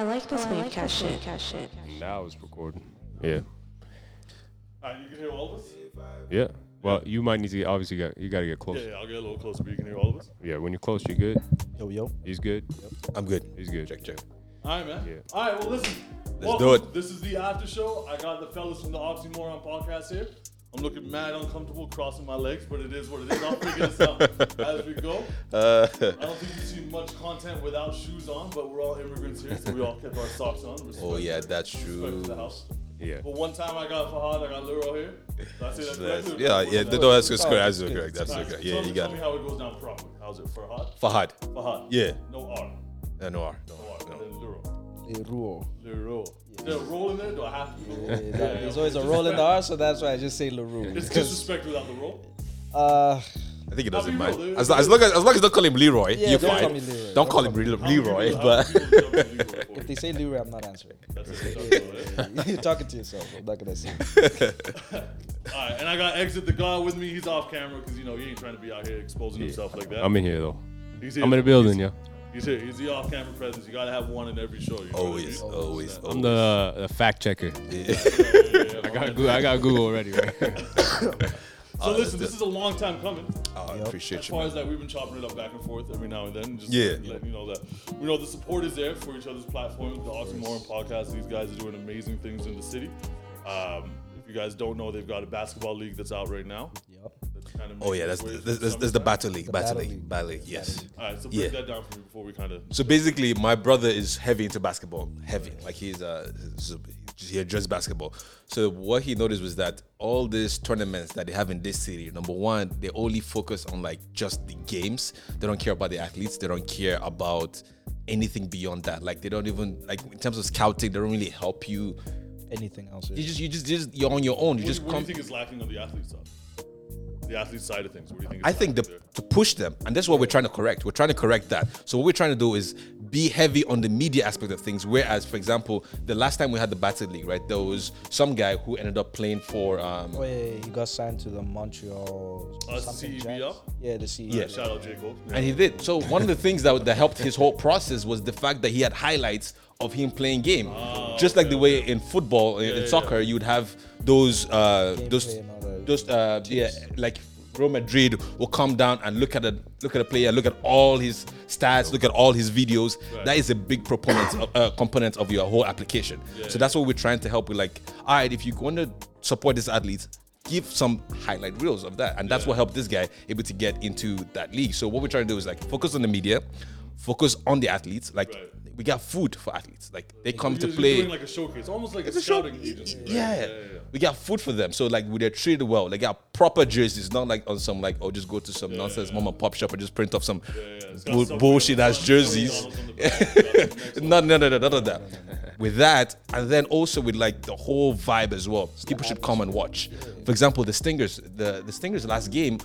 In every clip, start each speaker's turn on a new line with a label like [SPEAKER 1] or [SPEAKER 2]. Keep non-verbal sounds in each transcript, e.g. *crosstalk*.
[SPEAKER 1] this man cash shit. shit.
[SPEAKER 2] Now it's recording. Yeah.
[SPEAKER 3] Uh, you can hear all of us?
[SPEAKER 2] Yeah. Well, you might need to get, obviously got you got to get close.
[SPEAKER 3] Yeah,
[SPEAKER 2] Yeah.
[SPEAKER 3] yeah, I'll get a little closer, but you can hear all of us.
[SPEAKER 2] When you're close, you're good.
[SPEAKER 4] Yo, yo.
[SPEAKER 2] He's good.
[SPEAKER 4] I'm good.
[SPEAKER 2] He's good.
[SPEAKER 4] Check, check.
[SPEAKER 3] All right, man.
[SPEAKER 2] Yeah.
[SPEAKER 3] All right, well, listen.
[SPEAKER 4] Let's
[SPEAKER 3] Welcome.
[SPEAKER 4] do it.
[SPEAKER 3] This is the after show. I got the fellas from the Oxymoron podcast here. I'm looking mad uncomfortable crossing my legs, but it is what it is. I'll figure this out
[SPEAKER 4] *laughs*
[SPEAKER 3] as we go.
[SPEAKER 4] Uh,
[SPEAKER 3] I don't think you see much content without shoes on, but we're all immigrants here, so we all kept our socks on. Respect-
[SPEAKER 4] *laughs* Oh, yeah, that's
[SPEAKER 3] Respect to the
[SPEAKER 4] true.
[SPEAKER 3] house.
[SPEAKER 2] Yeah.
[SPEAKER 3] But one time I got Fahad, I got Luro here. That's it.
[SPEAKER 4] That's- yeah, yeah, no, that's good. That's good. correct. That's
[SPEAKER 3] Alright,
[SPEAKER 4] good.
[SPEAKER 3] tell
[SPEAKER 4] Yeah,
[SPEAKER 3] me-
[SPEAKER 4] you got
[SPEAKER 3] Tell me
[SPEAKER 4] it.
[SPEAKER 3] how it goes down properly. How's it, Farhad?
[SPEAKER 4] Fahad.
[SPEAKER 3] Fahad.
[SPEAKER 4] Yeah.
[SPEAKER 3] No R.
[SPEAKER 4] Uh, no R. No
[SPEAKER 3] No R.
[SPEAKER 4] R.
[SPEAKER 3] No.
[SPEAKER 4] No.
[SPEAKER 3] Luro.
[SPEAKER 5] a rule.
[SPEAKER 3] Luro. Is there a roll in there? Do I have to? roll? Yeah, yeah,
[SPEAKER 5] There's
[SPEAKER 3] yeah.
[SPEAKER 5] always a roll in the R, so that's why I just say LaRue.
[SPEAKER 3] It's disrespect without the roll.
[SPEAKER 5] Uh,
[SPEAKER 4] I think it
[SPEAKER 3] I'll
[SPEAKER 4] doesn't
[SPEAKER 3] be
[SPEAKER 4] matter.
[SPEAKER 3] real, dude.
[SPEAKER 4] As, lo- as, long as, as long as don't call him Leroy,
[SPEAKER 5] Yeah,
[SPEAKER 4] you're
[SPEAKER 5] don't
[SPEAKER 4] fine.
[SPEAKER 5] call me Leroy.
[SPEAKER 4] Don't
[SPEAKER 5] Don't
[SPEAKER 4] call him Re-
[SPEAKER 3] How many
[SPEAKER 4] Leroy,
[SPEAKER 3] people- how
[SPEAKER 5] *laughs*
[SPEAKER 4] but *laughs*
[SPEAKER 3] many people don't do Leroy for
[SPEAKER 5] if *laughs*
[SPEAKER 3] you?
[SPEAKER 5] they say LaRue, I'm not answering.
[SPEAKER 3] That's it, that's all right.
[SPEAKER 5] *laughs* You're talking to yourself. I'm not gonna say.
[SPEAKER 3] All right, and I got Exit the God with me. He's off camera because, you know, he ain't trying to be out here exposing himself like that.
[SPEAKER 2] I'm in here though.
[SPEAKER 3] he's here.
[SPEAKER 2] I'm in the building, yeah.
[SPEAKER 3] He's here. He's the off camera presence. You got to have one in every show. You know what I
[SPEAKER 4] always,
[SPEAKER 3] mean?
[SPEAKER 4] always, Oh,
[SPEAKER 2] I'm
[SPEAKER 4] always.
[SPEAKER 2] the, the fact checker.
[SPEAKER 3] Yeah, yeah, yeah.
[SPEAKER 2] *laughs* I got Google, I got Google already. Right?
[SPEAKER 3] *laughs* So, listen, this is a long time coming.
[SPEAKER 4] Oh, I
[SPEAKER 3] As
[SPEAKER 4] appreciate you.
[SPEAKER 3] far
[SPEAKER 4] Man.
[SPEAKER 3] as that, we've been chopping it up back and forth every now and then. Just
[SPEAKER 4] Yeah.
[SPEAKER 3] letting you know that we know the support is there for each other's platforms. The Oxymoron podcast, these guys are doing amazing things in the city. Um, if you guys don't know, they've got a basketball league that's out right now.
[SPEAKER 5] Yep.
[SPEAKER 3] That's kind of
[SPEAKER 4] Oh, yeah, that's, that's, that's, that's the Battle League. Battle
[SPEAKER 5] Battle
[SPEAKER 4] League.
[SPEAKER 5] League.
[SPEAKER 4] Battle League, yes.
[SPEAKER 3] All right, so break
[SPEAKER 4] Yeah.
[SPEAKER 3] that down for me before we kind of.
[SPEAKER 4] So basically, my brother is heavy into basketball. Heavy, like he's uh, he's- he addressed basketball. So what he noticed was that all these tournaments that they have in this city, number one, they only focus on like just the games. They don't care about the athletes. They don't care about anything beyond that. Like they don't even like in terms of scouting, they don't really help you.
[SPEAKER 5] Anything else?
[SPEAKER 4] You just you just, you just you're on your own. You
[SPEAKER 3] What,
[SPEAKER 4] just
[SPEAKER 3] what
[SPEAKER 4] come.
[SPEAKER 3] do you think is lacking on the athlete side? The athlete side of things. What do you think? Is
[SPEAKER 4] I think the,
[SPEAKER 3] lacking there?
[SPEAKER 4] to push them, and that's what we're trying to correct. We're trying to correct that. So what we're trying to do is be heavy on the media aspect of things. Whereas, for example, the last time we had the Battle League, right, there was some guy who ended up playing for. Um,
[SPEAKER 5] Oh, yeah, yeah, he got signed to the Montreal.
[SPEAKER 3] Uh,
[SPEAKER 5] something
[SPEAKER 3] CBL?
[SPEAKER 5] Jacks. Yeah, the CBL.
[SPEAKER 4] Yeah.
[SPEAKER 3] Shout out J Cole.
[SPEAKER 4] and he did. So one of the things that, that helped his whole process was the fact that he had highlights of him playing game, just like the way in football, in, in
[SPEAKER 3] Oh, yeah,
[SPEAKER 4] soccer, you'd have those uh,
[SPEAKER 5] Gameplay
[SPEAKER 4] those
[SPEAKER 5] and all that.
[SPEAKER 4] those uh, yeah like. Real Madrid will come down and look at a look at a player, look at all his stats, look at all his videos. That is a big proponent of, uh, component of your whole application. so that's what we're trying to help with. Like, all right, if you want to support this athlete, give some highlight reels of that, and that's what helped this guy able to get into that league. So what we're trying to do is like focus on the media, focus on the athletes. Like,
[SPEAKER 3] Right.
[SPEAKER 4] we got food for athletes. Like, they come to
[SPEAKER 3] You're- you're
[SPEAKER 4] play.
[SPEAKER 3] doing like a showcase, almost like
[SPEAKER 4] It's
[SPEAKER 3] a,
[SPEAKER 4] a show.
[SPEAKER 3] scouting agency. right?
[SPEAKER 4] Yeah. we got food for them. So like, we- they're treated well. They got proper jerseys, not like on some like, oh, just go to some nonsense mom and pop shop and just print off some
[SPEAKER 3] It's got
[SPEAKER 4] bull-
[SPEAKER 3] something
[SPEAKER 4] bullshit
[SPEAKER 3] on the
[SPEAKER 4] ass
[SPEAKER 3] front,
[SPEAKER 4] jerseys.
[SPEAKER 3] something on the back, it's got the next
[SPEAKER 4] No, no, no, no, none of that. With that, and then also with like the whole vibe as well. People should come and watch. For example, the Stingers, the the Stingers last game.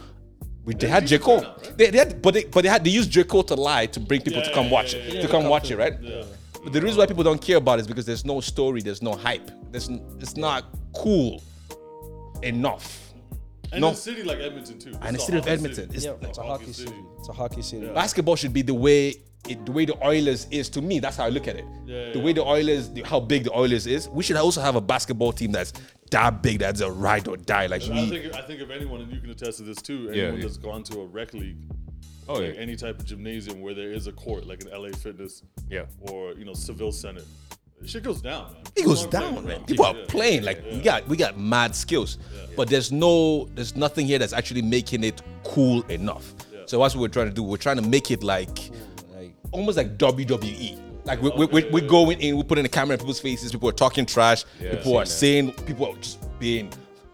[SPEAKER 4] We, they had J. Cole. They, they had, but they, but they had they used J. Cole to lie to bring people
[SPEAKER 3] Yeah,
[SPEAKER 4] to come
[SPEAKER 3] yeah,
[SPEAKER 4] watch
[SPEAKER 3] yeah,
[SPEAKER 4] it,
[SPEAKER 3] yeah,
[SPEAKER 4] to
[SPEAKER 3] yeah.
[SPEAKER 4] come watch it, right? But the reason why people don't care about it is because there's no story, there's no hype, there's n- it's not cool enough.
[SPEAKER 3] And
[SPEAKER 4] *laughs* No.
[SPEAKER 3] a city like Edmonton too.
[SPEAKER 4] And the
[SPEAKER 3] It's
[SPEAKER 4] city of
[SPEAKER 3] hockey
[SPEAKER 4] Edmonton is-
[SPEAKER 5] Yeah,
[SPEAKER 3] Like
[SPEAKER 5] it's a hockey city. It's a hockey city.
[SPEAKER 4] basketball should be the way it, the way the Oilers is to me. That's how I look at it.
[SPEAKER 3] Yeah,
[SPEAKER 4] the
[SPEAKER 3] yeah.
[SPEAKER 4] way the Oilers, the, how big the Oilers is, we should also have a basketball team that's that big. That's a ride or die. Like
[SPEAKER 3] I
[SPEAKER 4] we,
[SPEAKER 3] think I think if anyone, and you can attest to this too, anyone
[SPEAKER 2] Yeah, yeah.
[SPEAKER 3] that's gone to a rec league,
[SPEAKER 2] Oh
[SPEAKER 3] like
[SPEAKER 2] yeah.
[SPEAKER 3] any type of gymnasium where there is a court, like an LA Fitness,
[SPEAKER 2] Yeah.
[SPEAKER 3] or you know Seville Center, shit goes down, man.
[SPEAKER 4] it goes
[SPEAKER 3] People aren't
[SPEAKER 4] down,
[SPEAKER 3] playing
[SPEAKER 4] man.
[SPEAKER 3] around.
[SPEAKER 4] People are
[SPEAKER 3] Yeah.
[SPEAKER 4] playing. Like we got we got mad skills, but there's no there's nothing here that's actually making it cool enough. So that's what we're trying to do. We're trying to make it like.
[SPEAKER 5] Like,
[SPEAKER 4] almost like WWE. Like we, we, we, we're going in, we're putting the camera in people's faces. People are talking trash.
[SPEAKER 2] Yeah.
[SPEAKER 4] people are saying, people are just being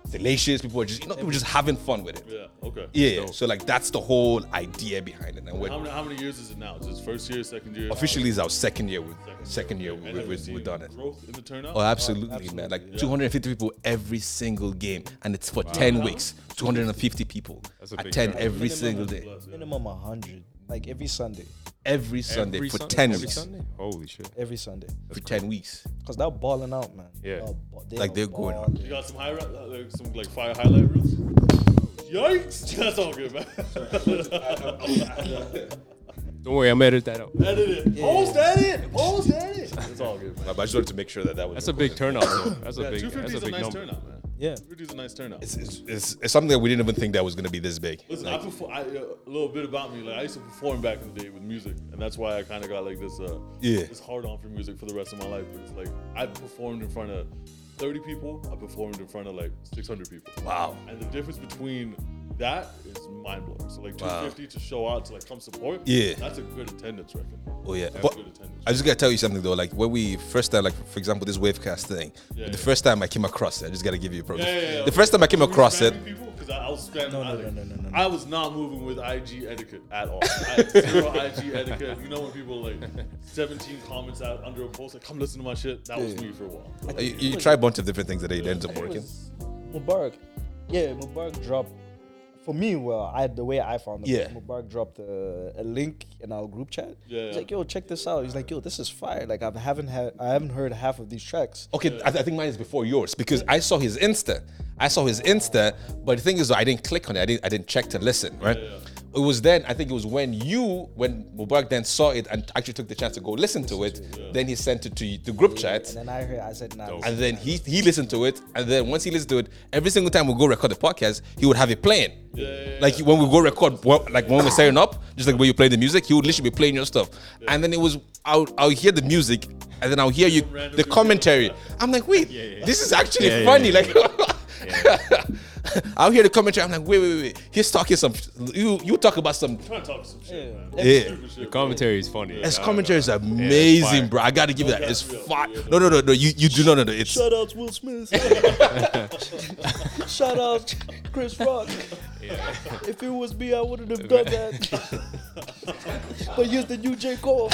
[SPEAKER 4] salacious. People are just, you know, people are just having fun with it.
[SPEAKER 3] Yeah. Okay.
[SPEAKER 4] Yeah. So like that's the whole idea behind it. And
[SPEAKER 3] How
[SPEAKER 4] we're
[SPEAKER 3] many, how many years is it now? Is it first year, second year?
[SPEAKER 4] officially is our second year. We've,
[SPEAKER 3] Second year,
[SPEAKER 4] second year
[SPEAKER 3] And
[SPEAKER 4] we,
[SPEAKER 3] have you
[SPEAKER 4] we've,
[SPEAKER 3] seen
[SPEAKER 4] we've done it.
[SPEAKER 3] Growth in the turnout.
[SPEAKER 4] Oh, absolutely, man!
[SPEAKER 5] absolutely,
[SPEAKER 4] Like 250 people every single game, and it's for 10 weeks. 250 people
[SPEAKER 2] a big
[SPEAKER 4] attend
[SPEAKER 2] crowd.
[SPEAKER 4] every
[SPEAKER 5] Minimum.
[SPEAKER 4] single day,
[SPEAKER 5] minimum 100. Like every Sunday.
[SPEAKER 4] every Sunday
[SPEAKER 2] Every
[SPEAKER 4] for
[SPEAKER 2] Sun-
[SPEAKER 4] 10
[SPEAKER 2] every
[SPEAKER 4] weeks.
[SPEAKER 2] Sunday? Holy shit.
[SPEAKER 5] Every Sunday.
[SPEAKER 4] For 10 weeks.
[SPEAKER 5] Because they're balling out, man.
[SPEAKER 2] Yeah.
[SPEAKER 5] They're ba- they
[SPEAKER 4] Like,
[SPEAKER 5] are
[SPEAKER 4] they're going out.
[SPEAKER 3] You
[SPEAKER 5] balling.
[SPEAKER 3] got some high, like, some like fire highlight reels. Yikes! *laughs* That's all good, man. *laughs*
[SPEAKER 2] Don't worry, I'm gonna edit that out.
[SPEAKER 3] edit it. Post edit. Post edit. It's all good. good, man.
[SPEAKER 4] But I just wanted to make sure that that was.
[SPEAKER 2] That's a big turnout. Though. That's a
[SPEAKER 3] Yeah,
[SPEAKER 2] big.
[SPEAKER 3] two
[SPEAKER 2] That's
[SPEAKER 3] fifty
[SPEAKER 2] a
[SPEAKER 3] is a
[SPEAKER 2] big
[SPEAKER 3] nice
[SPEAKER 2] number.
[SPEAKER 3] turnout, man.
[SPEAKER 5] Yeah.
[SPEAKER 3] two fifty is a nice turnout.
[SPEAKER 4] It's, it's, it's, it's something that we didn't even think that was going to be this big.
[SPEAKER 3] Listen,
[SPEAKER 4] Like,
[SPEAKER 3] I perform, I, uh, a little bit about me. Like I used to perform back in the day with music, and that's why I kind of got like this, uh,
[SPEAKER 4] Yeah.
[SPEAKER 3] this hard on for music for the rest of my life. But it's like I performed in front of thirty people. I performed in front of like six hundred people.
[SPEAKER 4] wow.
[SPEAKER 3] And the difference between that is mind blowing. So like two fifty to show out to like come support.
[SPEAKER 4] Yeah.
[SPEAKER 3] that's a good attendance record.
[SPEAKER 4] Oh yeah,
[SPEAKER 3] That's
[SPEAKER 4] but
[SPEAKER 3] good attendance.
[SPEAKER 4] I just gotta tell you something though. Like when we first time, like for example, this wavecast thing.
[SPEAKER 3] Yeah,
[SPEAKER 4] the
[SPEAKER 3] yeah.
[SPEAKER 4] first time I came across it, I just gotta give you a props.
[SPEAKER 3] Yeah, yeah, yeah.
[SPEAKER 4] The first time I came
[SPEAKER 3] Were you
[SPEAKER 4] across it,
[SPEAKER 3] spamming people? 'Cause I, I was spamming
[SPEAKER 5] No, no,
[SPEAKER 3] Alex.
[SPEAKER 5] no, no, no, no, no.
[SPEAKER 3] I was not moving with IG etiquette at
[SPEAKER 4] *laughs*
[SPEAKER 3] all. I had zero IG etiquette. You know when people like 17 comments out under a post, like come listen to my shit. That was me for a while.
[SPEAKER 4] you, you try a bunch of different things that it ends up
[SPEAKER 5] It
[SPEAKER 4] working.
[SPEAKER 5] was Mubarak. Yeah, Mubarak dropped. For me, well, I the way I found it,
[SPEAKER 4] Yeah.
[SPEAKER 5] Mubarak dropped uh, a, a link in our group chat.
[SPEAKER 3] Yeah.
[SPEAKER 5] He's like, yo, check this out. He's like, yo, this is fire. Like, I haven't had, I haven't heard half of these tracks.
[SPEAKER 2] Oh.
[SPEAKER 4] Okay, I, th- I think mine is before yours because I saw his Insta. I saw his Insta, but the thing is, I didn't click on it. I didn't. I didn't check to listen. Right. It was then. I think it was when you, when Mubarak then saw it and actually took the chance to go listen to it. Then he sent it to you, to group chat.
[SPEAKER 5] And then I heard, I said, nah. this
[SPEAKER 4] And
[SPEAKER 5] is
[SPEAKER 4] then
[SPEAKER 5] nice.
[SPEAKER 4] he he listened to it, and then once he listened to it, every single time we go record the podcast, he would have it playing.
[SPEAKER 3] yeah,
[SPEAKER 4] like when we go record, well, like when we're setting up, just like when you play the music, he would literally be playing your stuff. And then it was, I'll I'll hear the music, and then I'll hear you
[SPEAKER 3] random
[SPEAKER 4] the
[SPEAKER 3] dude.
[SPEAKER 4] commentary. I'm like, wait,
[SPEAKER 2] yeah.
[SPEAKER 4] this is actually
[SPEAKER 2] Yeah, yeah,
[SPEAKER 4] funny.
[SPEAKER 2] yeah,
[SPEAKER 4] like. *laughs* I'll hear the commentary. I'm like, wait, wait, wait. He's talking some. You you talk about some.
[SPEAKER 3] I'm trying to talk some shit,
[SPEAKER 5] Yeah.
[SPEAKER 3] man.
[SPEAKER 5] Yeah.
[SPEAKER 4] Yeah.
[SPEAKER 3] Stupid shit, bro.
[SPEAKER 2] Commentary is funny.
[SPEAKER 4] His
[SPEAKER 2] I don't
[SPEAKER 4] commentary is
[SPEAKER 2] know.
[SPEAKER 4] amazing,
[SPEAKER 2] fire.
[SPEAKER 4] bro. I gotta give you that.
[SPEAKER 3] that's
[SPEAKER 4] It's
[SPEAKER 3] real.
[SPEAKER 4] fire.
[SPEAKER 3] Yeah,
[SPEAKER 4] No, no, no, no. You you do no, no, no. It's
[SPEAKER 5] Shout outs Will
[SPEAKER 4] *laughs*
[SPEAKER 5] Smith. Shout out *laughs*
[SPEAKER 3] *laughs*
[SPEAKER 5] Chris Rock. If it was me, I wouldn't
[SPEAKER 2] *laughs*
[SPEAKER 5] have done that. but here's the new J. Cole.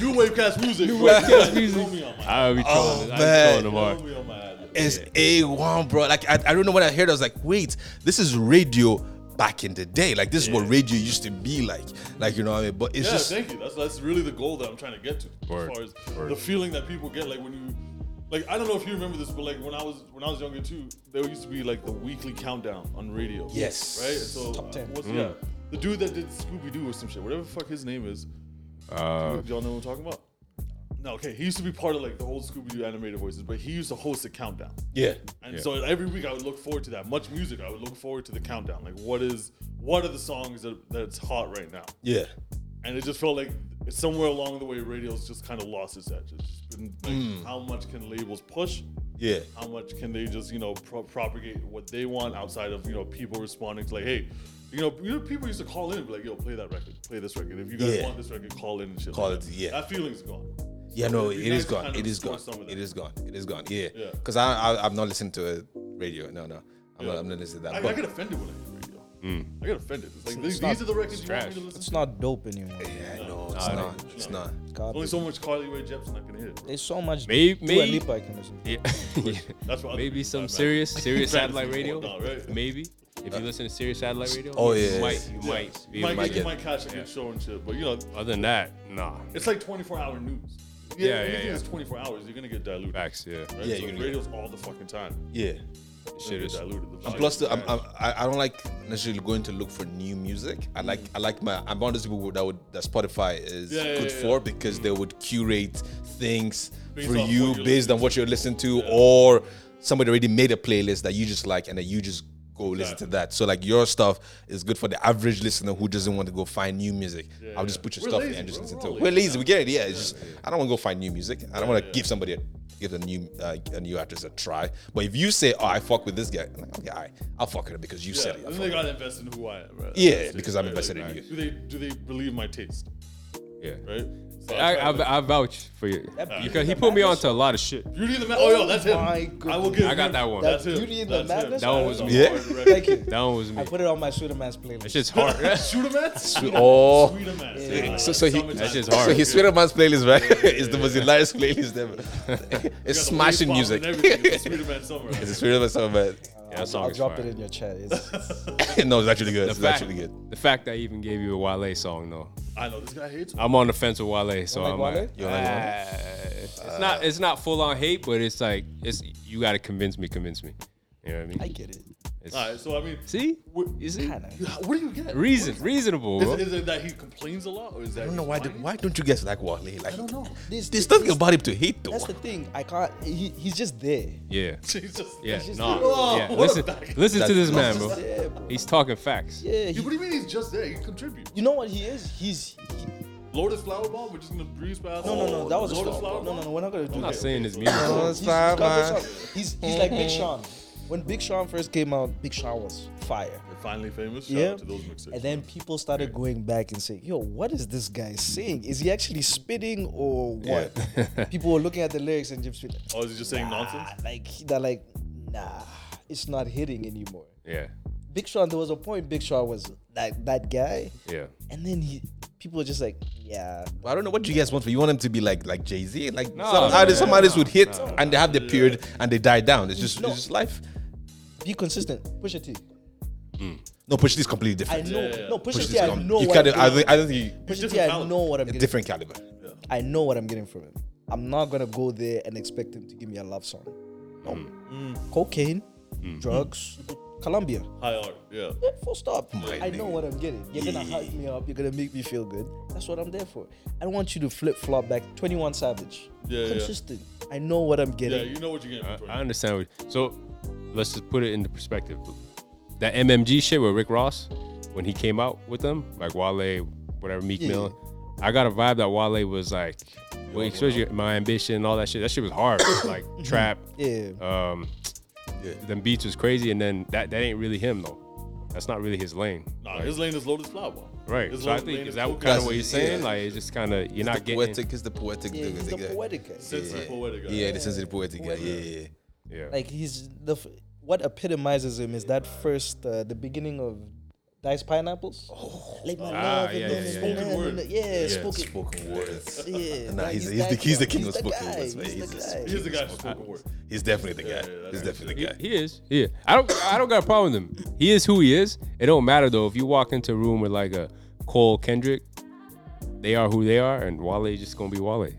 [SPEAKER 3] New wavecast music. New wavecast music. Throw me on my ad.
[SPEAKER 2] I'll be
[SPEAKER 4] Oh,
[SPEAKER 2] trolling.
[SPEAKER 4] man.
[SPEAKER 2] I'll be trolling
[SPEAKER 3] Throw
[SPEAKER 2] tomorrow.
[SPEAKER 3] me on my ad.
[SPEAKER 4] It's A1, bro. Like, I, I don't know when I heard it. I was like, wait, this is radio back in the day. Like, this is what radio used to be like. Like, you know what I mean? But it's
[SPEAKER 3] Yeah,
[SPEAKER 4] just.
[SPEAKER 3] thank you. That's that's really the goal that I'm trying to get to.
[SPEAKER 2] Word.
[SPEAKER 3] As far as the feeling that people get, like when you, like I don't know if you remember this, but like when I was when I was younger too, there used to be like the weekly countdown on radio.
[SPEAKER 4] Yes.
[SPEAKER 3] Right. So uh,
[SPEAKER 5] Top 10.
[SPEAKER 2] Mm.
[SPEAKER 3] what's- yeah, the dude that did Scooby Doo or some shit, whatever the fuck his name is.
[SPEAKER 2] Uh,
[SPEAKER 3] Do y'all know what I'm talking about? No. Okay. He used to be part of like the old Scooby Doo animated voices, but he used to host a countdown.
[SPEAKER 4] yeah.
[SPEAKER 3] And
[SPEAKER 2] Yeah.
[SPEAKER 3] so every week I would look forward to that. Much music, I would look forward to the countdown. Like, what is what are the songs that that's hot right now?
[SPEAKER 4] Yeah.
[SPEAKER 3] and it just felt like somewhere along the way radio's just kind of lost its edge it's just been like
[SPEAKER 4] Hmm.
[SPEAKER 3] how much can labels push
[SPEAKER 4] Yeah.
[SPEAKER 3] how much can they just you know pro- propagate what they want outside of you know people responding to like hey you know, you know, people used to call in, and be like, "Yo, play that record, play this record. If you guys
[SPEAKER 4] Yeah.
[SPEAKER 3] want this record, call in and shit."
[SPEAKER 4] Call
[SPEAKER 3] like
[SPEAKER 4] it,
[SPEAKER 3] that.
[SPEAKER 4] yeah.
[SPEAKER 3] That feeling's gone.
[SPEAKER 4] Yeah, no,
[SPEAKER 3] It'd
[SPEAKER 4] it
[SPEAKER 3] be
[SPEAKER 4] is
[SPEAKER 3] nice to
[SPEAKER 4] gone.
[SPEAKER 3] kind of
[SPEAKER 4] It is
[SPEAKER 3] restore
[SPEAKER 4] gone.
[SPEAKER 3] some of
[SPEAKER 4] It
[SPEAKER 3] that.
[SPEAKER 4] is gone. It is gone. Yeah.
[SPEAKER 3] Yeah.
[SPEAKER 4] Because I, I, I'm not listening to uh, radio. No, no. I'm,
[SPEAKER 3] Yeah.
[SPEAKER 4] not, I'm not listening to
[SPEAKER 3] I, I
[SPEAKER 4] that. But
[SPEAKER 3] get offended when I hear radio.
[SPEAKER 4] Hmm.
[SPEAKER 3] I get offended. It's like these,
[SPEAKER 5] not-
[SPEAKER 3] these are the records you want me
[SPEAKER 2] trash.
[SPEAKER 3] to listen
[SPEAKER 5] It's
[SPEAKER 3] to.
[SPEAKER 5] not dope anymore.
[SPEAKER 4] yeah, no, it's
[SPEAKER 2] No,
[SPEAKER 4] not. It's not.
[SPEAKER 5] God,
[SPEAKER 3] Only so much Carly Rae Jepsen I can hear. bro.
[SPEAKER 5] there's so much
[SPEAKER 2] May-
[SPEAKER 5] Dua
[SPEAKER 2] may-
[SPEAKER 5] Lipa I can listen to.
[SPEAKER 2] yeah. *laughs*
[SPEAKER 3] That's what other
[SPEAKER 2] Maybe
[SPEAKER 3] people
[SPEAKER 2] some
[SPEAKER 3] find, man.
[SPEAKER 2] serious, serious
[SPEAKER 3] Fantasy
[SPEAKER 2] satellite radio.
[SPEAKER 3] porn, though, right?
[SPEAKER 2] Maybe if you listen to serious satellite radio.
[SPEAKER 4] Oh, yeah.
[SPEAKER 2] You might, you
[SPEAKER 3] Yeah.
[SPEAKER 2] might, be able
[SPEAKER 3] You might,
[SPEAKER 2] to
[SPEAKER 4] might
[SPEAKER 3] get,
[SPEAKER 2] get-
[SPEAKER 3] you might catch a good
[SPEAKER 2] yeah.
[SPEAKER 3] show and shit, but you know,
[SPEAKER 2] Other than that, nah.
[SPEAKER 3] It's like 24 hour news.
[SPEAKER 2] Yeah, yeah,
[SPEAKER 3] anything
[SPEAKER 2] yeah.
[SPEAKER 3] that's 24 hours, you're gonna get diluted.
[SPEAKER 2] Facts, yeah.
[SPEAKER 3] Right?
[SPEAKER 4] Yeah,
[SPEAKER 3] so
[SPEAKER 4] you're gonna
[SPEAKER 3] radio's all the fucking time.
[SPEAKER 4] Yeah.
[SPEAKER 2] Shit
[SPEAKER 3] It's
[SPEAKER 2] is.
[SPEAKER 3] diluted. The
[SPEAKER 4] And
[SPEAKER 3] volume.
[SPEAKER 4] plus, the, I'm, I'm, I I don't like necessarily going to look for new music. I like I like my I'm one of those people that would that Spotify is
[SPEAKER 3] Yeah, yeah,
[SPEAKER 4] good
[SPEAKER 3] yeah,
[SPEAKER 4] for
[SPEAKER 3] yeah.
[SPEAKER 4] because they would curate things
[SPEAKER 3] Based
[SPEAKER 4] for
[SPEAKER 3] off
[SPEAKER 4] you
[SPEAKER 3] what you're
[SPEAKER 4] based on
[SPEAKER 3] listening
[SPEAKER 4] what you're listening to, or somebody already made a playlist that you just like, and then you just go listen to
[SPEAKER 3] Exactly.
[SPEAKER 4] that. So like your stuff is good for the average listener who doesn't want to go find new music. I'll just
[SPEAKER 3] yeah.
[SPEAKER 4] put your
[SPEAKER 3] We're
[SPEAKER 4] stuff
[SPEAKER 3] lazy,
[SPEAKER 4] in and just
[SPEAKER 3] bro.
[SPEAKER 4] listen
[SPEAKER 3] We're
[SPEAKER 4] to
[SPEAKER 3] all
[SPEAKER 4] it. We're
[SPEAKER 3] lazy
[SPEAKER 4] lazy. We get it. Yeah, it's just I don't want to go find new music. I don't want to give somebody a give a new uh, a new artist a try. But if you say, "Oh, I fuck with this guy," I'm like, okay, all right, I'll fuck with him because you
[SPEAKER 3] yeah,
[SPEAKER 4] said it.
[SPEAKER 3] and
[SPEAKER 4] I'll
[SPEAKER 3] then
[SPEAKER 4] fuck
[SPEAKER 3] they
[SPEAKER 4] with
[SPEAKER 3] gotta invest in who I am. Right?
[SPEAKER 4] Yeah,
[SPEAKER 3] That's it,
[SPEAKER 4] because I'm
[SPEAKER 3] right?
[SPEAKER 4] invested
[SPEAKER 3] Like,
[SPEAKER 4] in you.
[SPEAKER 3] Do they do they believe my taste?
[SPEAKER 2] Yeah.
[SPEAKER 3] Right? So
[SPEAKER 2] I,
[SPEAKER 3] try to-
[SPEAKER 2] I, I vouch for you
[SPEAKER 5] That
[SPEAKER 2] because he
[SPEAKER 5] Beauty
[SPEAKER 2] put me
[SPEAKER 5] and the
[SPEAKER 2] onto a lot of shit.
[SPEAKER 3] Beauty and the Madness. Oh, yo, that's him.
[SPEAKER 5] my
[SPEAKER 3] I will
[SPEAKER 5] goodness.
[SPEAKER 3] give.
[SPEAKER 2] I got
[SPEAKER 3] him-
[SPEAKER 2] that one.
[SPEAKER 3] That's
[SPEAKER 5] That
[SPEAKER 3] him.
[SPEAKER 5] Beauty and the
[SPEAKER 3] That's him.
[SPEAKER 5] Madness?
[SPEAKER 2] That one was
[SPEAKER 3] That's
[SPEAKER 2] me.
[SPEAKER 3] a hard
[SPEAKER 4] Yeah.
[SPEAKER 3] record.
[SPEAKER 5] Thank you.
[SPEAKER 2] That one was me.
[SPEAKER 5] I put it on my Suda Man's playlist.
[SPEAKER 2] That shit's
[SPEAKER 5] *laughs*
[SPEAKER 2] hard. that
[SPEAKER 3] Shoot him, at. Shoot
[SPEAKER 4] him.
[SPEAKER 3] him.
[SPEAKER 4] Oh.
[SPEAKER 3] Shoot him, at.
[SPEAKER 4] Yeah.
[SPEAKER 3] Yeah,
[SPEAKER 4] So- so he-
[SPEAKER 3] summertime.
[SPEAKER 2] That's just
[SPEAKER 4] him.
[SPEAKER 2] hard.
[SPEAKER 4] So his Twitter man's playlist, right? *laughs* it's the most hilarious playlist ever.
[SPEAKER 3] *laughs* You got the
[SPEAKER 4] *laughs* it's smashing
[SPEAKER 3] waveform
[SPEAKER 4] music.
[SPEAKER 3] and everything. It's the Sweeter Man summer.
[SPEAKER 4] *laughs* It's Spirit of song, but
[SPEAKER 2] song
[SPEAKER 5] I'll
[SPEAKER 2] is
[SPEAKER 5] drop
[SPEAKER 2] fire.
[SPEAKER 5] it in your chat.
[SPEAKER 3] *laughs*
[SPEAKER 5] It's,
[SPEAKER 4] *laughs* no, it's actually good.
[SPEAKER 2] The
[SPEAKER 4] it's
[SPEAKER 2] fact,
[SPEAKER 4] actually good.
[SPEAKER 2] the fact that I even gave you a Wale song though.
[SPEAKER 3] I know this guy hates. me.
[SPEAKER 2] I'm on the fence with Wale, so
[SPEAKER 5] like
[SPEAKER 2] I'm
[SPEAKER 5] Wale?
[SPEAKER 2] like, uh,
[SPEAKER 4] You don't like Wale?
[SPEAKER 2] "Ah, it's not it's not full on hate, but it's like it's you gotta convince me, convince me. You know what I mean?
[SPEAKER 5] I get it.
[SPEAKER 2] It's-
[SPEAKER 3] All right, so I mean,
[SPEAKER 2] See?
[SPEAKER 3] What-
[SPEAKER 2] You see?
[SPEAKER 5] Kinda.
[SPEAKER 3] what do you get?
[SPEAKER 2] Reason, reasonable, bro.
[SPEAKER 3] Is, is it that he complains a lot, or is that
[SPEAKER 4] I don't know why. do- *laughs* why don't you guys like Wale? Like, I
[SPEAKER 5] don't know. This-
[SPEAKER 4] There's, there's
[SPEAKER 5] this-
[SPEAKER 4] nothing
[SPEAKER 5] this-
[SPEAKER 4] about him to hate though.
[SPEAKER 5] *laughs* That's the thing. I can't. He, he's just there.
[SPEAKER 2] Yeah.
[SPEAKER 3] Jesus.
[SPEAKER 2] Yeah.
[SPEAKER 5] just-
[SPEAKER 2] Nah.
[SPEAKER 5] *laughs* Oh,
[SPEAKER 2] yeah.
[SPEAKER 3] what a
[SPEAKER 2] Listen,
[SPEAKER 3] bag.
[SPEAKER 2] listen to this man,
[SPEAKER 5] He's
[SPEAKER 2] bro.
[SPEAKER 5] just there, bro.
[SPEAKER 2] He's talking facts.
[SPEAKER 5] Yeah. he-
[SPEAKER 3] What do you mean he's just there? He contributes.
[SPEAKER 5] you know what he is? He's. He,
[SPEAKER 3] Lotus Flower Bomb. We're just gonna breeze past.
[SPEAKER 5] no, no, no. That was
[SPEAKER 3] Lotus
[SPEAKER 5] a
[SPEAKER 3] Flower
[SPEAKER 5] flower. No, no,
[SPEAKER 3] Bomb?
[SPEAKER 5] no. We're not gonna do
[SPEAKER 2] I'm not
[SPEAKER 5] that.
[SPEAKER 2] saying his music.
[SPEAKER 5] He's, he's, got Big Sean. he's, he's like Big Sean. When Big Sean first came out, Big Sean was fire.
[SPEAKER 3] They're Finally famous. Shout
[SPEAKER 5] Yeah.
[SPEAKER 3] out to those mixers.
[SPEAKER 5] And then people started going back and saying, yo, what is this guy saying? Is he actually spitting or what?
[SPEAKER 3] *laughs*
[SPEAKER 5] people were looking at the lyrics and just being like,
[SPEAKER 3] or Oh, is he just saying nonsense?
[SPEAKER 5] ah, like, they're like, nah, it's not hitting anymore.
[SPEAKER 2] Yeah.
[SPEAKER 5] Big Sean, there was a point Big Sean was that, that guy.
[SPEAKER 2] Yeah.
[SPEAKER 5] And then he, people were just like, yeah.
[SPEAKER 4] I don't know what you guys want. For you want him to be like like Jay Z, like
[SPEAKER 2] No,
[SPEAKER 4] some artists, some
[SPEAKER 2] man,
[SPEAKER 4] artists
[SPEAKER 2] no,
[SPEAKER 4] would hit and they have their period and they die down. It's just
[SPEAKER 5] No.
[SPEAKER 4] it's just life.
[SPEAKER 5] Be consistent. Push a T.
[SPEAKER 4] No, Push T is completely
[SPEAKER 5] I
[SPEAKER 4] different.
[SPEAKER 5] know.
[SPEAKER 3] yeah.
[SPEAKER 5] No, push,
[SPEAKER 4] Pusha
[SPEAKER 5] a
[SPEAKER 4] T
[SPEAKER 5] T,
[SPEAKER 4] is
[SPEAKER 5] I
[SPEAKER 4] com-
[SPEAKER 5] know
[SPEAKER 4] you
[SPEAKER 5] what
[SPEAKER 4] can't-
[SPEAKER 5] I'm
[SPEAKER 4] I
[SPEAKER 5] getting.
[SPEAKER 4] think I don't think
[SPEAKER 5] Push a
[SPEAKER 3] different
[SPEAKER 5] T, I
[SPEAKER 3] talent.
[SPEAKER 5] know what I'm getting.
[SPEAKER 4] different caliber.
[SPEAKER 5] I know what I'm getting from him. I'm not gonna go there and expect him to give me a love song. No.
[SPEAKER 4] Mm.
[SPEAKER 3] Mm.
[SPEAKER 5] Cocaine, drugs, Colombia.
[SPEAKER 3] High art.
[SPEAKER 5] *laughs*
[SPEAKER 3] Yeah.
[SPEAKER 5] Yeah, full stop.
[SPEAKER 4] My
[SPEAKER 5] I know
[SPEAKER 4] nigga.
[SPEAKER 5] what I'm getting. You're gonna hype me up. You're gonna make me feel good. That's what I'm there for. I don't want you to flip flop back. 21 Savage.
[SPEAKER 3] Yeah, yeah.
[SPEAKER 5] Consistent. I know what I'm
[SPEAKER 3] Yeah.
[SPEAKER 5] getting.
[SPEAKER 3] You know what you're
[SPEAKER 2] I,
[SPEAKER 3] getting.
[SPEAKER 2] I
[SPEAKER 3] Victoria.
[SPEAKER 2] understand. What, so let's just put it into perspective. That MMG shit with Rick Ross, when he came out with them, like Wale, whatever, Meek
[SPEAKER 5] Yeah.
[SPEAKER 2] Mill, I got a vibe that Wale was like, well, especially my ambition and all that shit. That shit was hard. *coughs* like trap.
[SPEAKER 5] Mm-hmm. Yeah.
[SPEAKER 2] Um,
[SPEAKER 4] Yeah.
[SPEAKER 2] Them beats was crazy, and then that, that ain't really him though. That's not really his lane.
[SPEAKER 3] Nah, his lane is Lotus Flower Bomb.
[SPEAKER 2] Right.
[SPEAKER 3] His
[SPEAKER 2] So I
[SPEAKER 3] lane- lane
[SPEAKER 2] think is that
[SPEAKER 3] cocaine.
[SPEAKER 2] kind of
[SPEAKER 4] That's-
[SPEAKER 2] what you're saying?
[SPEAKER 4] yeah.
[SPEAKER 2] Like it's just kind of you're not
[SPEAKER 4] the
[SPEAKER 2] getting.
[SPEAKER 4] poetic is the poetic.
[SPEAKER 5] Yeah,
[SPEAKER 4] the-
[SPEAKER 5] he's the
[SPEAKER 4] the guy.
[SPEAKER 5] poetic guy.
[SPEAKER 3] Sensitive, poetic guy.
[SPEAKER 4] Yeah, the sensitive poetic guy. Yeah, yeah, yeah.
[SPEAKER 2] Yeah.
[SPEAKER 5] Like he's the f- what epitomizes him is that first uh, the beginning of Dice Pineapples. Oh, like my
[SPEAKER 2] Ah,
[SPEAKER 5] love and
[SPEAKER 2] yeah,
[SPEAKER 5] then-
[SPEAKER 2] yeah,
[SPEAKER 5] and
[SPEAKER 2] yeah,
[SPEAKER 5] then-
[SPEAKER 3] yeah.
[SPEAKER 5] and then- yeah, spoken.
[SPEAKER 4] Spoken words. *laughs*
[SPEAKER 5] Yeah,
[SPEAKER 4] Nah,
[SPEAKER 5] like,
[SPEAKER 4] he's,
[SPEAKER 5] he's
[SPEAKER 4] he's, the,
[SPEAKER 5] that
[SPEAKER 4] he's the
[SPEAKER 5] guy.
[SPEAKER 4] king
[SPEAKER 5] He's
[SPEAKER 4] of
[SPEAKER 5] the
[SPEAKER 4] spoken
[SPEAKER 5] guy.
[SPEAKER 4] words, man.
[SPEAKER 5] He's the
[SPEAKER 4] He's,
[SPEAKER 5] guy.
[SPEAKER 4] he's,
[SPEAKER 3] He's the guy who spoke word.
[SPEAKER 4] he's definitely the guy.
[SPEAKER 3] yeah, that's
[SPEAKER 4] he's definitely
[SPEAKER 2] He,
[SPEAKER 4] the guy.
[SPEAKER 2] he is. Yeah. I don't *coughs* I don't got a problem with him. He is who he is. It don't matter though. If you walk into a room with like a Cole Kendrick, they are who they are, and Wale just gonna be Wale.
[SPEAKER 5] Yo,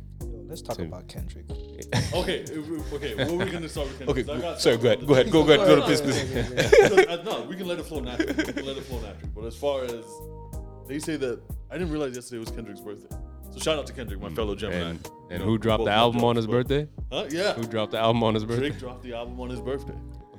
[SPEAKER 5] Let's talk about Kendrick.
[SPEAKER 3] Okay. if- Okay. What are we gonna start with?
[SPEAKER 4] Okay,
[SPEAKER 3] Kendrick? 'Cause I got
[SPEAKER 4] sorry. Go ahead.
[SPEAKER 3] something
[SPEAKER 4] Go ahead. Go, go ahead.
[SPEAKER 3] No,
[SPEAKER 4] Go to please,
[SPEAKER 3] no,
[SPEAKER 4] please. *laughs*
[SPEAKER 2] *laughs*
[SPEAKER 3] Look, uh, no, we can let it flow naturally. We can let it flow naturally. But as far as they say that, I didn't realize yesterday was Kendrick's birthday. So shout out to Kendrick, my fellow
[SPEAKER 2] Mm.
[SPEAKER 3] Gemini.
[SPEAKER 2] And
[SPEAKER 3] You
[SPEAKER 2] and
[SPEAKER 3] know,
[SPEAKER 2] who dropped
[SPEAKER 3] both
[SPEAKER 2] the
[SPEAKER 3] my
[SPEAKER 2] album on
[SPEAKER 3] jobs,
[SPEAKER 2] his
[SPEAKER 3] but-
[SPEAKER 2] birthday?
[SPEAKER 3] Huh? Yeah.
[SPEAKER 2] Who dropped the album on his birthday?
[SPEAKER 3] Drake dropped the album on his birthday.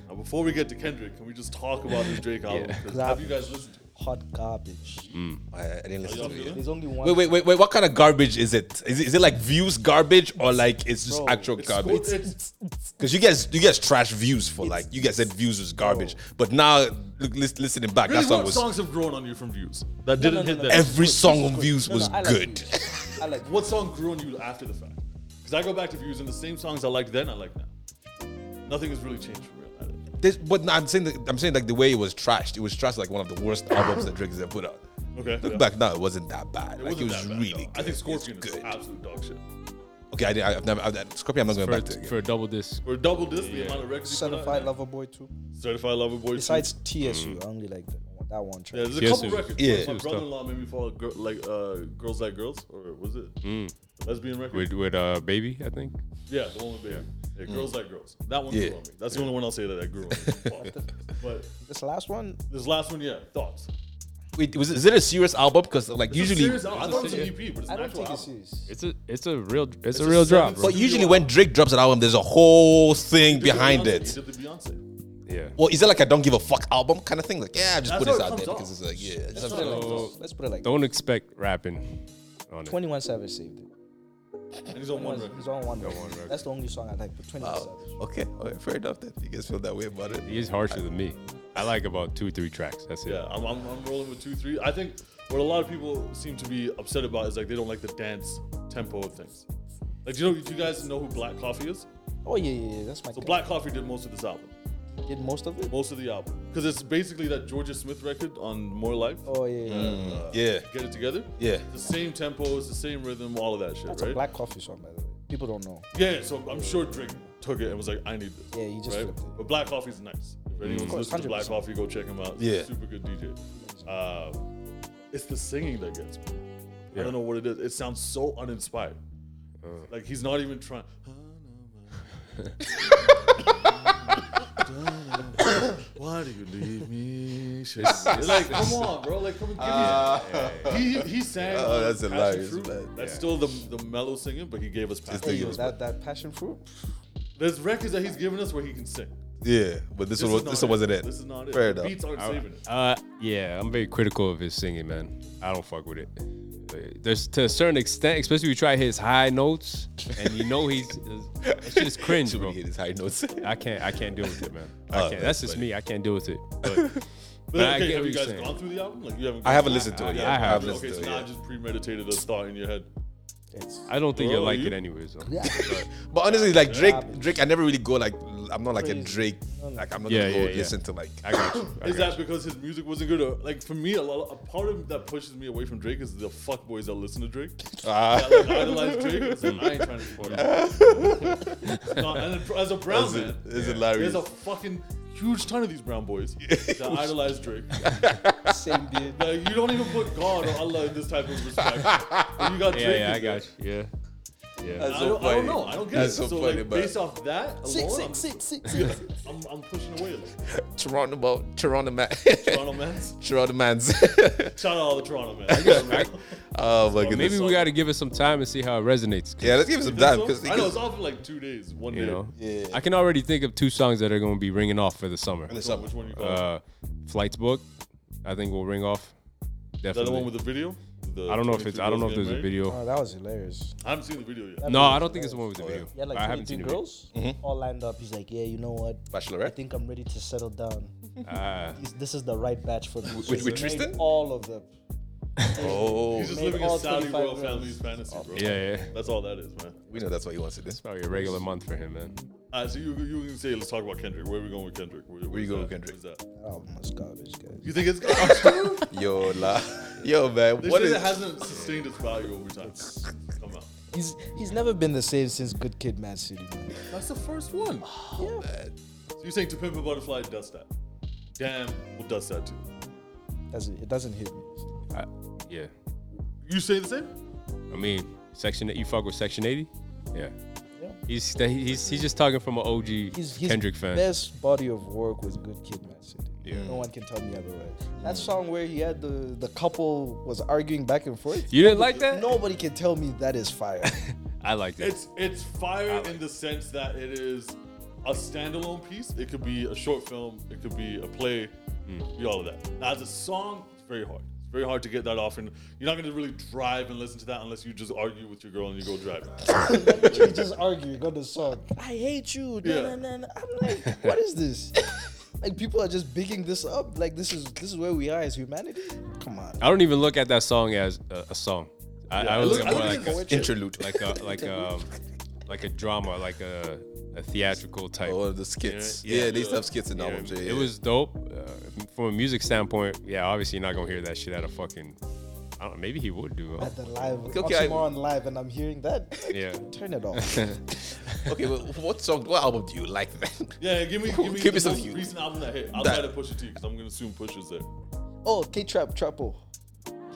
[SPEAKER 3] Now, before we get to Kendrick, can we just talk about this Drake album? 'Cause
[SPEAKER 5] Clap.
[SPEAKER 3] Have you guys listened? to it?
[SPEAKER 5] Hot garbage.
[SPEAKER 4] I, I didn't
[SPEAKER 3] Y'all
[SPEAKER 4] listen to it.
[SPEAKER 3] feeling
[SPEAKER 4] yet.
[SPEAKER 3] it?
[SPEAKER 5] There's only one.
[SPEAKER 4] Wait, wait, wait, wait. What kind of garbage is it? Is it, is it like views garbage or like it's just
[SPEAKER 5] Bro,
[SPEAKER 4] actual
[SPEAKER 3] It's
[SPEAKER 4] garbage?
[SPEAKER 3] cool. It's-
[SPEAKER 4] Because you guys, you guys trash views for like you guys said views was garbage, but now look, lis- listening back,
[SPEAKER 3] Oh. Really,
[SPEAKER 4] that's what
[SPEAKER 3] what
[SPEAKER 4] was.
[SPEAKER 3] songs have grown on you from views that didn't
[SPEAKER 5] no, no,
[SPEAKER 3] hit
[SPEAKER 5] no.
[SPEAKER 3] that?
[SPEAKER 4] Every song on
[SPEAKER 5] Good.
[SPEAKER 4] views
[SPEAKER 5] No,
[SPEAKER 4] was
[SPEAKER 5] no, I like
[SPEAKER 4] good. *laughs*
[SPEAKER 5] Views. I like.
[SPEAKER 3] What song grew on you after the fact? Because I go back to views and the same songs I liked then I like now. Nothing has really changed for real. I don't know.
[SPEAKER 4] This, but no, I'm saying, that, I'm saying like the way it was trashed, it was trashed like one of the
[SPEAKER 3] *laughs*
[SPEAKER 4] worst albums that Drake's ever put out.
[SPEAKER 3] Okay.
[SPEAKER 4] Look
[SPEAKER 3] yeah.
[SPEAKER 4] back now, it wasn't that bad. like
[SPEAKER 3] wasn't
[SPEAKER 4] it was
[SPEAKER 3] that bad,
[SPEAKER 4] really
[SPEAKER 3] though.
[SPEAKER 4] good.
[SPEAKER 3] I think
[SPEAKER 4] It's
[SPEAKER 3] Scorpion is
[SPEAKER 4] good.
[SPEAKER 3] absolute dog shit.
[SPEAKER 4] Okay, I, didn't- I've never. I've, Scorpion, I'm not going
[SPEAKER 2] For,
[SPEAKER 4] back to it.
[SPEAKER 2] a-
[SPEAKER 4] again.
[SPEAKER 2] for a double disc.
[SPEAKER 3] We're double this the amount of records. he put out.
[SPEAKER 5] Certified Lover Boy too.
[SPEAKER 3] Certified Lover Boy.
[SPEAKER 5] Besides TSU, I only like that one, that one
[SPEAKER 3] Yeah,
[SPEAKER 5] track.
[SPEAKER 3] there's a
[SPEAKER 2] Yes,
[SPEAKER 3] couple
[SPEAKER 2] it was-
[SPEAKER 3] records.
[SPEAKER 4] yeah.
[SPEAKER 3] Like,
[SPEAKER 4] it
[SPEAKER 3] My
[SPEAKER 2] was
[SPEAKER 3] brother-in-law made me follow girl, like uh, girls like girls, or was it
[SPEAKER 4] Mm.
[SPEAKER 3] lesbian record?
[SPEAKER 2] With with uh baby, I think.
[SPEAKER 3] Yeah, the one with baby. Yeah, girls like girls. That one
[SPEAKER 4] Mm. Yeah.
[SPEAKER 3] grew on me. That's the only one I'll say that I grew
[SPEAKER 4] *laughs*
[SPEAKER 3] on. me. but
[SPEAKER 5] This last one,
[SPEAKER 3] this last one, yeah, thoughts.
[SPEAKER 4] Wait, was it, is it a serious album? Because like
[SPEAKER 3] It's a
[SPEAKER 4] usually,
[SPEAKER 3] serious album. I thought it was an EP, but it's
[SPEAKER 5] I
[SPEAKER 3] an
[SPEAKER 5] don't
[SPEAKER 3] actual
[SPEAKER 5] take it
[SPEAKER 3] album.
[SPEAKER 5] serious.
[SPEAKER 2] It's a it's a real it's, a real drop, bro.
[SPEAKER 4] but usually when Drake drops an album, there's a whole thing
[SPEAKER 3] He did the
[SPEAKER 4] behind
[SPEAKER 3] Beyonce.
[SPEAKER 4] it.
[SPEAKER 3] He did the Beyonce.
[SPEAKER 2] Yeah.
[SPEAKER 4] Well, is it like a don't give a fuck album kind of thing? Like, yeah, I just
[SPEAKER 3] That's
[SPEAKER 4] put
[SPEAKER 3] how
[SPEAKER 4] this
[SPEAKER 3] it
[SPEAKER 4] out
[SPEAKER 3] comes
[SPEAKER 4] there
[SPEAKER 3] off.
[SPEAKER 4] because it's like, yeah, it's
[SPEAKER 5] Let's
[SPEAKER 4] just
[SPEAKER 5] put it like
[SPEAKER 2] So-
[SPEAKER 5] this. Let's put it like this.
[SPEAKER 2] Don't expect rapping on it.
[SPEAKER 5] 21 Savage saved it.
[SPEAKER 3] And he's on one
[SPEAKER 5] He's-
[SPEAKER 3] record.
[SPEAKER 5] He's on one record. That's the only song I like. But 21 Savage.
[SPEAKER 4] okay, all right, fair enough. Then you guys feel that way about it.
[SPEAKER 2] He is harsher than me. I like about two three tracks. That's it.
[SPEAKER 3] Yeah, I'm, I'm, I'm rolling with two, three. I think what a lot of people seem to be upset about is like they don't like the dance tempo of things. Like, do you know, do you guys know who Black Coffee is?
[SPEAKER 5] Oh yeah, yeah, yeah. That's my.
[SPEAKER 3] So
[SPEAKER 5] guy.
[SPEAKER 3] Black Coffee did most of this album,
[SPEAKER 5] did most of it.
[SPEAKER 3] most of the album, because it's basically that Georgia Smith record on More Life.
[SPEAKER 5] Oh yeah, yeah. yeah.
[SPEAKER 4] Yeah,
[SPEAKER 3] Get it together.
[SPEAKER 4] yeah.
[SPEAKER 3] The same tempo, it's the same rhythm, all of that shit,
[SPEAKER 5] That's
[SPEAKER 3] right?
[SPEAKER 5] a black coffee song, by the way. People don't know.
[SPEAKER 3] yeah, yeah, so I'm sure Drake took it and was like, I need this.
[SPEAKER 5] Yeah, he just
[SPEAKER 3] right?
[SPEAKER 5] flipped it. Mm.
[SPEAKER 3] But Black Coffee's nice. If anyone's
[SPEAKER 5] course,
[SPEAKER 3] listening to Black
[SPEAKER 5] 100%.
[SPEAKER 3] Coffee, go check him out.
[SPEAKER 4] Yeah.
[SPEAKER 3] Super good DJ. Uh, it's the singing that gets me. I
[SPEAKER 2] Yeah.
[SPEAKER 3] don't know what it is. It sounds so uninspired.
[SPEAKER 4] Uh.
[SPEAKER 3] Like he's
[SPEAKER 4] *laughs*
[SPEAKER 3] not even trying. Why do you leave
[SPEAKER 4] *laughs*
[SPEAKER 3] me? Shit. like, come on, bro. Like, come and give me. He he sang.
[SPEAKER 4] Uh, *laughs* Oh, that's
[SPEAKER 3] Passion
[SPEAKER 4] hilarious,
[SPEAKER 3] Fruit.
[SPEAKER 4] man.
[SPEAKER 3] That's still the the mellow singing, but he gave us passion.
[SPEAKER 4] the-
[SPEAKER 5] Hey, yo,
[SPEAKER 4] Yes,
[SPEAKER 5] that, that passion fruit.
[SPEAKER 3] There's records that he's given us where he can sing.
[SPEAKER 4] Yeah, but this,
[SPEAKER 3] is
[SPEAKER 4] one was
[SPEAKER 3] not
[SPEAKER 4] this one wasn't it.
[SPEAKER 3] This is not it.
[SPEAKER 4] Fair
[SPEAKER 3] The
[SPEAKER 4] enough.
[SPEAKER 3] Beats aren't saving it.
[SPEAKER 2] Uh, yeah, I'm very critical of his singing, man. I don't fuck with it. Uh, There's to a certain extent, especially if you try his high notes, and you know he's that shit is cringe,
[SPEAKER 4] Should
[SPEAKER 2] bro.
[SPEAKER 4] we hit his high
[SPEAKER 3] *laughs*
[SPEAKER 4] notes? *laughs*
[SPEAKER 2] I can't, I can't deal with it, man.
[SPEAKER 4] Oh,
[SPEAKER 2] I can't.
[SPEAKER 4] that's
[SPEAKER 2] That's just
[SPEAKER 4] funny.
[SPEAKER 2] me. I can't deal with it. But,
[SPEAKER 3] But,
[SPEAKER 2] but I
[SPEAKER 3] okay,
[SPEAKER 2] get what
[SPEAKER 3] have you
[SPEAKER 2] you're
[SPEAKER 3] guys
[SPEAKER 2] saying.
[SPEAKER 3] gone through the album? Like you haven't.
[SPEAKER 4] I haven't
[SPEAKER 3] gone-
[SPEAKER 4] listened to it yet.
[SPEAKER 2] I have.
[SPEAKER 4] haven't
[SPEAKER 3] Okay,
[SPEAKER 4] listened
[SPEAKER 3] so
[SPEAKER 4] to it
[SPEAKER 3] now I
[SPEAKER 4] yet.
[SPEAKER 3] just premeditated a thought in your head.
[SPEAKER 5] It's
[SPEAKER 2] I don't think
[SPEAKER 3] Bro,
[SPEAKER 2] you'll like
[SPEAKER 3] you-
[SPEAKER 2] it anyways. Though.
[SPEAKER 5] yeah.
[SPEAKER 4] But honestly, like Drake,
[SPEAKER 5] happens.
[SPEAKER 4] Drake, I never really go like I'm not like a
[SPEAKER 5] Crazy.
[SPEAKER 4] Drake. Like I'm not
[SPEAKER 2] Yeah,
[SPEAKER 4] gonna go
[SPEAKER 2] yeah, yeah.
[SPEAKER 4] listen to like.
[SPEAKER 2] I got you. I
[SPEAKER 3] Is
[SPEAKER 2] got
[SPEAKER 3] that because his music wasn't good? Or, like for me, a, lot, a part of that pushes me away from Drake is the fuckboys that listen to Drake.
[SPEAKER 4] Ah.
[SPEAKER 3] That, like, idolize Drake. It's like, I ain't trying to support him. *laughs* No, and then as a brown
[SPEAKER 4] Is
[SPEAKER 3] man,
[SPEAKER 4] it- is it hilarious?
[SPEAKER 3] there's a fucking huge ton of these brown
[SPEAKER 4] *laughs*
[SPEAKER 3] boys that idolize Drake.
[SPEAKER 5] Same dude.
[SPEAKER 3] Like, you don't even put God or Allah in this type of respect. And you got
[SPEAKER 2] you.
[SPEAKER 3] Drake.
[SPEAKER 2] *laughs* Yeah, yeah, I got you. Yeah,
[SPEAKER 3] in there.
[SPEAKER 2] yeah.
[SPEAKER 4] That's
[SPEAKER 3] I don't, I
[SPEAKER 4] so
[SPEAKER 3] don't
[SPEAKER 4] funny.
[SPEAKER 3] know. I don't get
[SPEAKER 4] That's
[SPEAKER 3] it.
[SPEAKER 4] so
[SPEAKER 3] So,
[SPEAKER 4] funny,
[SPEAKER 3] like,
[SPEAKER 4] but-
[SPEAKER 3] based off that alone,
[SPEAKER 5] Six,
[SPEAKER 3] I'm,
[SPEAKER 5] six, six,
[SPEAKER 3] *laughs*
[SPEAKER 5] six, six.
[SPEAKER 3] I'm, I'm pushing away. Like,
[SPEAKER 4] *laughs* Toronto, Mo- Toronto man, *laughs*
[SPEAKER 3] Toronto man's.
[SPEAKER 4] Toronto man's. *laughs*
[SPEAKER 3] Shout out all the Toronto man. I guess, right?
[SPEAKER 4] oh my goodness.
[SPEAKER 2] Maybe we got to give it some time and see how it resonates. 'cause,
[SPEAKER 4] Yeah, let's give it some
[SPEAKER 3] Think
[SPEAKER 4] time
[SPEAKER 3] so?
[SPEAKER 4] because
[SPEAKER 3] I know it's all for like two days, one
[SPEAKER 2] You
[SPEAKER 3] day.
[SPEAKER 2] know,
[SPEAKER 4] Yeah.
[SPEAKER 2] I can already think of two songs that are going to be ringing off for the summer.
[SPEAKER 3] So which one you call?
[SPEAKER 2] uh, Flight's book, I think will ring off.
[SPEAKER 3] Is that
[SPEAKER 2] Definitely.
[SPEAKER 3] the one with the video? The
[SPEAKER 2] I don't know if it's.
[SPEAKER 3] 22
[SPEAKER 2] I don't know if
[SPEAKER 3] girls
[SPEAKER 2] there's
[SPEAKER 3] getting
[SPEAKER 2] a
[SPEAKER 3] married?
[SPEAKER 2] video.
[SPEAKER 5] Oh, that was hilarious.
[SPEAKER 3] I haven't seen the video yet.
[SPEAKER 2] No, I don't think it's the one with the video.
[SPEAKER 5] Yeah, like
[SPEAKER 2] I
[SPEAKER 5] 22
[SPEAKER 2] haven't seen
[SPEAKER 5] girls all lined up. He's like, yeah, you know what?
[SPEAKER 4] Bachelorette?
[SPEAKER 5] I think I'm ready to settle down.
[SPEAKER 2] The video. Ah,
[SPEAKER 5] He's- this is the right batch for this.
[SPEAKER 4] with-
[SPEAKER 5] So
[SPEAKER 4] with
[SPEAKER 5] he made
[SPEAKER 4] Tristan?
[SPEAKER 5] All of them.
[SPEAKER 4] Oh,
[SPEAKER 3] He's just
[SPEAKER 5] Made
[SPEAKER 3] living a
[SPEAKER 5] all
[SPEAKER 3] Saudi
[SPEAKER 5] 25
[SPEAKER 3] royal
[SPEAKER 5] girls.
[SPEAKER 3] family's fantasy, bro.
[SPEAKER 2] yeah, yeah.
[SPEAKER 3] That's all that is, man.
[SPEAKER 4] we know that's what he
[SPEAKER 3] *laughs*
[SPEAKER 4] wants to do.
[SPEAKER 2] Probably a regular month for him, man.
[SPEAKER 3] All right, so you, you can say, let's talk about Kendrick. Where are we going with Kendrick? Where, where's
[SPEAKER 4] you going
[SPEAKER 3] that?
[SPEAKER 4] with Kendrick?
[SPEAKER 3] Where's that?
[SPEAKER 5] Oh, my garbage, guys.
[SPEAKER 3] You think it's
[SPEAKER 2] *laughs*
[SPEAKER 3] garbage?
[SPEAKER 4] Yo, la, yo, man,
[SPEAKER 3] This
[SPEAKER 4] what
[SPEAKER 3] shit
[SPEAKER 4] is?
[SPEAKER 3] hasn't sustained its value over time. Come out.
[SPEAKER 5] He's he's never been the same since Good Kid, Mad City. Man.
[SPEAKER 3] That's the first one. So you're saying To Pimp a Butterfly, dust that. Damn, we'll dust that too.
[SPEAKER 5] Doesn't it doesn't hit me?
[SPEAKER 2] I, yeah.
[SPEAKER 3] You say the same?
[SPEAKER 2] I mean, section you fuck with section eighty. Yeah.
[SPEAKER 5] Yeah.
[SPEAKER 2] He's he's he's just talking from an OG
[SPEAKER 5] His, his
[SPEAKER 2] Kendrick fan.
[SPEAKER 5] best body of work was Good Kid, Mad City.
[SPEAKER 2] Yeah.
[SPEAKER 4] Mm.
[SPEAKER 5] No one can tell me otherwise. That song where he had the the couple was arguing back and forth.
[SPEAKER 2] You didn't like that?
[SPEAKER 5] Nobody can tell me that is fire.
[SPEAKER 2] I liked it.
[SPEAKER 3] It's it's fire in the sense that it is a standalone piece. It could be a short film. It could be a play. it could Be all of that. Now as a song, it's very hard. It's very hard to get that off, and you're not gonna really drive and listen to that unless you just argue with your girl and you go drive. *laughs*
[SPEAKER 5] He just arguing on the song. I hate you.
[SPEAKER 3] Yeah.
[SPEAKER 5] Yeah. I'm like, what is this? *laughs* like people are just bigging this up. Like this is this is where we are as humanity. Come on.
[SPEAKER 2] I don't even look at that song as a, a song. I, I
[SPEAKER 3] it
[SPEAKER 2] look
[SPEAKER 3] looks-
[SPEAKER 2] at
[SPEAKER 3] I
[SPEAKER 2] it more
[SPEAKER 3] look at
[SPEAKER 2] like
[SPEAKER 3] it
[SPEAKER 2] a,
[SPEAKER 3] as
[SPEAKER 4] Interlude, like
[SPEAKER 2] like a like a like a drama, like a, a theatrical type.
[SPEAKER 4] oh the skits.
[SPEAKER 2] Yeah, yeah.
[SPEAKER 4] Yeah, they used to have skits in the
[SPEAKER 2] You know
[SPEAKER 4] albums.
[SPEAKER 2] what I
[SPEAKER 4] Yeah,
[SPEAKER 2] mean?
[SPEAKER 4] yeah.
[SPEAKER 2] It was dope uh, from a music standpoint. Yeah, obviously you're not gonna hear that shit at a fucking. I don't know, maybe he would do.
[SPEAKER 5] At the live
[SPEAKER 4] Okay, I-
[SPEAKER 5] Oxymoron live and I'm hearing that.
[SPEAKER 2] Yeah.
[SPEAKER 5] Turn it off.
[SPEAKER 4] okay. Well, what song? What album do you like then?
[SPEAKER 3] Yeah, give me give me
[SPEAKER 4] Give me
[SPEAKER 3] the
[SPEAKER 4] some
[SPEAKER 3] most
[SPEAKER 4] you.
[SPEAKER 3] recent album that hit. outside
[SPEAKER 4] That-
[SPEAKER 3] of Pusha T because I'm gonna assume Pusha's there.
[SPEAKER 5] oh, K Trap Trapo.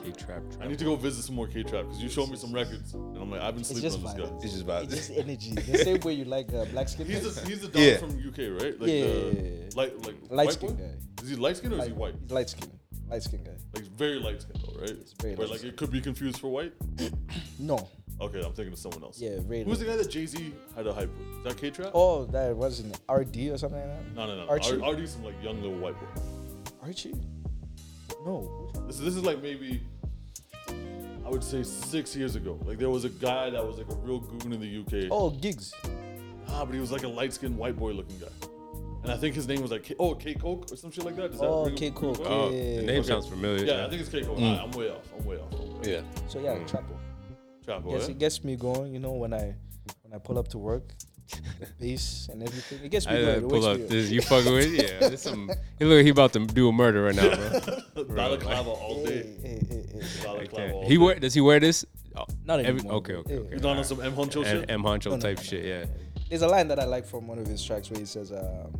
[SPEAKER 2] K trap
[SPEAKER 3] I
[SPEAKER 2] trap.
[SPEAKER 3] need to go visit some more K Trap because you showed me some records and I'm like I've been
[SPEAKER 5] It's
[SPEAKER 3] sleeping
[SPEAKER 5] just
[SPEAKER 3] on this guy.
[SPEAKER 5] violence.
[SPEAKER 4] It's just bad.
[SPEAKER 5] It's just energy. The same way you like uh, black skin.
[SPEAKER 3] He's a he's a dog
[SPEAKER 4] Yeah.
[SPEAKER 3] from UK, right? Like
[SPEAKER 5] Yeah,
[SPEAKER 3] the,
[SPEAKER 5] yeah, yeah, yeah.
[SPEAKER 3] Light like
[SPEAKER 5] Light
[SPEAKER 3] white
[SPEAKER 5] skinned
[SPEAKER 3] boy?
[SPEAKER 5] guy.
[SPEAKER 3] Is he light skinned or is he white?
[SPEAKER 5] He's light skin. Light skin guy.
[SPEAKER 3] Like very light skinned though, right? It's
[SPEAKER 5] very
[SPEAKER 3] Where
[SPEAKER 5] light
[SPEAKER 3] like it could be confused for white.
[SPEAKER 5] No.
[SPEAKER 3] Okay, I'm thinking of someone else.
[SPEAKER 5] Yeah, very
[SPEAKER 3] Who's the
[SPEAKER 5] light.
[SPEAKER 3] guy that Jay Z had a hype with? Is that K Trap?
[SPEAKER 5] Oh, that wasn't RD or something like that.
[SPEAKER 3] No, no, no.
[SPEAKER 5] Archie.
[SPEAKER 3] Archie. Archie's some like young little white boy.
[SPEAKER 5] Archie? No.
[SPEAKER 3] This this is like maybe I would say six years ago. Like there was a guy that was like a real goon in the UK.
[SPEAKER 5] Oh, Gigs.
[SPEAKER 3] Ah, but he was like a light skinned white boy looking guy. And I think his name was like K- oh K Coke or some shit like that. Does that
[SPEAKER 5] Oh,
[SPEAKER 3] ring a-
[SPEAKER 5] K. Coke.
[SPEAKER 3] ring a bell?
[SPEAKER 2] Oh, the name sounds familiar.
[SPEAKER 3] Yeah, I think it's K
[SPEAKER 2] Mm.
[SPEAKER 3] Coke. I- I'm way off. I'm way off. I'm way off. eh?
[SPEAKER 4] yeah.
[SPEAKER 5] So yeah, Trapo.
[SPEAKER 3] Trap boy.
[SPEAKER 5] Yes, it gets me going. You know, when I when I pull up to work, the bass and everything. It gets me
[SPEAKER 2] I,
[SPEAKER 5] going.
[SPEAKER 2] I
[SPEAKER 5] It
[SPEAKER 2] pull
[SPEAKER 5] wakes
[SPEAKER 2] up.
[SPEAKER 5] me up.
[SPEAKER 2] This, you fucking with? Yeah. There's
[SPEAKER 3] *laughs*
[SPEAKER 2] some. He look. He about to do a murder right now, bro.
[SPEAKER 3] Balaclava all
[SPEAKER 5] Hey,
[SPEAKER 3] day.
[SPEAKER 5] hey, hey, hey.
[SPEAKER 3] Balaclava
[SPEAKER 2] Okay.
[SPEAKER 3] all
[SPEAKER 2] *laughs* He
[SPEAKER 3] day.
[SPEAKER 2] wear? Does he wear this? Oh,
[SPEAKER 5] Not anymore.
[SPEAKER 2] okay.
[SPEAKER 5] bro.
[SPEAKER 2] Okay.
[SPEAKER 5] Hey.
[SPEAKER 2] Okay.
[SPEAKER 3] He's not on some M Honcho
[SPEAKER 2] M,
[SPEAKER 3] shit. *laughs*
[SPEAKER 2] M Honcho
[SPEAKER 5] No, no,
[SPEAKER 2] type
[SPEAKER 5] no,
[SPEAKER 2] shit. Yeah.
[SPEAKER 5] There's a line that I like from one of his tracks where he says, um,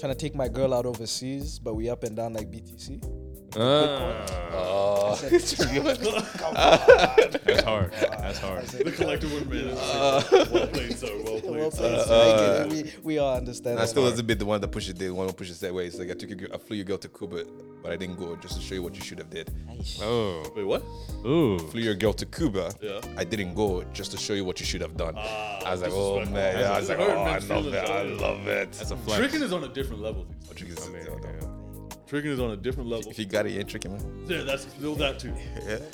[SPEAKER 5] "Trying to take my girl out overseas, but we up and down like BTC."
[SPEAKER 2] Ah,
[SPEAKER 3] Uh,
[SPEAKER 4] Oh,
[SPEAKER 2] that's hard. That's hard.
[SPEAKER 3] The collective would be well played, sir. Well
[SPEAKER 5] well said. Like, we, we all understand.
[SPEAKER 4] And I
[SPEAKER 5] that.
[SPEAKER 4] still was a bit the one that Pusha did. One Pusha said, "Wait, it's like I took you, I flew your girl to Cuba, but I didn't go just to show you what you should have did.
[SPEAKER 2] Oh.
[SPEAKER 3] Wait, what?
[SPEAKER 2] Ooh.
[SPEAKER 4] Flew your girl to Cuba.
[SPEAKER 3] Yeah.
[SPEAKER 4] I didn't go just to show you what you should have done. I was like, oh
[SPEAKER 3] disrespectful.
[SPEAKER 4] man, yeah. I was like,
[SPEAKER 3] Hurt
[SPEAKER 4] oh, I
[SPEAKER 3] men's
[SPEAKER 4] love it.
[SPEAKER 3] feelings,
[SPEAKER 4] I
[SPEAKER 3] yeah.
[SPEAKER 4] love it. That's a
[SPEAKER 2] flex.
[SPEAKER 3] Tricking is on a different level. dude. *laughs* Tricking is on a different level.
[SPEAKER 4] If you got it, you ain't tricking man.
[SPEAKER 3] Yeah, that's still that too.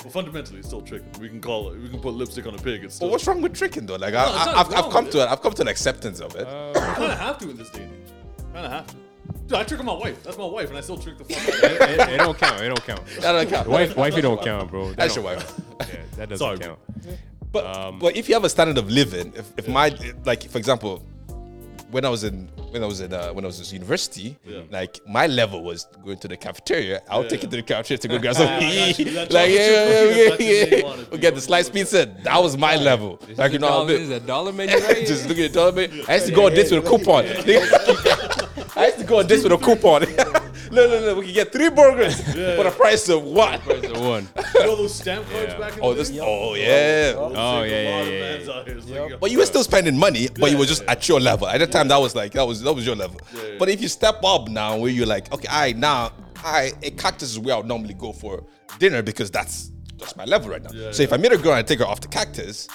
[SPEAKER 3] But fundamentally, it's still tricking. We can call it. We can put lipstick on a pig. It's
[SPEAKER 4] But
[SPEAKER 3] still.
[SPEAKER 4] what's wrong with tricking though? Like I,
[SPEAKER 3] No, it's
[SPEAKER 4] I,
[SPEAKER 3] not
[SPEAKER 4] I've, I've
[SPEAKER 3] wrong
[SPEAKER 4] come
[SPEAKER 3] with
[SPEAKER 4] to it. I've come to an acceptance of it. *laughs*
[SPEAKER 3] I
[SPEAKER 2] *coughs*
[SPEAKER 3] kind of have to in this day and age. Kind of have to. Dude, I trick on my wife. That's my wife, and I still trick the fuck out of her.
[SPEAKER 2] It, it- it don't count. It don't count.
[SPEAKER 4] that don't count.
[SPEAKER 2] Wife, wifey don't count, bro. That
[SPEAKER 4] That's
[SPEAKER 2] don't
[SPEAKER 4] your wife.
[SPEAKER 2] count. Yeah, that doesn't
[SPEAKER 3] Sorry,
[SPEAKER 2] count.
[SPEAKER 4] But
[SPEAKER 3] Um,
[SPEAKER 4] but if you have a standard of living, if, if my like for example, when I was in when I was in uh, when I was in university, like my level was going to the cafeteria. I'll take you to the cafeteria
[SPEAKER 3] *laughs*
[SPEAKER 4] to go grab something
[SPEAKER 3] I
[SPEAKER 4] to
[SPEAKER 3] got you.
[SPEAKER 4] eat.
[SPEAKER 3] That's
[SPEAKER 4] *laughs* Like
[SPEAKER 3] all.
[SPEAKER 4] yeah, yeah,
[SPEAKER 3] That's
[SPEAKER 4] yeah,
[SPEAKER 3] what
[SPEAKER 4] yeah,
[SPEAKER 3] you wanted.
[SPEAKER 4] We'll *laughs* get the sliced pizza. That was my level. Like you know,
[SPEAKER 2] Dollar-
[SPEAKER 4] I'll
[SPEAKER 2] this is
[SPEAKER 4] be-
[SPEAKER 2] a dollar menu right here.
[SPEAKER 4] *laughs* just look at telling me. I used to go on dates with a coupon. *laughs* I used to go on dates with a coupon. *laughs* No, no, no. We can get three burgers for the price of one.
[SPEAKER 2] The
[SPEAKER 4] *laughs*
[SPEAKER 2] one.
[SPEAKER 3] You know those stamp cards
[SPEAKER 2] Yeah.
[SPEAKER 3] back in
[SPEAKER 4] Oh,
[SPEAKER 3] the
[SPEAKER 4] this.
[SPEAKER 3] day?
[SPEAKER 4] Oh, yeah.
[SPEAKER 5] Yup.
[SPEAKER 2] Oh,
[SPEAKER 3] Saved
[SPEAKER 2] yeah,
[SPEAKER 3] a
[SPEAKER 2] yeah,
[SPEAKER 3] lot of
[SPEAKER 2] yeah,
[SPEAKER 3] man's out here. It's like, yo,
[SPEAKER 4] But you were still spending money, but you were just
[SPEAKER 3] yeah,
[SPEAKER 4] at your level. At that time, that was like that was that was your level.
[SPEAKER 3] yeah.
[SPEAKER 4] But if you step up now, where you're like, okay, I now I a cactus is where I would normally go for dinner because that's just my level right now.
[SPEAKER 3] Yeah, Hmm.
[SPEAKER 4] so if I meet a girl and I take her off the cactus,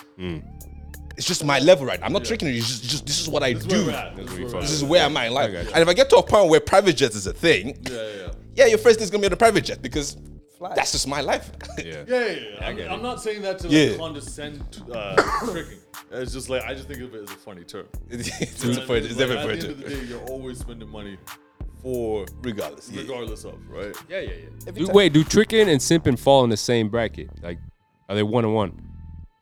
[SPEAKER 4] it's just my level right now. I'm not tricking her. It's just, just this is what I
[SPEAKER 3] this is where
[SPEAKER 4] do.
[SPEAKER 3] we're at. This is
[SPEAKER 2] we
[SPEAKER 3] where
[SPEAKER 2] fuck.
[SPEAKER 3] we're
[SPEAKER 4] This
[SPEAKER 3] at.
[SPEAKER 4] is where I'm at in life.
[SPEAKER 2] got you.
[SPEAKER 4] And if I get to a point where private jets is a thing, yeah,
[SPEAKER 3] Yeah, yeah, yeah.
[SPEAKER 4] your first is gonna be on a private jet because
[SPEAKER 5] Fly.
[SPEAKER 4] that's just my life.
[SPEAKER 2] Yeah.
[SPEAKER 3] Yeah, yeah, yeah. I'm,
[SPEAKER 2] get
[SPEAKER 3] I'm
[SPEAKER 2] it.
[SPEAKER 3] not saying that to like,
[SPEAKER 4] Yeah.
[SPEAKER 3] condescend uh,
[SPEAKER 4] *coughs*
[SPEAKER 3] tricking. It's just like I just think of it as a funny term.
[SPEAKER 4] *laughs* it's
[SPEAKER 3] You
[SPEAKER 4] a
[SPEAKER 3] know what I
[SPEAKER 4] point.
[SPEAKER 3] mean?
[SPEAKER 4] It's
[SPEAKER 3] Like,
[SPEAKER 4] definitely a
[SPEAKER 3] At the end of the
[SPEAKER 4] point.
[SPEAKER 3] day, you're always spending money for
[SPEAKER 4] Regardless. yeah.
[SPEAKER 3] regardless of right.
[SPEAKER 2] Yeah, yeah, yeah. Do, wait, do tricking and simping fall in the same bracket? Like, are they one on one?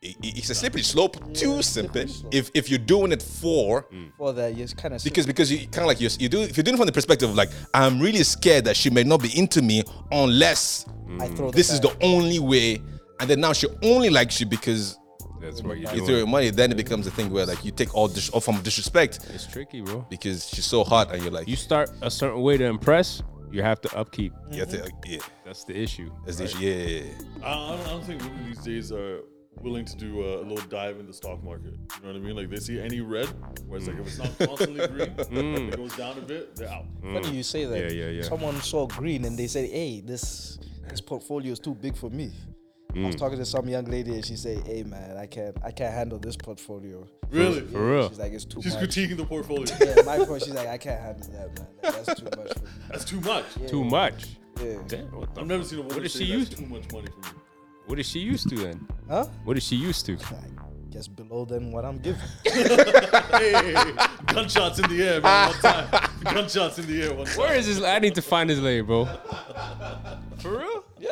[SPEAKER 4] it- it- it's a slippery slope too simple
[SPEAKER 5] slippery slope.
[SPEAKER 4] if if you're doing it for
[SPEAKER 5] For that, yes, kind of.
[SPEAKER 4] because because you kind of like you're, you do if you're doing it from the perspective of like i'm really scared that she may not be into me unless
[SPEAKER 5] I throw
[SPEAKER 4] this is
[SPEAKER 5] bag.
[SPEAKER 4] the only way and then now she only likes you because
[SPEAKER 2] That's what you're
[SPEAKER 4] you throw
[SPEAKER 2] doing.
[SPEAKER 4] your money then it becomes a thing where like you take all this all from disrespect
[SPEAKER 2] It's tricky, bro.
[SPEAKER 4] because she's so hot and you're like
[SPEAKER 2] You
[SPEAKER 4] you
[SPEAKER 2] start a certain way to impress, you have to upkeep.
[SPEAKER 4] get it like, yeah
[SPEAKER 2] That's the issue.
[SPEAKER 4] that's the issue. yeah, yeah, yeah.
[SPEAKER 3] I Uh, I don't, I don't think women these days are willing to do a, little dive in the stock market. You know what I mean? Like they see any red, where it's like if it's not
[SPEAKER 2] Mm.
[SPEAKER 3] constantly
[SPEAKER 2] *laughs*
[SPEAKER 3] green, if it goes down a bit, they're out.
[SPEAKER 5] Funny you say that.
[SPEAKER 2] Yeah, yeah, yeah.
[SPEAKER 5] Someone saw green and they said, "Hey, this this portfolio is too big for me." I was
[SPEAKER 2] Mm.
[SPEAKER 5] talking to some young lady and she said, "Hey, man, I can't I can't handle this portfolio."
[SPEAKER 3] Really?
[SPEAKER 5] Yeah,
[SPEAKER 2] real?
[SPEAKER 5] She's like, "It's too
[SPEAKER 3] She's
[SPEAKER 5] much."
[SPEAKER 3] critiquing the portfolio.
[SPEAKER 5] yeah, my point. She's like, "I can't handle that, man. Like, that's too much for
[SPEAKER 2] *laughs*
[SPEAKER 5] me."
[SPEAKER 3] That's too much.
[SPEAKER 2] Too much.
[SPEAKER 5] Yeah.
[SPEAKER 2] Damn, what, the
[SPEAKER 3] I've never seen a woman
[SPEAKER 2] What is
[SPEAKER 3] say
[SPEAKER 2] she
[SPEAKER 3] that's
[SPEAKER 2] used
[SPEAKER 3] too much money for me.
[SPEAKER 2] what is she used to then?
[SPEAKER 5] Huh?
[SPEAKER 2] What is she used to?
[SPEAKER 5] I guess below than what I'm giving.
[SPEAKER 3] Hey, hey, hey, gunshots in the air, man. One time,
[SPEAKER 2] *laughs*
[SPEAKER 3] gunshots in the air. One time.
[SPEAKER 2] Where is this? I need to find this lady, bro. For real?
[SPEAKER 5] yeah.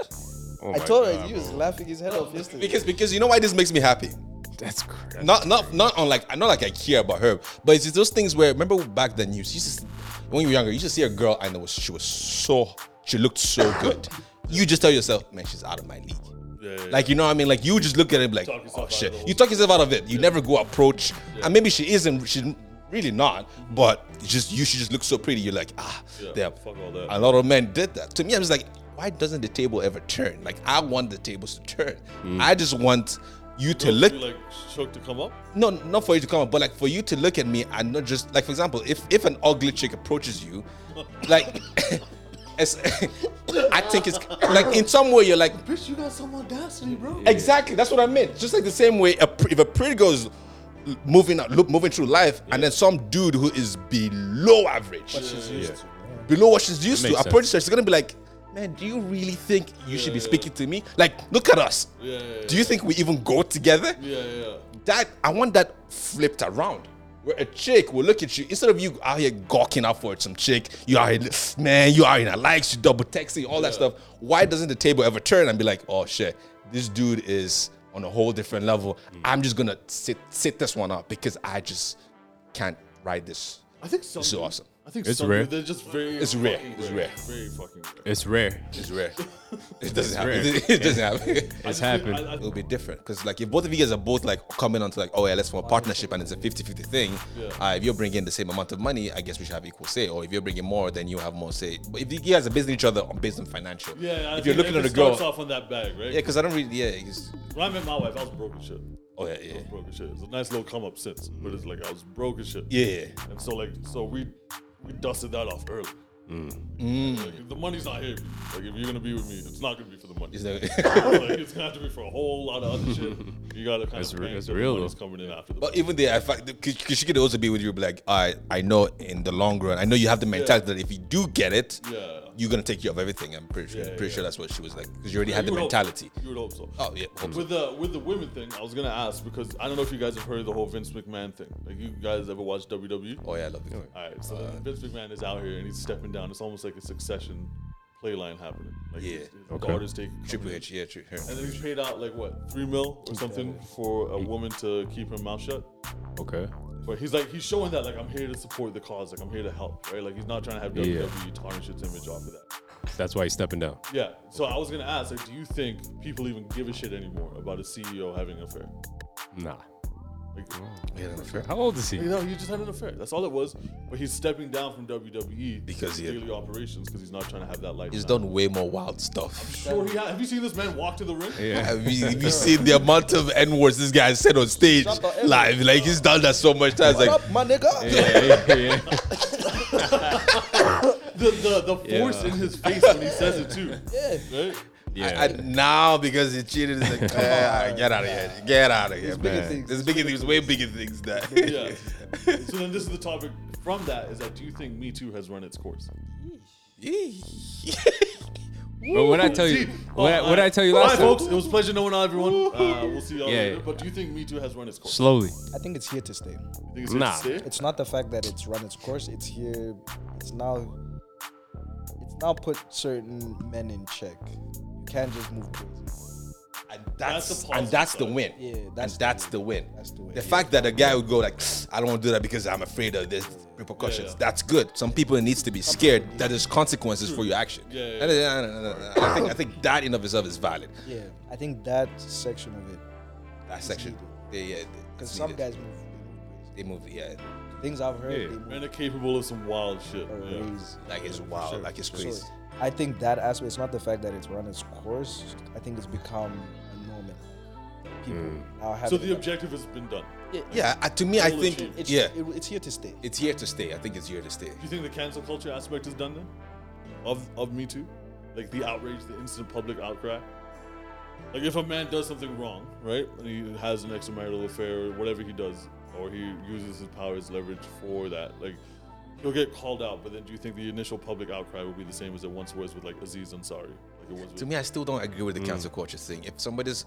[SPEAKER 2] Oh my
[SPEAKER 5] I told her
[SPEAKER 2] God,
[SPEAKER 5] he
[SPEAKER 2] bro.
[SPEAKER 5] was laughing his head
[SPEAKER 2] *laughs*
[SPEAKER 5] off yesterday.
[SPEAKER 4] because because you know why this makes me happy
[SPEAKER 2] That's crazy.
[SPEAKER 4] not not not on like not like I care about her, but it's just those things where remember back then you used to, when you were younger you used to see a girl and it was she was so she looked so good. You just tell yourself, man, she's out of my league.
[SPEAKER 3] Yeah, yeah,
[SPEAKER 4] Like you know what I mean? Like you just look at it like,
[SPEAKER 3] Talk yourself
[SPEAKER 4] oh
[SPEAKER 3] out
[SPEAKER 4] shit.
[SPEAKER 3] of the
[SPEAKER 4] You talk yourself out of it. You never go approach, and maybe she isn't. She's really not. But it's just you should just look so pretty. You're like ah,
[SPEAKER 3] Yeah,
[SPEAKER 4] damn.
[SPEAKER 3] fuck all that.
[SPEAKER 4] A lot of men did that. To me, I'm just like, why doesn't the table ever turn? Like I want the tables to turn.
[SPEAKER 3] Mm.
[SPEAKER 4] I just want you to
[SPEAKER 3] Don't
[SPEAKER 4] look
[SPEAKER 3] you, like shook to come up.
[SPEAKER 4] no, not for you to come up, but like for you to look at me and not just like, for example, if if an ugly chick approaches you, like, *laughs* it's, *laughs* I think it's like in some way you're like,
[SPEAKER 3] Bitch, you got some audacity, bro.
[SPEAKER 4] exactly. That's what I meant. Just like the same way, a, pr- if a pretty girl's moving out, look, moving through life, and then some dude who is below average, below what she's used
[SPEAKER 2] That
[SPEAKER 4] to,
[SPEAKER 2] makes
[SPEAKER 4] approaches her, she's gonna be like. Man, do you really think you should be speaking to me? Like, look at us.
[SPEAKER 3] Yeah, yeah,
[SPEAKER 4] Do you think we even go together?
[SPEAKER 3] Yeah, yeah.
[SPEAKER 4] that I want that flipped around. Where a chick will look at you instead of you out here gawking out for some chick, you are in- man, you are in a likes, you double texting, all that stuff. Why doesn't the table ever turn and be like, oh shit, this dude is on a whole different level. I'm just gonna sit sit this one out because I just can't ride this.
[SPEAKER 3] I think some.
[SPEAKER 4] This is
[SPEAKER 3] dudes-
[SPEAKER 4] awesome.
[SPEAKER 3] I think
[SPEAKER 2] It's
[SPEAKER 3] some
[SPEAKER 2] rare.
[SPEAKER 3] dudes, They're just very.
[SPEAKER 4] It's rare.
[SPEAKER 3] fucking
[SPEAKER 4] It's rare.
[SPEAKER 3] Very fucking rare.
[SPEAKER 2] It's rare.
[SPEAKER 4] It's rare. It doesn't
[SPEAKER 2] rare.
[SPEAKER 4] happen. *laughs* It doesn't happen.
[SPEAKER 2] It's
[SPEAKER 3] I-
[SPEAKER 2] happened.
[SPEAKER 3] I- I-
[SPEAKER 4] It'll be different because, like, if both of you guys are both like coming onto like, oh yeah, let's form a partnership and it's a 50-50 thing. Uh, if you're bringing the same amount of money, I guess we should have equal say. Or if you're bringing more, then you have more say. But if you guys are basing each other on based on financial,
[SPEAKER 3] yeah, I
[SPEAKER 4] if you're
[SPEAKER 3] think
[SPEAKER 4] looking at a
[SPEAKER 3] it
[SPEAKER 4] girl,
[SPEAKER 3] starts off on that bag, right?
[SPEAKER 4] yeah, because I don't really, yeah, it's,
[SPEAKER 3] When I met my wife, I was broke as shit.
[SPEAKER 4] Oh yeah, yeah,
[SPEAKER 3] I was broke as shit. It's a nice little come up since, but it's like I was broke as shit.
[SPEAKER 4] yeah. yeah.
[SPEAKER 3] And so like so we we dusted that off early.
[SPEAKER 4] Mm.
[SPEAKER 3] Mm. Like, if the money's not here. Like if you're gonna be with me, it's not gonna be for the money.
[SPEAKER 4] Is there-
[SPEAKER 3] *laughs* like, it's gonna have to be for a whole lot of other shit. You gotta kind
[SPEAKER 2] That's
[SPEAKER 3] of
[SPEAKER 2] re-
[SPEAKER 3] plan
[SPEAKER 2] that's
[SPEAKER 3] so the
[SPEAKER 2] real,
[SPEAKER 3] money's
[SPEAKER 2] though.
[SPEAKER 3] coming in after the
[SPEAKER 4] But even there, I fact, because she could also be with you, be like, I, I know in the long run, I know you have the mentality that if you do get it,
[SPEAKER 3] Yeah.
[SPEAKER 4] you're gonna take care of everything. I'm pretty sure,
[SPEAKER 3] Yeah,
[SPEAKER 4] pretty
[SPEAKER 3] yeah.
[SPEAKER 4] sure that's what she was like, because you already had
[SPEAKER 3] You
[SPEAKER 4] the
[SPEAKER 3] would hope-
[SPEAKER 4] mentality.
[SPEAKER 3] You would hope so.
[SPEAKER 4] Oh yeah, hope so.
[SPEAKER 3] With the with the women thing, I was gonna ask because I don't know if you guys have heard of the whole Vince McMahon thing. Like you guys ever watched E? WWE?
[SPEAKER 4] oh yeah, I love it.
[SPEAKER 3] All right,
[SPEAKER 4] Uh,
[SPEAKER 3] so Vince McMahon is out here and he's stepping down. It's almost like a succession play line happening. Like
[SPEAKER 4] Yeah.
[SPEAKER 3] his, his daughter's taking
[SPEAKER 4] Triple H, yeah, tri- her.
[SPEAKER 3] and then he's paid out like what three mil or something for a woman to keep her mouth shut.
[SPEAKER 2] Okay.
[SPEAKER 3] But he's like he's showing that like I'm here to support the cause, like I'm here to help, right? Like he's not trying to have
[SPEAKER 2] Yeah.
[SPEAKER 3] WWE tarnish its image off of that.
[SPEAKER 2] That's why he's stepping down.
[SPEAKER 3] Yeah. So I was gonna ask, like, do you think people even give a shit anymore about a CEO having an affair?
[SPEAKER 2] Nah.
[SPEAKER 3] Like,
[SPEAKER 2] How old
[SPEAKER 3] *laughs*
[SPEAKER 2] is
[SPEAKER 3] you
[SPEAKER 2] he?
[SPEAKER 3] know, he just had an affair. That's all it was. But he's stepping down from WWE
[SPEAKER 4] Because he-
[SPEAKER 3] daily operations because he's not trying to have that life.
[SPEAKER 4] He's done way more wild stuff.
[SPEAKER 3] Sure, he ha- have you seen this man walk to the ring?
[SPEAKER 2] Yeah.
[SPEAKER 4] Have you, have you seen the amount of N words this guy said on stage
[SPEAKER 5] Shut up, N-word.
[SPEAKER 4] live? Like he's done that so much times.
[SPEAKER 5] Shut
[SPEAKER 4] Like
[SPEAKER 5] up, my nigga.
[SPEAKER 2] yeah, yeah, yeah.
[SPEAKER 3] *laughs* The the, the force
[SPEAKER 2] Yeah.
[SPEAKER 3] in his face when he says it too.
[SPEAKER 5] Yeah.
[SPEAKER 3] Right?
[SPEAKER 2] Yeah.
[SPEAKER 4] I- now because he cheated, it's like, "Ah, get out of here, get out of here,
[SPEAKER 5] bigger
[SPEAKER 4] man.
[SPEAKER 5] things.
[SPEAKER 4] There's bigger things, way bigger things.
[SPEAKER 5] *laughs*
[SPEAKER 4] That
[SPEAKER 3] Yeah. so then this is the topic from that is that do you think Me Too has run its course?
[SPEAKER 2] But what I tell you, what I, what I tell you last
[SPEAKER 3] Bye, folks.
[SPEAKER 2] time,
[SPEAKER 3] It was a pleasure knowing all everyone. Uh, we'll see y'all
[SPEAKER 2] Yeah,
[SPEAKER 3] later.
[SPEAKER 2] yeah.
[SPEAKER 3] But do you think Me Too has run its course?
[SPEAKER 2] slowly.
[SPEAKER 5] I think it's here to stay.
[SPEAKER 3] You think it's here to
[SPEAKER 2] Nah.
[SPEAKER 3] stay?
[SPEAKER 5] It's not the fact that it's run its course. It's here. It's now. It's now put certain men in check. You can't just move crazy.
[SPEAKER 4] *laughs* and that's,
[SPEAKER 3] That's the
[SPEAKER 4] and
[SPEAKER 3] positive
[SPEAKER 4] that's the
[SPEAKER 3] side.
[SPEAKER 4] win.
[SPEAKER 5] Yeah,
[SPEAKER 4] and
[SPEAKER 5] that's the
[SPEAKER 4] that's
[SPEAKER 5] win.
[SPEAKER 4] the win.
[SPEAKER 5] That's the win.
[SPEAKER 4] The
[SPEAKER 5] Yeah.
[SPEAKER 4] fact that a guy would go like, I don't want to do that because I'm afraid of this repercussions.
[SPEAKER 3] Yeah.
[SPEAKER 4] That's good. Some people needs to be scared that there's consequences for your action.
[SPEAKER 3] Yeah, yeah,
[SPEAKER 4] And- and- and- and- and I think I think that in of itself is valid.
[SPEAKER 5] Yeah. I think that section of it,
[SPEAKER 4] That section, yeah, yeah,
[SPEAKER 5] because
[SPEAKER 4] it's
[SPEAKER 5] some
[SPEAKER 4] needed.
[SPEAKER 5] guys move. They
[SPEAKER 4] they move, yeah,
[SPEAKER 5] move crazy. Things I've heard,
[SPEAKER 2] Yeah.
[SPEAKER 5] they move
[SPEAKER 3] Men are capable of some wild shit.
[SPEAKER 5] crazy.
[SPEAKER 3] Yeah.
[SPEAKER 4] like it's wild, like it's crazy.
[SPEAKER 5] So I think that aspect. It's not the fact that it's run its course. I think it's become a norm. in People now have.
[SPEAKER 3] So
[SPEAKER 5] it
[SPEAKER 3] the objective has been done.
[SPEAKER 4] Yeah, I- to me, I
[SPEAKER 3] Goal
[SPEAKER 4] think
[SPEAKER 3] achieved.
[SPEAKER 5] It's,
[SPEAKER 4] yeah,
[SPEAKER 5] it- it's here to stay.
[SPEAKER 4] it's here to stay. I think it's here to stay.
[SPEAKER 3] Do you think the cancel culture aspect is done then? Of of Me Too? Like the outrage, the instant public outcry? Like if a man does something wrong, right? And he has an extramarital affair or whatever he does, or he uses his power as leverage for that, like he'll get called out, but then do you think the initial public outcry will be the same as it once was with like Aziz Ansari? Like it was with
[SPEAKER 4] To me, I still don't agree
[SPEAKER 3] Mm.
[SPEAKER 4] with the cancel culture thing. If somebody's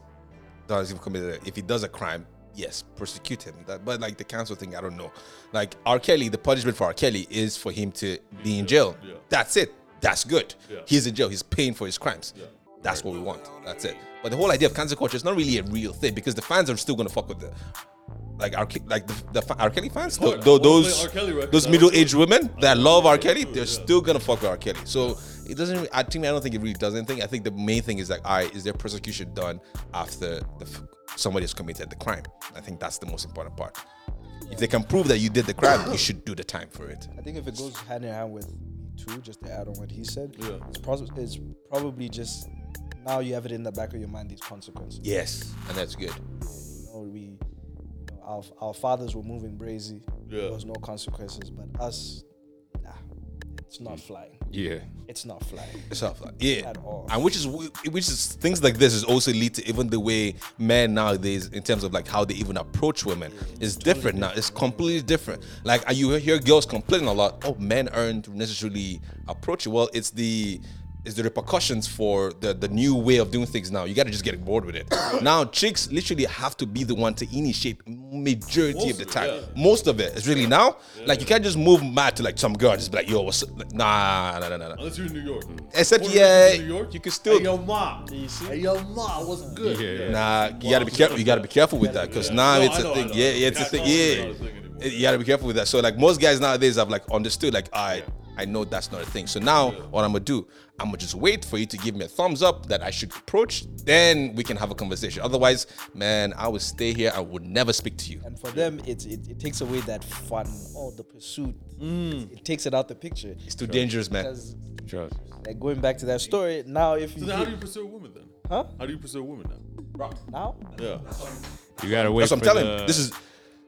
[SPEAKER 4] does even committed, a- if he does a crime, yes, prosecute him. That, but like the cancel thing, I don't know. Like R. Kelly, the punishment for R. Kelly is for him to be in jail.
[SPEAKER 3] Yeah.
[SPEAKER 4] That's it. That's good.
[SPEAKER 3] Yeah.
[SPEAKER 4] He's in jail. He's paying for his crimes. That's what we want. That's it. But the whole idea of cancel culture is not really a real thing because the fans are still gonna fuck with the like our like the, the fa- R. Kelly fans,
[SPEAKER 3] course.
[SPEAKER 4] tho- tho-
[SPEAKER 3] I wanna play
[SPEAKER 4] those
[SPEAKER 3] R. Kelly records.
[SPEAKER 4] those
[SPEAKER 3] I
[SPEAKER 4] middle
[SPEAKER 3] wanna-
[SPEAKER 4] aged women that love R. Kelly,
[SPEAKER 3] Yeah.
[SPEAKER 4] they're still gonna fuck with R. Kelly. So it doesn't. Really, I think I don't think it really does anything. I think the main thing is like, all right, is there prosecution done after the f- somebody has committed the crime? I think that's the most important part. If they can prove that you did the crime, you should do the time for it.
[SPEAKER 5] I think if it goes hand in hand with Me Too, just to add on what he said,
[SPEAKER 3] Yeah.
[SPEAKER 5] it's, pros- it's probably just now you have it in the back of your mind these consequences.
[SPEAKER 4] Yes, and that's good.
[SPEAKER 5] You know, we, you know, our, our fathers were moving brazy.
[SPEAKER 3] Yeah.
[SPEAKER 5] There was no consequences, but us, nah, it's
[SPEAKER 3] Mm.
[SPEAKER 5] not flying.
[SPEAKER 2] Yeah.
[SPEAKER 5] It's not
[SPEAKER 3] *laughs*
[SPEAKER 5] flying.
[SPEAKER 4] Yourself, like, yeah,
[SPEAKER 5] At all.
[SPEAKER 4] and which is which is things like this is also lead to even the way men nowadays in terms of like how they even approach women is different now. It's completely different. Like and you hear girls complaining a lot. Oh, men aren't necessarily approach you. Well, it's the it's the repercussions for the the new way of doing things now. You got to just get bored with it. now, chicks literally have to be the one to initiate
[SPEAKER 3] Most
[SPEAKER 4] majority of the
[SPEAKER 3] of it,
[SPEAKER 4] time.
[SPEAKER 3] yeah.
[SPEAKER 4] Most of it is really now. Like you can't just move mad to like some girl just be like, yo, what's up? nah, nah, nah, nah, nah.
[SPEAKER 3] Unless you're in New York.
[SPEAKER 4] Mm. Except,
[SPEAKER 3] Puerto
[SPEAKER 4] yeah,
[SPEAKER 3] Rican's in New York,
[SPEAKER 4] you could still-
[SPEAKER 3] Hey, yo, ma. Hey, yo, ma. What's good?
[SPEAKER 2] Yeah.
[SPEAKER 4] Nah, you gotta be careful. You gotta be careful with that because
[SPEAKER 3] Yeah.
[SPEAKER 4] now
[SPEAKER 3] No,
[SPEAKER 4] it's
[SPEAKER 3] I
[SPEAKER 4] a
[SPEAKER 3] know, I
[SPEAKER 4] thing.
[SPEAKER 3] know.
[SPEAKER 4] Yeah, yeah, it's a
[SPEAKER 3] Yeah,
[SPEAKER 4] thing.
[SPEAKER 3] no, it's not a thing
[SPEAKER 4] Yeah,
[SPEAKER 3] anymore.
[SPEAKER 4] you gotta be careful with that. So like most guys nowadays have like understood like I I know that's not a thing. So now what I'm gonna do? I'm gonna just wait for you to give me a thumbs up that I should approach. Then we can have a conversation. Otherwise, man, I would stay here. I would never speak to you.
[SPEAKER 5] And for them, it, it, it takes away that fun or the pursuit.
[SPEAKER 3] Mm.
[SPEAKER 5] It, it takes it out the picture.
[SPEAKER 4] It's too dangerous, man.
[SPEAKER 5] Because
[SPEAKER 2] Trust.
[SPEAKER 5] like, going back to that story, now if you
[SPEAKER 3] So then how
[SPEAKER 5] hit-
[SPEAKER 3] do you pursue a woman then?
[SPEAKER 5] Huh?
[SPEAKER 3] How do you pursue a woman now?
[SPEAKER 5] now
[SPEAKER 3] Yeah.
[SPEAKER 2] You gotta wait.
[SPEAKER 4] That's what I'm
[SPEAKER 2] for
[SPEAKER 4] telling.
[SPEAKER 2] the-
[SPEAKER 4] you. This is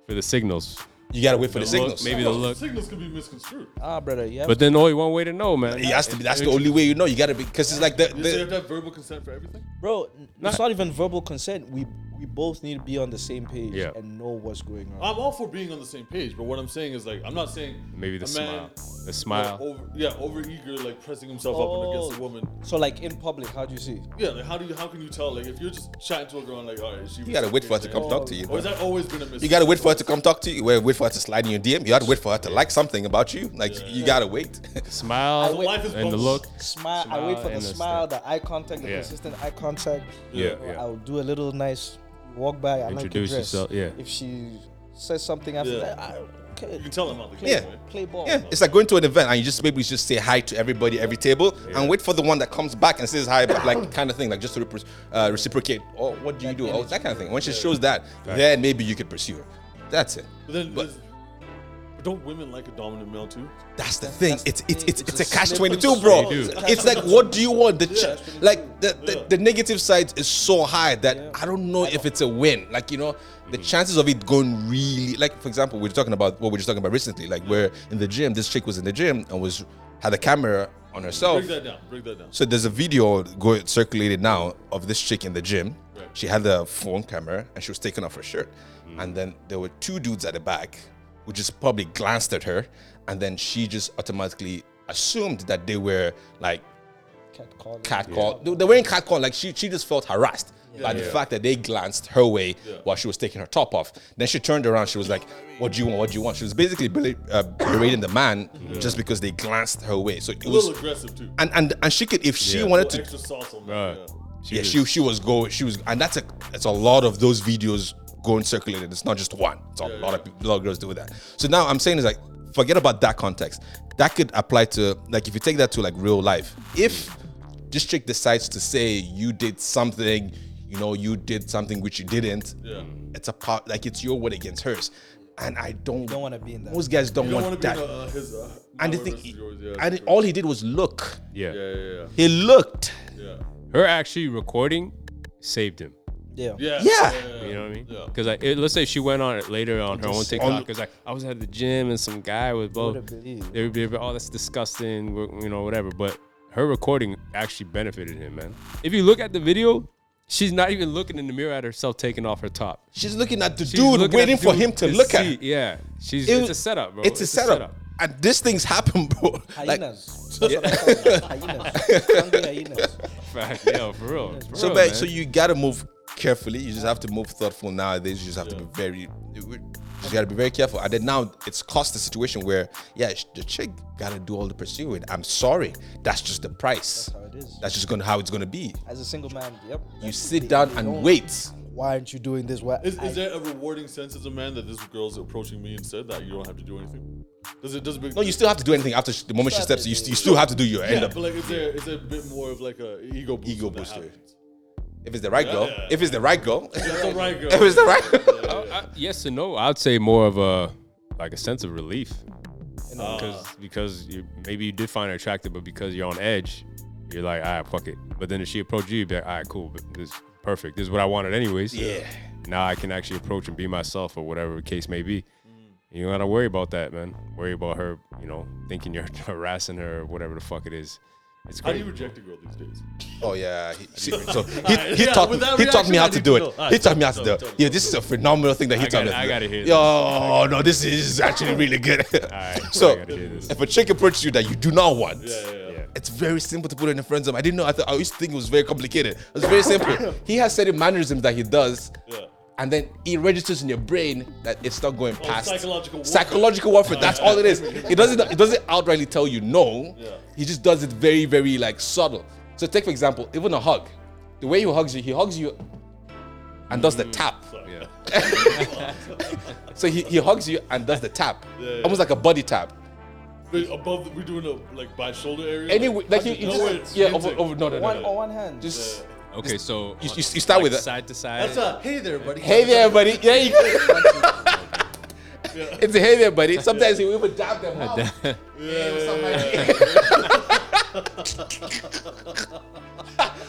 [SPEAKER 2] for the signals.
[SPEAKER 4] you gotta wait for the,
[SPEAKER 2] look,
[SPEAKER 4] signals.
[SPEAKER 2] maybe the look.
[SPEAKER 3] Signals could be misconstrued.
[SPEAKER 5] Ah, brother, yeah.
[SPEAKER 2] But then only one way to know, man.
[SPEAKER 4] It has to be. That's the only way you know. You gotta be because it's like the,
[SPEAKER 3] You say you have
[SPEAKER 4] the
[SPEAKER 3] to have verbal consent for everything?
[SPEAKER 5] bro, n- it's not even verbal consent. We we both need to be on the same page
[SPEAKER 2] Yeah.
[SPEAKER 5] and know what's going on.
[SPEAKER 3] I'm all for being on the same page, but what I'm saying is like I'm not saying
[SPEAKER 2] Maybe the
[SPEAKER 3] a
[SPEAKER 2] smile.
[SPEAKER 3] man
[SPEAKER 2] The smile.
[SPEAKER 3] Over, yeah, over eager, like pressing himself up against a
[SPEAKER 5] Oh.
[SPEAKER 3] woman.
[SPEAKER 5] so like in public, how do you see?
[SPEAKER 3] Yeah, like how do you how can you tell? Like if you're just chatting to a girl and like, all right, is she
[SPEAKER 4] you gotta wait for her to come talk to you.
[SPEAKER 3] Or is that always been a mistake?
[SPEAKER 4] You gotta wait for her to come talk to you. Wait, wait for her to slide in your DM. You gotta wait for her to like something about you. Like you gotta wait. *laughs*
[SPEAKER 2] Smile
[SPEAKER 3] So life is
[SPEAKER 2] and the
[SPEAKER 3] both-
[SPEAKER 2] look.
[SPEAKER 5] Smile. I
[SPEAKER 2] Smile
[SPEAKER 5] wait for the
[SPEAKER 2] and the
[SPEAKER 5] smile, the eye contact, the
[SPEAKER 2] Yeah.
[SPEAKER 5] consistent eye contact.
[SPEAKER 2] Yeah,
[SPEAKER 5] Or
[SPEAKER 2] yeah.
[SPEAKER 5] I'll do a little nice walk by. I like your
[SPEAKER 2] Introduce
[SPEAKER 5] dress.
[SPEAKER 2] yourself, yeah.
[SPEAKER 5] If she says something after
[SPEAKER 3] Yeah.
[SPEAKER 5] that, I, okay.
[SPEAKER 3] You can tell them out the
[SPEAKER 5] play,
[SPEAKER 4] Yeah.
[SPEAKER 3] game, right?
[SPEAKER 5] play ball.
[SPEAKER 4] yeah, it's like going to an event and you just maybe you just say hi to everybody, every table, and wait for the one that comes back and says hi, but *coughs* like kind of thing, like just to repro- uh, reciprocate. Or what do you do? Oh, that kind of thing. When she shows that, then maybe you could pursue her. That's it.
[SPEAKER 3] But then
[SPEAKER 4] But- Oh.
[SPEAKER 3] there's- but don't women like a dominant male too?
[SPEAKER 4] That's the thing.
[SPEAKER 5] the
[SPEAKER 4] It's it's it's,
[SPEAKER 5] thing. It's
[SPEAKER 4] it's a
[SPEAKER 5] a
[SPEAKER 4] cash
[SPEAKER 5] slippery
[SPEAKER 4] twenty two, bro.
[SPEAKER 2] slope. They do.
[SPEAKER 4] It's like what do you want? The ch-
[SPEAKER 3] Yeah, it's been-
[SPEAKER 4] like the, the,
[SPEAKER 3] Yeah.
[SPEAKER 4] the negative side is so high that I don't know if it's a win. Like you know, the chances of it going really like for example, we were talking about what we were just talking about recently. Like where in the gym, this chick was in the gym and was had a camera on herself.
[SPEAKER 3] Break that down. Break that down.
[SPEAKER 4] So there's a video going circulated now of this chick in the gym.
[SPEAKER 3] Right.
[SPEAKER 4] She had the phone camera and she was taking off her shirt. And then there were two dudes at the back who just probably glanced at her. And then she just automatically assumed that they were like
[SPEAKER 5] Cat calling.
[SPEAKER 4] catcall. They, they weren't catcall. Like she, she just felt harassed by the fact that they glanced her way while she was taking her top off. Then she turned around. She was like, "What do you want? What do you want?" She was basically bela- uh, berating the man just because they glanced her way. So it
[SPEAKER 3] A little
[SPEAKER 4] was.
[SPEAKER 3] aggressive too.
[SPEAKER 4] And, and, and she could if she
[SPEAKER 2] Yeah.
[SPEAKER 4] wanted
[SPEAKER 3] Little
[SPEAKER 4] to
[SPEAKER 3] extra sauce on that.
[SPEAKER 2] Bruh.
[SPEAKER 3] yeah.
[SPEAKER 4] yeah, she she was go she was and that's a that's a lot of those videos going circulated. It's not just one. It's a lot of people, a lot of girls do that. So now I'm saying is like forget about that context. That could apply to like if you take that to like real life. If this chick decides to say you did something, you know, you did something which you didn't.
[SPEAKER 3] Yeah.
[SPEAKER 4] It's a part like it's your word against hers, and I don't.
[SPEAKER 5] don't wanna be in that.
[SPEAKER 4] Most guys don't,
[SPEAKER 3] You don't
[SPEAKER 4] want
[SPEAKER 3] want to
[SPEAKER 4] that.
[SPEAKER 3] be in a, uh, his. Uh,
[SPEAKER 4] and the
[SPEAKER 3] my
[SPEAKER 4] thing,
[SPEAKER 3] versus yours, yeah,
[SPEAKER 4] and
[SPEAKER 3] sure.
[SPEAKER 4] all he did was look.
[SPEAKER 2] Yeah.
[SPEAKER 3] Yeah, yeah,
[SPEAKER 4] He looked.
[SPEAKER 3] yeah,
[SPEAKER 2] Her actually recording saved him.
[SPEAKER 5] Yeah.
[SPEAKER 3] yeah.
[SPEAKER 4] Yeah.
[SPEAKER 2] You know what I mean?
[SPEAKER 3] Yeah.
[SPEAKER 2] Because like, it- let's say she went on it later on her own TikTok.
[SPEAKER 4] on-
[SPEAKER 2] Because like, I was at the gym and some guy was both.
[SPEAKER 5] Would've believed.
[SPEAKER 2] Everybody, be, oh, that's disgusting. we're- You know, whatever. But her recording actually benefited him, man. If you look at the video, she's not even looking in the mirror at herself taking off her top.
[SPEAKER 4] She's looking at the
[SPEAKER 2] She's looking
[SPEAKER 4] dude,
[SPEAKER 2] at the
[SPEAKER 4] waiting for
[SPEAKER 2] dude
[SPEAKER 4] him to look at.
[SPEAKER 2] see-
[SPEAKER 4] her.
[SPEAKER 2] Yeah, she's.
[SPEAKER 4] It-
[SPEAKER 2] it's a setup, bro.
[SPEAKER 4] It's, a, setup. And these things happen, bro. *laughs* Like,
[SPEAKER 5] Hyenas. That's what I call them. Hyenas. Hungry hyenas.
[SPEAKER 2] Fact, yeah, for real. for
[SPEAKER 4] so,
[SPEAKER 2] real,
[SPEAKER 4] but,
[SPEAKER 2] man.
[SPEAKER 4] so you gotta move carefully. You just have to move thoughtful nowadays. You just have to be very, you just gotta be very careful. And then now it's caused a situation where, yeah, sh- the chick gotta do all the pursuing. I'm sorry, that's just the price. That's,
[SPEAKER 5] How it is.
[SPEAKER 4] just gonna how it's gonna be.
[SPEAKER 5] As a single man, yep.
[SPEAKER 4] You
[SPEAKER 5] that's-
[SPEAKER 4] sit
[SPEAKER 5] they-
[SPEAKER 4] down
[SPEAKER 5] they
[SPEAKER 4] and
[SPEAKER 5] don't-
[SPEAKER 4] wait.
[SPEAKER 5] Why aren't you doing this? Why?
[SPEAKER 3] Is,
[SPEAKER 5] I-
[SPEAKER 3] is there a rewarding sense as a man that this girl's approaching me and said that you don't have to do anything? Does it does it? Be,
[SPEAKER 4] No, you still have to do anything after sh- the moment she
[SPEAKER 5] Still have
[SPEAKER 4] steps.
[SPEAKER 5] to
[SPEAKER 4] You,
[SPEAKER 5] do
[SPEAKER 4] st- you still have to do your
[SPEAKER 3] yeah,
[SPEAKER 4] end up.
[SPEAKER 3] but like is there is there a bit more of like a ego boost
[SPEAKER 4] Ego
[SPEAKER 3] when that
[SPEAKER 4] booster.
[SPEAKER 3] happens?
[SPEAKER 4] If it's the right girl,
[SPEAKER 3] yeah.
[SPEAKER 4] if it's the right girl,
[SPEAKER 3] That's the right girl.
[SPEAKER 4] if it's the right. Oh, girl.
[SPEAKER 2] I- yes and no. I'd say more of a like a sense of relief
[SPEAKER 3] Uh,
[SPEAKER 2] because because you, maybe you did find her attractive, but because you're on edge, you're like, all right, fuck it. But then if she approached you, you'd be like, all right, cool, but this is perfect. This is what I wanted, anyways.
[SPEAKER 4] *laughs* Yeah.
[SPEAKER 2] Now I can actually approach and be myself or whatever the case may
[SPEAKER 4] Mm.
[SPEAKER 2] be. You don't gotta worry about that, man. Worry about her, you know, thinking you're *laughs* harassing her or whatever the fuck it is. It's
[SPEAKER 3] How do you
[SPEAKER 2] crazy.
[SPEAKER 3] reject a girl these days?
[SPEAKER 4] Oh yeah, he, she- so he,
[SPEAKER 3] Alright,
[SPEAKER 4] he
[SPEAKER 2] *laughs*
[SPEAKER 3] yeah,
[SPEAKER 4] taught me,
[SPEAKER 3] with that
[SPEAKER 4] he taught me
[SPEAKER 3] reaction,
[SPEAKER 4] how
[SPEAKER 3] I
[SPEAKER 4] to
[SPEAKER 3] need
[SPEAKER 4] do
[SPEAKER 3] to
[SPEAKER 4] it.
[SPEAKER 3] know.
[SPEAKER 4] He taught
[SPEAKER 2] Oh,
[SPEAKER 4] me how to
[SPEAKER 3] Alright,
[SPEAKER 4] do
[SPEAKER 3] tell
[SPEAKER 4] it.
[SPEAKER 3] me,
[SPEAKER 4] Yeah, this is a phenomenal thing that he
[SPEAKER 2] I
[SPEAKER 4] taught me.
[SPEAKER 2] gotta-
[SPEAKER 4] to
[SPEAKER 2] I
[SPEAKER 4] do.
[SPEAKER 2] gotta hear this.
[SPEAKER 4] Yo, no, this is actually really
[SPEAKER 2] *laughs*
[SPEAKER 4] good.
[SPEAKER 2] Alright, I
[SPEAKER 4] *laughs* so
[SPEAKER 2] gotta hear this.
[SPEAKER 4] if a chick approaches you that you do not want,
[SPEAKER 3] Yeah, yeah, yeah.
[SPEAKER 2] Yeah.
[SPEAKER 4] it's very simple to put it in a friend zone. I didn't know. I, thought, I used to think it was very complicated. It's very
[SPEAKER 2] *laughs*
[SPEAKER 4] simple. he has certain mannerisms that he does.
[SPEAKER 3] Yeah.
[SPEAKER 4] And then it registers in your brain that it's not going past
[SPEAKER 3] Oh, psychological warfare.
[SPEAKER 4] Psychological warfare. That's all it
[SPEAKER 3] *laughs*
[SPEAKER 4] is.
[SPEAKER 3] yeah, yeah.
[SPEAKER 4] It doesn't. It doesn't outrightly tell you no.
[SPEAKER 3] Yeah.
[SPEAKER 4] He just does it very, very like subtle. So take for example, even a hug. The way he hugs you, he hugs you, and does the
[SPEAKER 3] Mm.
[SPEAKER 4] tap.
[SPEAKER 2] Yeah.
[SPEAKER 4] So he, he hugs you and does the tap,
[SPEAKER 3] *laughs* Yeah, yeah.
[SPEAKER 4] almost like a body tap.
[SPEAKER 3] But above, the, we're doing a like by shoulder area.
[SPEAKER 4] Anyway, like he, he
[SPEAKER 3] no, where it's
[SPEAKER 4] just yeah over,
[SPEAKER 3] hinting.
[SPEAKER 4] over no no no.
[SPEAKER 5] One
[SPEAKER 4] no.
[SPEAKER 5] on one hand.
[SPEAKER 4] Just
[SPEAKER 2] Okay, so
[SPEAKER 4] you, you, you start
[SPEAKER 2] like
[SPEAKER 4] with a,
[SPEAKER 2] side to side.
[SPEAKER 3] That's a hey there, buddy.
[SPEAKER 4] *laughs* hey there buddy. Yeah, you
[SPEAKER 3] *laughs*
[SPEAKER 4] It's a hey there buddy. Sometimes he will even dab them out.
[SPEAKER 3] Yeah, yeah, yeah.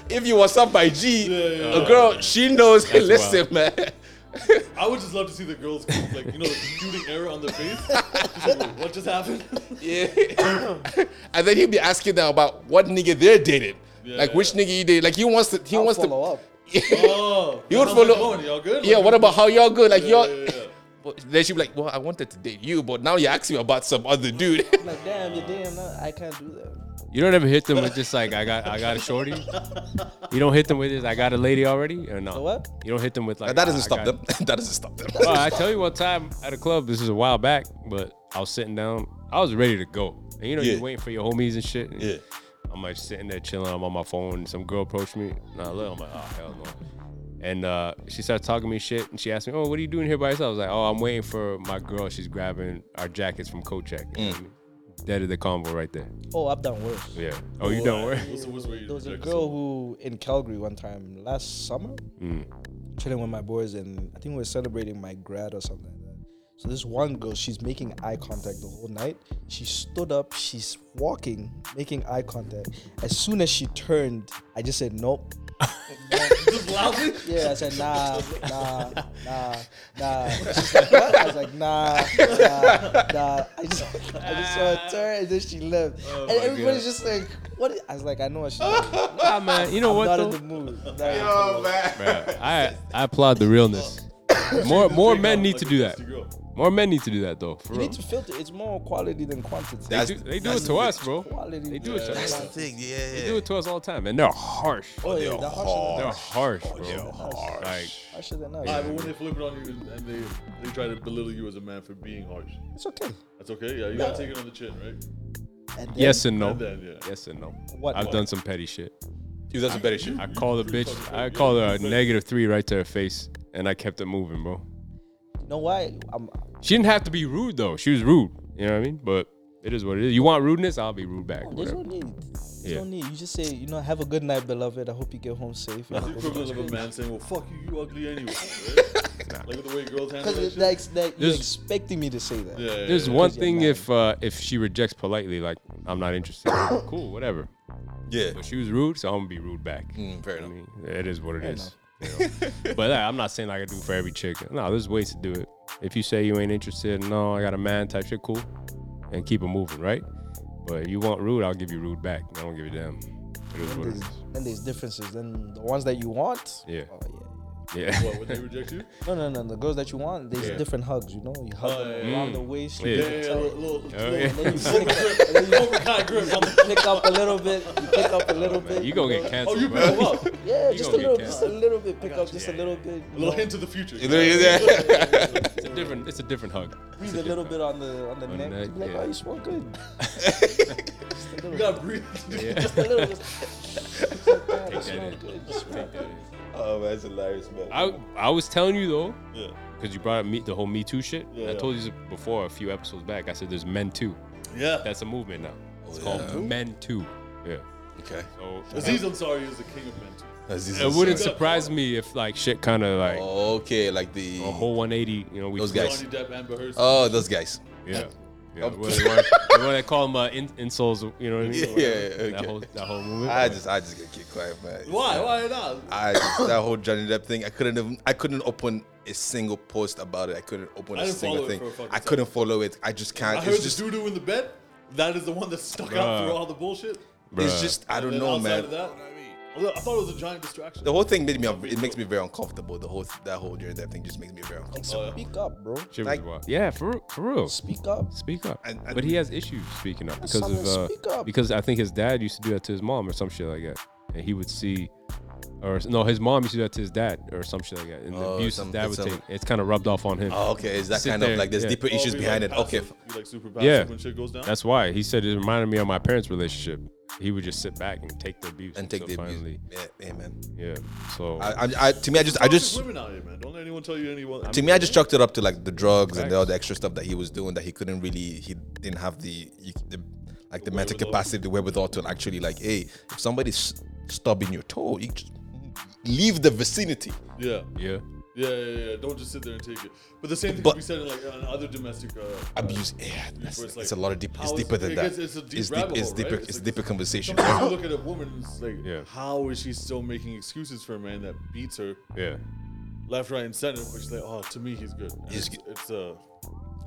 [SPEAKER 4] if you was up by G,
[SPEAKER 3] yeah,
[SPEAKER 4] a girl, she knows. hey,
[SPEAKER 2] That's
[SPEAKER 4] *laughs* listen, man,
[SPEAKER 3] I would just love to see the girls like you know the computing error on their
[SPEAKER 4] *laughs*
[SPEAKER 3] face. Just like, wait, what just happened?
[SPEAKER 4] Yeah. *coughs* and then he'll be asking them about what nigga they're dating. like which nigga you date. Like he wants to he
[SPEAKER 5] I'll
[SPEAKER 4] wants to
[SPEAKER 5] follow up.
[SPEAKER 3] Oh,
[SPEAKER 4] You would
[SPEAKER 3] how's it
[SPEAKER 4] follow-
[SPEAKER 3] going? Y'all good?
[SPEAKER 4] Yeah,
[SPEAKER 3] Like,
[SPEAKER 4] what about how y'all good? Like
[SPEAKER 3] Yeah,
[SPEAKER 4] y'all
[SPEAKER 3] yeah, yeah.
[SPEAKER 4] *laughs* But then she'd be like, Well, I wanted to date you, but now you're asking me about some other dude. *laughs*
[SPEAKER 5] Like damn, you damn, not, I can't do that.
[SPEAKER 2] *laughs* You don't ever hit them with just like I got I got a shorty. You don't hit them with this I got a lady already or no?
[SPEAKER 5] A what?
[SPEAKER 2] You don't hit them with like
[SPEAKER 4] And that
[SPEAKER 2] "Ah,
[SPEAKER 4] doesn't
[SPEAKER 2] I
[SPEAKER 4] stop
[SPEAKER 2] got-"
[SPEAKER 4] them. *laughs* that doesn't stop them.
[SPEAKER 2] *laughs* Well, I tell you one time at a club. This is a while back, but I was sitting down. I was ready to go, and you know
[SPEAKER 4] Yeah.
[SPEAKER 2] you're waiting for your homies and shit. and
[SPEAKER 4] Yeah.
[SPEAKER 2] I'm like sitting there chilling. I'm on my phone. And some girl approached me. And I look. I'm like, oh hell no. And uh, she started talking to me shit, and she asked me, "Oh, what are you doing here by yourself?" I was like, "Oh, I'm waiting for my girl. She's grabbing our jackets from Kochak." You know what
[SPEAKER 4] Mm.
[SPEAKER 2] I mean? Dead of the combo right there.
[SPEAKER 5] Oh, I've done worse.
[SPEAKER 2] Yeah. Oh, you don't worry.
[SPEAKER 3] What's the worst way you
[SPEAKER 5] There was a
[SPEAKER 3] reject
[SPEAKER 5] girl who in Calgary one time last summer,
[SPEAKER 4] Hmm.
[SPEAKER 5] chilling with my boys, and I think we were celebrating my grad or something like that. So this one girl, she's making eye contact the whole night. She stood up, she's walking, making eye contact. As soon as she turned, I just said nope.
[SPEAKER 3] someone? Just loudly? *laughs*
[SPEAKER 5] Yeah, I said nah, nah, nah, nah. *laughs* She's like, what? I was like nah, nah, nah. I just, I just saw her turn and then she left, and
[SPEAKER 2] my
[SPEAKER 5] everybody's
[SPEAKER 2] God.
[SPEAKER 5] just like, what? I was like, I know what she's like.
[SPEAKER 2] Nah, man. You know
[SPEAKER 5] I'm
[SPEAKER 2] what
[SPEAKER 5] not
[SPEAKER 2] though?
[SPEAKER 5] in the mood. Nah.
[SPEAKER 4] man.
[SPEAKER 2] Bruh, I I applaud the *coughs* realness. More more men need to do that. More men need to do that though. For
[SPEAKER 5] You
[SPEAKER 2] real.
[SPEAKER 5] need to filter. It's more quality than quantity.
[SPEAKER 2] They
[SPEAKER 4] That's-
[SPEAKER 2] do, they do
[SPEAKER 4] that's
[SPEAKER 2] it
[SPEAKER 4] the
[SPEAKER 2] to us, bro.
[SPEAKER 5] quality.
[SPEAKER 2] They do it to
[SPEAKER 4] *laughs* That's
[SPEAKER 2] us.
[SPEAKER 4] the thing, yeah.
[SPEAKER 2] They do it to us all the time, and they're harsh.
[SPEAKER 5] Oh, yeah,
[SPEAKER 4] They're
[SPEAKER 5] they're harsher,
[SPEAKER 2] They're
[SPEAKER 4] hard.
[SPEAKER 2] harsh, bro.
[SPEAKER 4] They're harsh.
[SPEAKER 2] Like,
[SPEAKER 5] than, harsher than us.
[SPEAKER 3] Alright, but when they flip it on you and they they try to belittle you as a man for being harsh,
[SPEAKER 5] It's okay.
[SPEAKER 3] that's okay. Yeah, you gotta take it on the chin, right?
[SPEAKER 5] And then-
[SPEAKER 2] yes and
[SPEAKER 3] And
[SPEAKER 2] no.
[SPEAKER 3] then yeah.
[SPEAKER 2] Yes and no.
[SPEAKER 5] What?
[SPEAKER 2] I've done some petty shit.
[SPEAKER 4] You've done some better shit.
[SPEAKER 2] I called a bitch. I called her a negative three right to her face, and I kept it moving, bro.
[SPEAKER 5] You know why? I'm,
[SPEAKER 2] She didn't have to be rude though. She was rude. You know what I mean? But it is what it is. You want rudeness? I'll be rude back.
[SPEAKER 5] there's no
[SPEAKER 2] Whatever.
[SPEAKER 5] need. There's
[SPEAKER 2] Yeah.
[SPEAKER 5] no need. You just say, you know, have a good night, beloved. I hope you get home safe.
[SPEAKER 3] That's the equivalent of a man saying, "Well, fuck you, you ugly anyway." Right? Like the way girls handle that
[SPEAKER 5] Because
[SPEAKER 3] shit.
[SPEAKER 5] like, like you're
[SPEAKER 2] There's-
[SPEAKER 5] expecting me to say that.
[SPEAKER 3] yeah, yeah,
[SPEAKER 2] There's
[SPEAKER 3] yeah.
[SPEAKER 2] one
[SPEAKER 5] you're
[SPEAKER 2] thing
[SPEAKER 5] mad.
[SPEAKER 2] if uh, if she rejects politely, like I'm not interested. cool, whatever.
[SPEAKER 4] Yeah.
[SPEAKER 2] But she was rude, so I'm gonna be rude back.
[SPEAKER 4] Mm, fair
[SPEAKER 2] I
[SPEAKER 4] enough.
[SPEAKER 2] mean, it is what it is. you know? but like, I'm not saying like I do for every chick. No, there's ways to do it. If you say you ain't interested, no, I got a man type shit, cool, and keep it moving, right? But you want rude, I'll give you rude back. I don't give a damn. It is what it
[SPEAKER 5] There's,
[SPEAKER 2] is.
[SPEAKER 5] then there's differences. Then the ones that you want.
[SPEAKER 2] Yeah.
[SPEAKER 5] Oh yeah.
[SPEAKER 2] Yeah. *laughs*
[SPEAKER 3] What, when they reject you?
[SPEAKER 5] No, no, no. The girls that you want, there's
[SPEAKER 3] Yeah.
[SPEAKER 5] different hugs. You know, you hug
[SPEAKER 3] Oh,
[SPEAKER 5] them
[SPEAKER 3] yeah,
[SPEAKER 5] around
[SPEAKER 2] yeah.
[SPEAKER 5] the waist.
[SPEAKER 2] Yeah.
[SPEAKER 5] you
[SPEAKER 3] Yeah,
[SPEAKER 5] can
[SPEAKER 3] yeah, yeah.
[SPEAKER 5] tell-
[SPEAKER 3] Little, little,
[SPEAKER 2] Oh,
[SPEAKER 3] little
[SPEAKER 2] yeah.
[SPEAKER 5] And then you pick up, and then you
[SPEAKER 3] overcut grip on the *laughs*
[SPEAKER 5] pick up a little bit. You pick up a little bit.
[SPEAKER 2] You gonna
[SPEAKER 5] know.
[SPEAKER 2] get
[SPEAKER 3] Oh,
[SPEAKER 2] canceled.
[SPEAKER 3] you
[SPEAKER 2] bro.
[SPEAKER 3] better up.
[SPEAKER 5] Yeah,
[SPEAKER 2] You
[SPEAKER 5] just a
[SPEAKER 2] gonna
[SPEAKER 5] little,
[SPEAKER 2] get
[SPEAKER 5] just a little bit. Pick up just a little bit.
[SPEAKER 3] A
[SPEAKER 5] you know,
[SPEAKER 3] little hint of the future.
[SPEAKER 4] You know, yeah.
[SPEAKER 2] It's a different. It's a different hug.
[SPEAKER 5] breathe a little bit on the on the
[SPEAKER 2] On
[SPEAKER 5] neck.
[SPEAKER 2] the neck,
[SPEAKER 5] Be like,
[SPEAKER 2] yeah.
[SPEAKER 5] oh, you smell good. just a little,
[SPEAKER 3] You gotta breathe. *laughs*
[SPEAKER 5] just a little, just, just like that. You
[SPEAKER 2] that
[SPEAKER 5] smell
[SPEAKER 2] in.
[SPEAKER 5] good. You smell good.
[SPEAKER 4] Oh, man, that's hilarious, man.
[SPEAKER 2] I I was telling you though,
[SPEAKER 3] Yeah.
[SPEAKER 2] because you brought up me, the whole Me Too shit.
[SPEAKER 3] Yeah,
[SPEAKER 2] I
[SPEAKER 3] yeah.
[SPEAKER 2] told you this before a few episodes back. I said there's men too.
[SPEAKER 3] Yeah.
[SPEAKER 2] That's a movement now. It's
[SPEAKER 4] Oh,
[SPEAKER 2] called
[SPEAKER 4] yeah.
[SPEAKER 2] men too. Yeah.
[SPEAKER 4] *laughs* okay.
[SPEAKER 2] So
[SPEAKER 3] Aziz Ansari is the king of men. too.
[SPEAKER 4] Aziz
[SPEAKER 2] it wouldn't
[SPEAKER 4] Ansari.
[SPEAKER 2] surprise me if like shit kind of like
[SPEAKER 4] Okay, like the
[SPEAKER 2] a whole 180. You know, we
[SPEAKER 4] Oh. Those guys.
[SPEAKER 3] Johnny Depp, Amber Heard.
[SPEAKER 2] Uh,
[SPEAKER 4] Oh, those guys. *laughs*
[SPEAKER 2] Yeah. Yeah,
[SPEAKER 4] Oh.
[SPEAKER 2] what, what, what they call them uh, in, insoles, you know what I mean?
[SPEAKER 4] *laughs* Yeah,
[SPEAKER 2] Or whatever.
[SPEAKER 4] yeah, okay.
[SPEAKER 2] that, whole, that whole movie.
[SPEAKER 4] I just, I just get kicked quiet, man.
[SPEAKER 3] Why? Why not?
[SPEAKER 4] I that whole Johnny Depp thing, I couldn't even I couldn't open a single post about it. I couldn't open
[SPEAKER 3] I
[SPEAKER 4] a
[SPEAKER 3] didn't
[SPEAKER 4] single
[SPEAKER 3] follow it
[SPEAKER 4] thing.
[SPEAKER 3] for a fucking
[SPEAKER 4] I couldn't follow it. I just can't.
[SPEAKER 3] I heard
[SPEAKER 4] it's just
[SPEAKER 3] the doo doo in the bed. That is the one that stuck out
[SPEAKER 2] Bruh.
[SPEAKER 3] through all the bullshit.
[SPEAKER 4] it's
[SPEAKER 2] Bruh.
[SPEAKER 4] just I
[SPEAKER 3] And
[SPEAKER 4] don't
[SPEAKER 3] then
[SPEAKER 4] know,
[SPEAKER 3] outside
[SPEAKER 4] man.
[SPEAKER 3] Of that, I thought it was a giant distraction.
[SPEAKER 4] The whole thing made me it makes me very uncomfortable. The whole that whole Johnny Depp thing just makes me very uncomfortable.
[SPEAKER 3] Oh, yeah.
[SPEAKER 5] Speak up, bro.
[SPEAKER 2] Shit was
[SPEAKER 4] like-
[SPEAKER 2] wild. yeah, for real- for real.
[SPEAKER 5] Speak up.
[SPEAKER 2] Speak up.
[SPEAKER 4] And- and-
[SPEAKER 2] but he has issues speaking up because
[SPEAKER 5] Someone
[SPEAKER 2] of uh,
[SPEAKER 5] speak up.
[SPEAKER 2] because I think his dad used to do that to his mom or some shit like that, and he would see, or no, his mom used to do that to his dad or some shit like that, and the
[SPEAKER 4] Oh,
[SPEAKER 2] abuse
[SPEAKER 4] some-
[SPEAKER 2] his dad would
[SPEAKER 4] some-
[SPEAKER 2] take. It's kind of rubbed off on him.
[SPEAKER 4] Oh, okay. Is that
[SPEAKER 2] Sit
[SPEAKER 4] kind
[SPEAKER 2] there,
[SPEAKER 4] of like there's
[SPEAKER 2] yeah.
[SPEAKER 4] deeper
[SPEAKER 3] Oh,
[SPEAKER 4] issues
[SPEAKER 3] you
[SPEAKER 4] behind
[SPEAKER 3] like
[SPEAKER 4] it? Okay.
[SPEAKER 3] passive- You like super passive
[SPEAKER 2] Yeah.
[SPEAKER 3] when shit goes down.
[SPEAKER 2] That's why he said it reminded me of my parents' relationship. He would just sit back and take the abuse
[SPEAKER 4] And take the
[SPEAKER 2] until
[SPEAKER 4] abuse.
[SPEAKER 2] finally,
[SPEAKER 4] Yeah, amen.
[SPEAKER 2] yeah. So
[SPEAKER 4] I, I, I, to me, I just, I just,
[SPEAKER 3] women out here, man. Don't let anyone tell you anyone.
[SPEAKER 4] to me, I just chalked it up to like the drugs and all the extra stuff that he was doing that he couldn't really, he didn't have the, you- the like the mental
[SPEAKER 3] wherewithal.
[SPEAKER 4] capacity, the wherewithal to actually like, hey, if somebody's stubbing your toe, you just leave the vicinity.
[SPEAKER 3] yeah.
[SPEAKER 2] yeah,
[SPEAKER 3] Yeah, yeah, yeah. Don't just sit there and take it. But the same thing
[SPEAKER 4] But-
[SPEAKER 3] we said in like on other domestic. Uh,
[SPEAKER 4] Abuse, yeah, that's,
[SPEAKER 3] it's
[SPEAKER 4] it's,
[SPEAKER 3] like,
[SPEAKER 4] a lot of deep, it's
[SPEAKER 3] how is-
[SPEAKER 4] deeper than
[SPEAKER 3] it
[SPEAKER 4] that.
[SPEAKER 3] gets- it's a deep
[SPEAKER 4] it's,
[SPEAKER 3] rabbit
[SPEAKER 4] it's
[SPEAKER 3] hole,
[SPEAKER 4] deeper,
[SPEAKER 3] right?
[SPEAKER 4] it's,
[SPEAKER 3] It's like-
[SPEAKER 4] deeper conversation.
[SPEAKER 3] Sometimes you look at a woman, it's like,
[SPEAKER 2] Yeah.
[SPEAKER 3] how is she still making excuses for a man that beats her?
[SPEAKER 2] yeah.
[SPEAKER 3] left, right, and center, which they oh to me he's good. And
[SPEAKER 4] He's
[SPEAKER 3] it's,
[SPEAKER 4] good.
[SPEAKER 3] it's uh, a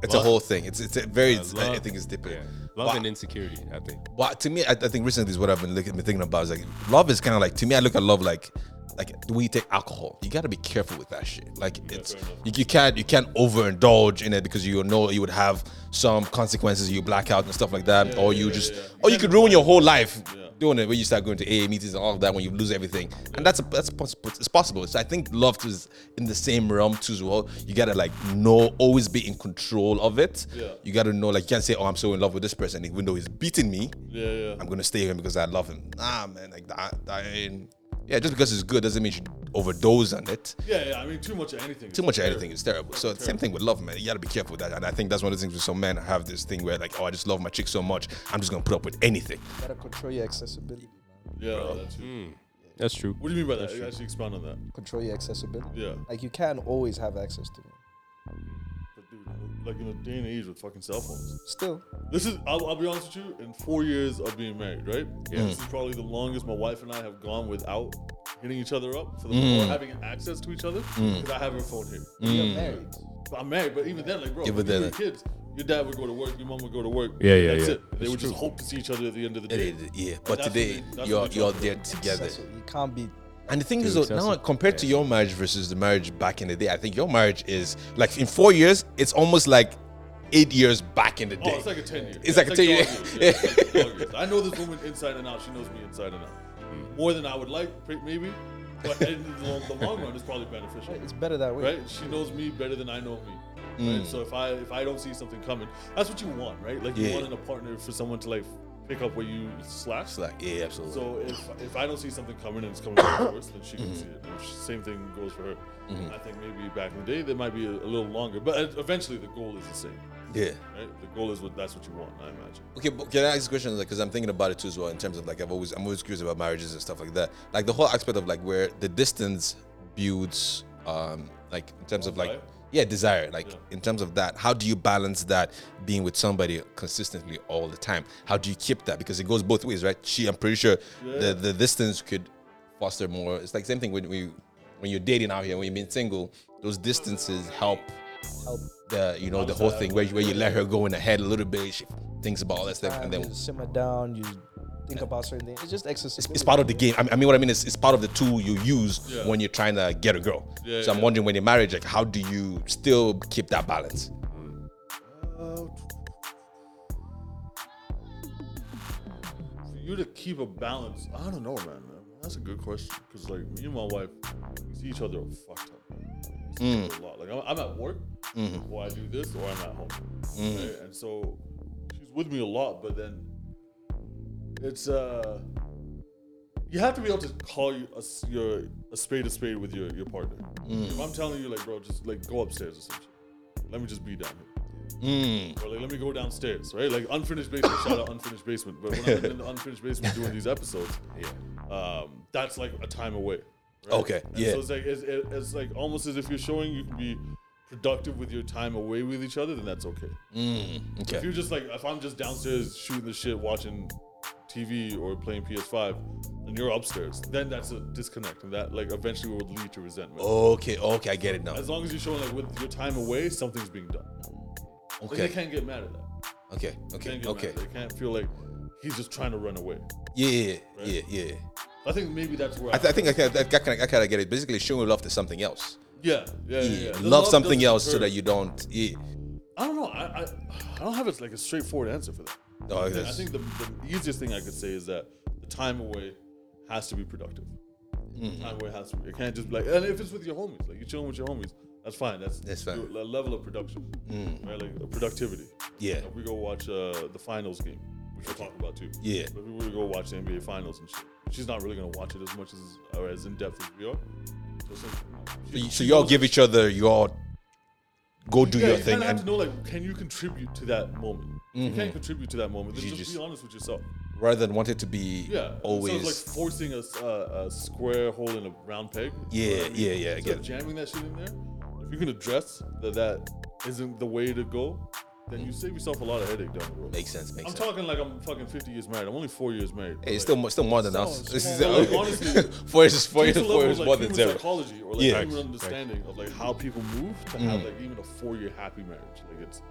[SPEAKER 4] It's a whole thing. It's it's a very. it's- I
[SPEAKER 2] love-
[SPEAKER 4] think it's different.
[SPEAKER 2] Yeah. Love
[SPEAKER 4] But-
[SPEAKER 2] and insecurity, I think.
[SPEAKER 4] Well, to me, I, I think recently is what I've been, looking, been thinking about. Is like love is kind of like to me. I look at love like like the way you take alcohol. You got to be careful with that shit. Like it's you, you can't you can't overindulge in it because you know you would have some consequences. You black out and stuff like that, or you just or you could ruin your whole life doing it. When you start going to AA meetings and all of that, when you lose everything, and that's that's possible. It's possible. So I think love too is in the same realm too as well. You gotta like know, always be in control of it.
[SPEAKER 3] Yeah.
[SPEAKER 4] You gotta know, like you can't say, "Oh, I'm so in love with this person," even though he's beating me.
[SPEAKER 3] yeah yeah.
[SPEAKER 4] I'm gonna stay with him because I love him. Nah, man, like that, that ain't. Yeah, just because it's good doesn't mean you should overdose on it.
[SPEAKER 3] Yeah, yeah. I mean, too much of anything.
[SPEAKER 4] Too much of anything is terrible. So it's same thing with love, man. You gotta be careful with that. And I think that's one of the things with some men have this thing where like, oh, I just love my chick so much, I'm just gonna put up with anything.
[SPEAKER 5] gotta control your accessibility, man.
[SPEAKER 3] Yeah, that's true.
[SPEAKER 2] That's true.
[SPEAKER 3] What do you mean by that? Actually, expound on that.
[SPEAKER 5] Control your accessibility.
[SPEAKER 3] Yeah,
[SPEAKER 5] Like you can always have access to it.
[SPEAKER 3] but dude, like in the day and age with fucking cell phones.
[SPEAKER 5] Still,
[SPEAKER 3] This is, I'll, I'll be honest with you, in four years of being married, right? Yeah. This is probably the longest my wife and I have gone without hitting each other up for the or having access to each other because I have her phone here.
[SPEAKER 5] you're married.
[SPEAKER 3] But I'm married, but even then, like, bro,
[SPEAKER 4] Yeah,
[SPEAKER 3] when
[SPEAKER 4] but
[SPEAKER 3] you
[SPEAKER 4] then,
[SPEAKER 3] were
[SPEAKER 4] like-
[SPEAKER 3] kids, your dad would go to work, your mom would go to work.
[SPEAKER 2] Yeah, yeah,
[SPEAKER 3] that's
[SPEAKER 2] yeah.
[SPEAKER 3] It. They would just hope to see each other at the end of the day.
[SPEAKER 4] Yeah, but
[SPEAKER 3] that's
[SPEAKER 4] today
[SPEAKER 3] what they- that's
[SPEAKER 4] you're
[SPEAKER 3] what they
[SPEAKER 4] you're
[SPEAKER 3] talk
[SPEAKER 4] there together.
[SPEAKER 5] Accessi- You can't be.
[SPEAKER 4] And the thing is,
[SPEAKER 2] Too
[SPEAKER 4] though, now
[SPEAKER 2] excessive.
[SPEAKER 4] compared to your marriage versus the marriage back in the day, I think your marriage is like in four years, it's almost like eight years back in the
[SPEAKER 3] Oh,
[SPEAKER 4] day.
[SPEAKER 3] it's like a 10 year.
[SPEAKER 4] It's like a 10 year. *laughs*
[SPEAKER 3] I know this woman inside and out. She knows me inside and
[SPEAKER 4] Mm-hmm.
[SPEAKER 3] out. More than I would like, pr- maybe. But in the long, the long run, it's probably beneficial.
[SPEAKER 5] It's better that way.
[SPEAKER 3] Right? She knows me better than I know me.
[SPEAKER 4] Mm.
[SPEAKER 3] Right? So if I if I don't see something coming, that's what you want, right? Like you
[SPEAKER 4] Yeah.
[SPEAKER 3] want in a partner for someone to like pick up where you slack.
[SPEAKER 4] It's like, yeah, absolutely.
[SPEAKER 3] So if if I don't see something coming and it's coming from worse, then she can
[SPEAKER 4] Mm-hmm.
[SPEAKER 3] see it. And sh- same thing goes for her. I think maybe back in the day there might be a, a little longer, but uh, eventually the goal is the same.
[SPEAKER 4] yeah.
[SPEAKER 3] Right? The goal is what that's what you want, I imagine.
[SPEAKER 4] Okay, but can I ask a question? Like, because I'm thinking about it too as well. In terms of like, I've always, I'm always curious about marriages and stuff like that. Like the whole aspect of like where the distance builds, um, like in terms of like,
[SPEAKER 3] Desire?
[SPEAKER 4] yeah, desire. Like in terms of that, how do you balance that being with somebody consistently all the time? How do you keep that? Because it goes both ways, right? She, I'm pretty sure the the distance could foster more. It's like same thing when we when you're dating out here, when you're being single, those distances help
[SPEAKER 5] Help.
[SPEAKER 4] the you know the whole thing where, you- where you let her go in the head a little bit she thinks about all that stuff and
[SPEAKER 5] And
[SPEAKER 4] then
[SPEAKER 5] you simmer down. You think about certain things. It's just accessibility.
[SPEAKER 4] it's part of the game I mean- i mean what i mean is it's part of the tool you use when you're trying to get a girl
[SPEAKER 3] Yeah,
[SPEAKER 4] so i'm
[SPEAKER 3] yeah.
[SPEAKER 4] wondering when you're married like how do you still keep that balance
[SPEAKER 3] For you to keep a balance, I don't know, man. That's a good question because like me and my wife, we see each other a fuck ton. We see each other A lot. Like I'm, I'm at work, or I do this, or I'm at home.
[SPEAKER 4] Mm.
[SPEAKER 3] Right? And so she's with me a lot, but then it's uh. You have to be able to call you a, s- your a spade a spade with your, your partner.
[SPEAKER 4] Mm.
[SPEAKER 3] If I'm telling you, like, bro, just like go upstairs or something. Let me just be down here.
[SPEAKER 4] Mm.
[SPEAKER 3] Or like, let me go downstairs, right? Like unfinished basement. shout out unfinished basement. But when I've been in the unfinished basement doing these episodes, yeah, um, that's like a time away. right?
[SPEAKER 4] Okay,
[SPEAKER 3] And
[SPEAKER 4] yeah.
[SPEAKER 3] So it's like it's, it- it's like almost as if you're showing you can be productive with your time away with each other, then that's okay. If
[SPEAKER 4] okay
[SPEAKER 3] you're just like, if I'm just downstairs shooting the shit, watching TV or playing PS5, and you're upstairs, then that's a disconnect, and that like eventually would lead to resentment.
[SPEAKER 4] okay okay i get it now
[SPEAKER 3] As long as you're showing like with your time away, something's being done. Like, they
[SPEAKER 4] okay
[SPEAKER 3] can't get mad at that.
[SPEAKER 4] okay
[SPEAKER 3] Can't
[SPEAKER 4] okay
[SPEAKER 3] get
[SPEAKER 4] okay
[SPEAKER 3] mad. They can't feel like he's just trying to run away.
[SPEAKER 4] yeah yeah yeah yeah
[SPEAKER 3] I think maybe that's where
[SPEAKER 4] I, th- I think I kind of I kind of get it. Basically, showing love to something else.
[SPEAKER 3] yeah, yeah, yeah, yeah. The
[SPEAKER 4] love, something
[SPEAKER 3] doesn't
[SPEAKER 4] else so
[SPEAKER 3] hurt.
[SPEAKER 4] that you don't. Yeah. Oh,
[SPEAKER 3] I don't know. I, I I don't have it's like a straightforward answer for that.
[SPEAKER 4] No,
[SPEAKER 3] I think, I
[SPEAKER 4] that's-
[SPEAKER 3] think the, the easiest thing I could say is that the time away has to be productive.
[SPEAKER 4] Mm-hmm.
[SPEAKER 3] The time away has to. Be, it can't just be like. And if it's with your homies, like you're chilling with your homies, that's fine. That's
[SPEAKER 4] That's fine. Mm.
[SPEAKER 3] your- A level of production, right? Like uh, productivity.
[SPEAKER 4] Yeah.
[SPEAKER 3] Like, we go watch uh, the finals game, which we'll talk about too.
[SPEAKER 4] Yeah.
[SPEAKER 3] But we were to go watch the NBA finals and shit. She's not really gonna watch it as much as or as in depth as we are. So, some-
[SPEAKER 4] So,
[SPEAKER 3] she-
[SPEAKER 4] you-
[SPEAKER 3] she
[SPEAKER 4] so y'all
[SPEAKER 3] knows-
[SPEAKER 4] give each other your go do
[SPEAKER 3] yeah,
[SPEAKER 4] your
[SPEAKER 3] you
[SPEAKER 4] thing
[SPEAKER 3] kinda have
[SPEAKER 4] and Mm-hmm.
[SPEAKER 3] to know like, can you contribute to that moment? You can't contribute to that moment. Then
[SPEAKER 4] You
[SPEAKER 3] just,
[SPEAKER 4] just-
[SPEAKER 3] be honest with yourself.
[SPEAKER 4] rather than wanting to be
[SPEAKER 3] Yeah. So it's
[SPEAKER 4] always
[SPEAKER 3] like forcing a, s- uh, a square hole in a round peg.
[SPEAKER 4] Yeah,
[SPEAKER 3] You know what I mean?
[SPEAKER 4] yeah, yeah, I
[SPEAKER 3] Instead
[SPEAKER 4] get
[SPEAKER 3] of
[SPEAKER 4] it.
[SPEAKER 3] jamming that shit in there. If you can address that that isn't the way to go, then you save yourself a lot of headache down the road.
[SPEAKER 4] Mm. Makes sense. Makes
[SPEAKER 3] I'm
[SPEAKER 4] sense.
[SPEAKER 3] talking like I'm fucking 50 years married. I'm only four years married.
[SPEAKER 4] Hey, it's still mo- still more than us.
[SPEAKER 5] Small,
[SPEAKER 4] This is
[SPEAKER 3] small. Like,
[SPEAKER 4] *laughs*
[SPEAKER 3] honestly,
[SPEAKER 4] four years four
[SPEAKER 3] Takes
[SPEAKER 4] years
[SPEAKER 3] a level
[SPEAKER 4] four years
[SPEAKER 3] of,
[SPEAKER 4] more
[SPEAKER 3] like,
[SPEAKER 4] than
[SPEAKER 3] human
[SPEAKER 4] zero.
[SPEAKER 3] psychology or like
[SPEAKER 4] Yeah. Mm.
[SPEAKER 3] human understanding of like how people move to have like even a four-year happy marriage. Like it's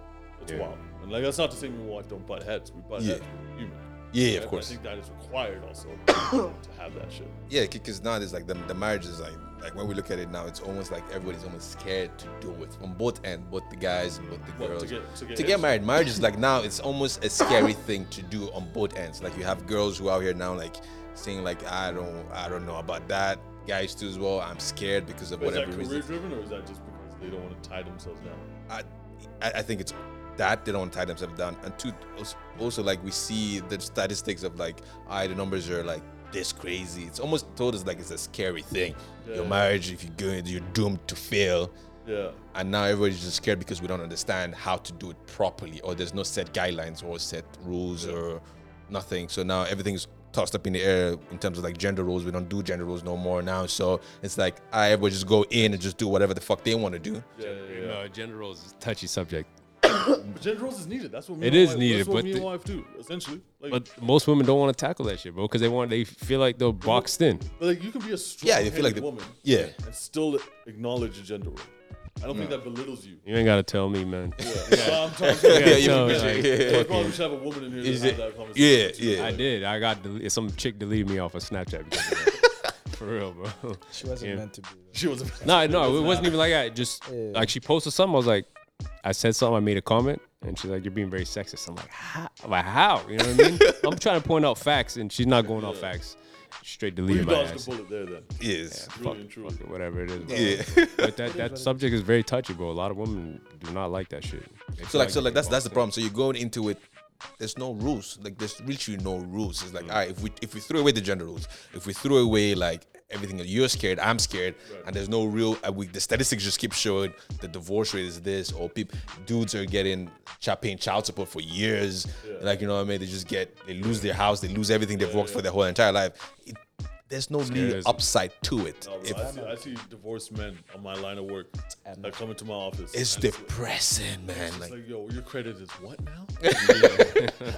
[SPEAKER 3] it's
[SPEAKER 2] Yeah.
[SPEAKER 3] wild. And like that's not to say me and my wife don't butt heads. We butt
[SPEAKER 4] Yeah.
[SPEAKER 3] heads. We're human.
[SPEAKER 4] Yeah,
[SPEAKER 3] Right?
[SPEAKER 4] of
[SPEAKER 3] But I
[SPEAKER 4] course.
[SPEAKER 3] think that is required
[SPEAKER 4] *coughs*
[SPEAKER 3] also to have that shit.
[SPEAKER 4] Yeah, because now it's like the, the marriage is like like when we look at it now, it's almost like everybody's almost scared to deal with on both end, both the guys, both the
[SPEAKER 3] What,
[SPEAKER 4] girls.
[SPEAKER 3] to get- to get hit?
[SPEAKER 4] married, marriage
[SPEAKER 3] *laughs*
[SPEAKER 4] is like now it's almost a scary thing to do on both ends. Like you have girls who are out here now like saying like I don't I don't know about that. Guys too as well. I'm scared because of
[SPEAKER 3] But is that
[SPEAKER 4] whatever
[SPEAKER 3] career
[SPEAKER 4] reason.
[SPEAKER 3] driven or is that just because they don't want to tie themselves down?
[SPEAKER 4] I, I I think it's that they don't tie themselves down, and two, also, also like we see the statistics of like, I the numbers are like this crazy. It's almost told us like it's a scary thing. Your
[SPEAKER 3] Yeah.
[SPEAKER 4] marriage, if you go, you're doomed to fail.
[SPEAKER 3] Yeah.
[SPEAKER 4] And now everybody's just scared because we don't understand how to do it properly, or there's no set guidelines or set rules or nothing. So now everything's tossed up in the air in terms of like gender roles. We don't do gender roles no more now. So it's like I everybody just go in and just do whatever the fuck they want to do.
[SPEAKER 3] Yeah, yeah, yeah.
[SPEAKER 2] Uh, general is a touchy subject,
[SPEAKER 3] But gender roles is needed. That's what me
[SPEAKER 2] It
[SPEAKER 3] and my
[SPEAKER 2] is
[SPEAKER 3] wife-
[SPEAKER 2] needed,
[SPEAKER 3] That's what
[SPEAKER 2] but
[SPEAKER 3] me and
[SPEAKER 2] the-
[SPEAKER 3] my wife do essentially. Like,
[SPEAKER 2] but most women don't want to tackle that shit, bro, because they want they feel like they're boxed in.
[SPEAKER 3] But like you can be a strong
[SPEAKER 4] Yeah, you feel like the-
[SPEAKER 3] woman.
[SPEAKER 4] yeah.
[SPEAKER 3] And still acknowledge your gender role. I don't think that belittles you.
[SPEAKER 2] You ain't gotta tell me, man.
[SPEAKER 4] *laughs*
[SPEAKER 3] So I'm talking *laughs*
[SPEAKER 4] Yeah, you
[SPEAKER 2] No,
[SPEAKER 4] can picture
[SPEAKER 2] like,
[SPEAKER 4] it. Yeah, yeah, yeah.
[SPEAKER 3] We probably should have a woman in here
[SPEAKER 4] Is
[SPEAKER 3] to have
[SPEAKER 4] it-
[SPEAKER 3] that conversation.
[SPEAKER 4] Yeah, yeah.
[SPEAKER 2] I did. I got dele- some chick deleted me off of Snapchat. because of that.
[SPEAKER 4] *laughs*
[SPEAKER 2] For real, bro.
[SPEAKER 5] She wasn't
[SPEAKER 2] Yeah.
[SPEAKER 5] meant to be.
[SPEAKER 3] She was a
[SPEAKER 2] No, no, it wasn't even like that. Just
[SPEAKER 5] Yeah.
[SPEAKER 2] like she posted something, I was like, I said something, I made a comment, and she's like, "You're being very sexist." I'm like, "How? I'm like, how? You know what I
[SPEAKER 4] *laughs*
[SPEAKER 2] mean? I'm trying to point out facts, and she's not going off facts. Straight
[SPEAKER 3] *laughs* You
[SPEAKER 2] deleted my
[SPEAKER 3] dodged
[SPEAKER 2] ass.
[SPEAKER 3] the bullet there then.
[SPEAKER 4] Yes.
[SPEAKER 3] Really and truly.
[SPEAKER 2] Whatever it is, bro.
[SPEAKER 4] Yeah.
[SPEAKER 2] But that,
[SPEAKER 4] *laughs*
[SPEAKER 2] that subject is very touchy, bro. A lot of women do not like that shit. They
[SPEAKER 4] So
[SPEAKER 2] feel
[SPEAKER 4] like so like
[SPEAKER 2] they're
[SPEAKER 4] that's that's the
[SPEAKER 2] boxed
[SPEAKER 4] problem. So you're going into it. There's no rules. Like there's literally no rules. It's like all right, if we if we throw away the gender rules, if we throw away like everything that you're scared, I'm scared, and there's no real. Uh, we, the statistics just keep showing the divorce rate is this, or people dudes are getting cha- paying child support for years. Like you know what I mean? They just get they lose their house, they lose everything they've worked for their whole entire life. It, there's no real
[SPEAKER 2] as-
[SPEAKER 4] upside to it.
[SPEAKER 3] No, bro,
[SPEAKER 4] If-
[SPEAKER 3] I, see, I see divorced men on my line of work that come into my office.
[SPEAKER 4] it's
[SPEAKER 3] and
[SPEAKER 4] depressing, man.
[SPEAKER 3] It's
[SPEAKER 4] Like,
[SPEAKER 3] like, yo, your credit is what
[SPEAKER 4] *laughs*
[SPEAKER 3] now?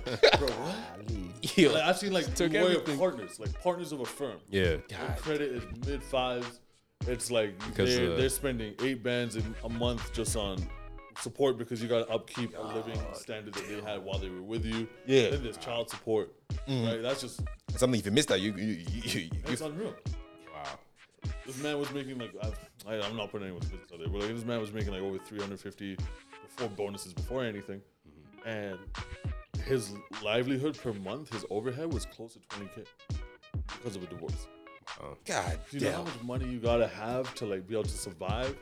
[SPEAKER 5] Ali.
[SPEAKER 3] Like, I've seen like the way of
[SPEAKER 2] everything.
[SPEAKER 3] partners, like partners of a firm.
[SPEAKER 2] Yeah.
[SPEAKER 3] Their credit is mid fives. It's like
[SPEAKER 2] Because,
[SPEAKER 3] they're,
[SPEAKER 2] uh,
[SPEAKER 3] they're spending eight bands in a month just on support because you got to upkeep a living standard that they had while they were with you.
[SPEAKER 4] Yeah.
[SPEAKER 3] Then there's child support. Right? That's just
[SPEAKER 4] something if you miss that, you you you, you, you
[SPEAKER 3] it's unreal.
[SPEAKER 2] Wow.
[SPEAKER 3] This man was making like I, I, I'm not putting anyone's business out there, but like this man was making like over 350 before bonuses, before anything,
[SPEAKER 2] Mm-hmm.
[SPEAKER 3] and his livelihood per month, his overhead was close to 20k because of a divorce.
[SPEAKER 4] God
[SPEAKER 3] Do you know
[SPEAKER 4] damn.
[SPEAKER 3] how much money you gotta have to like be able to survive,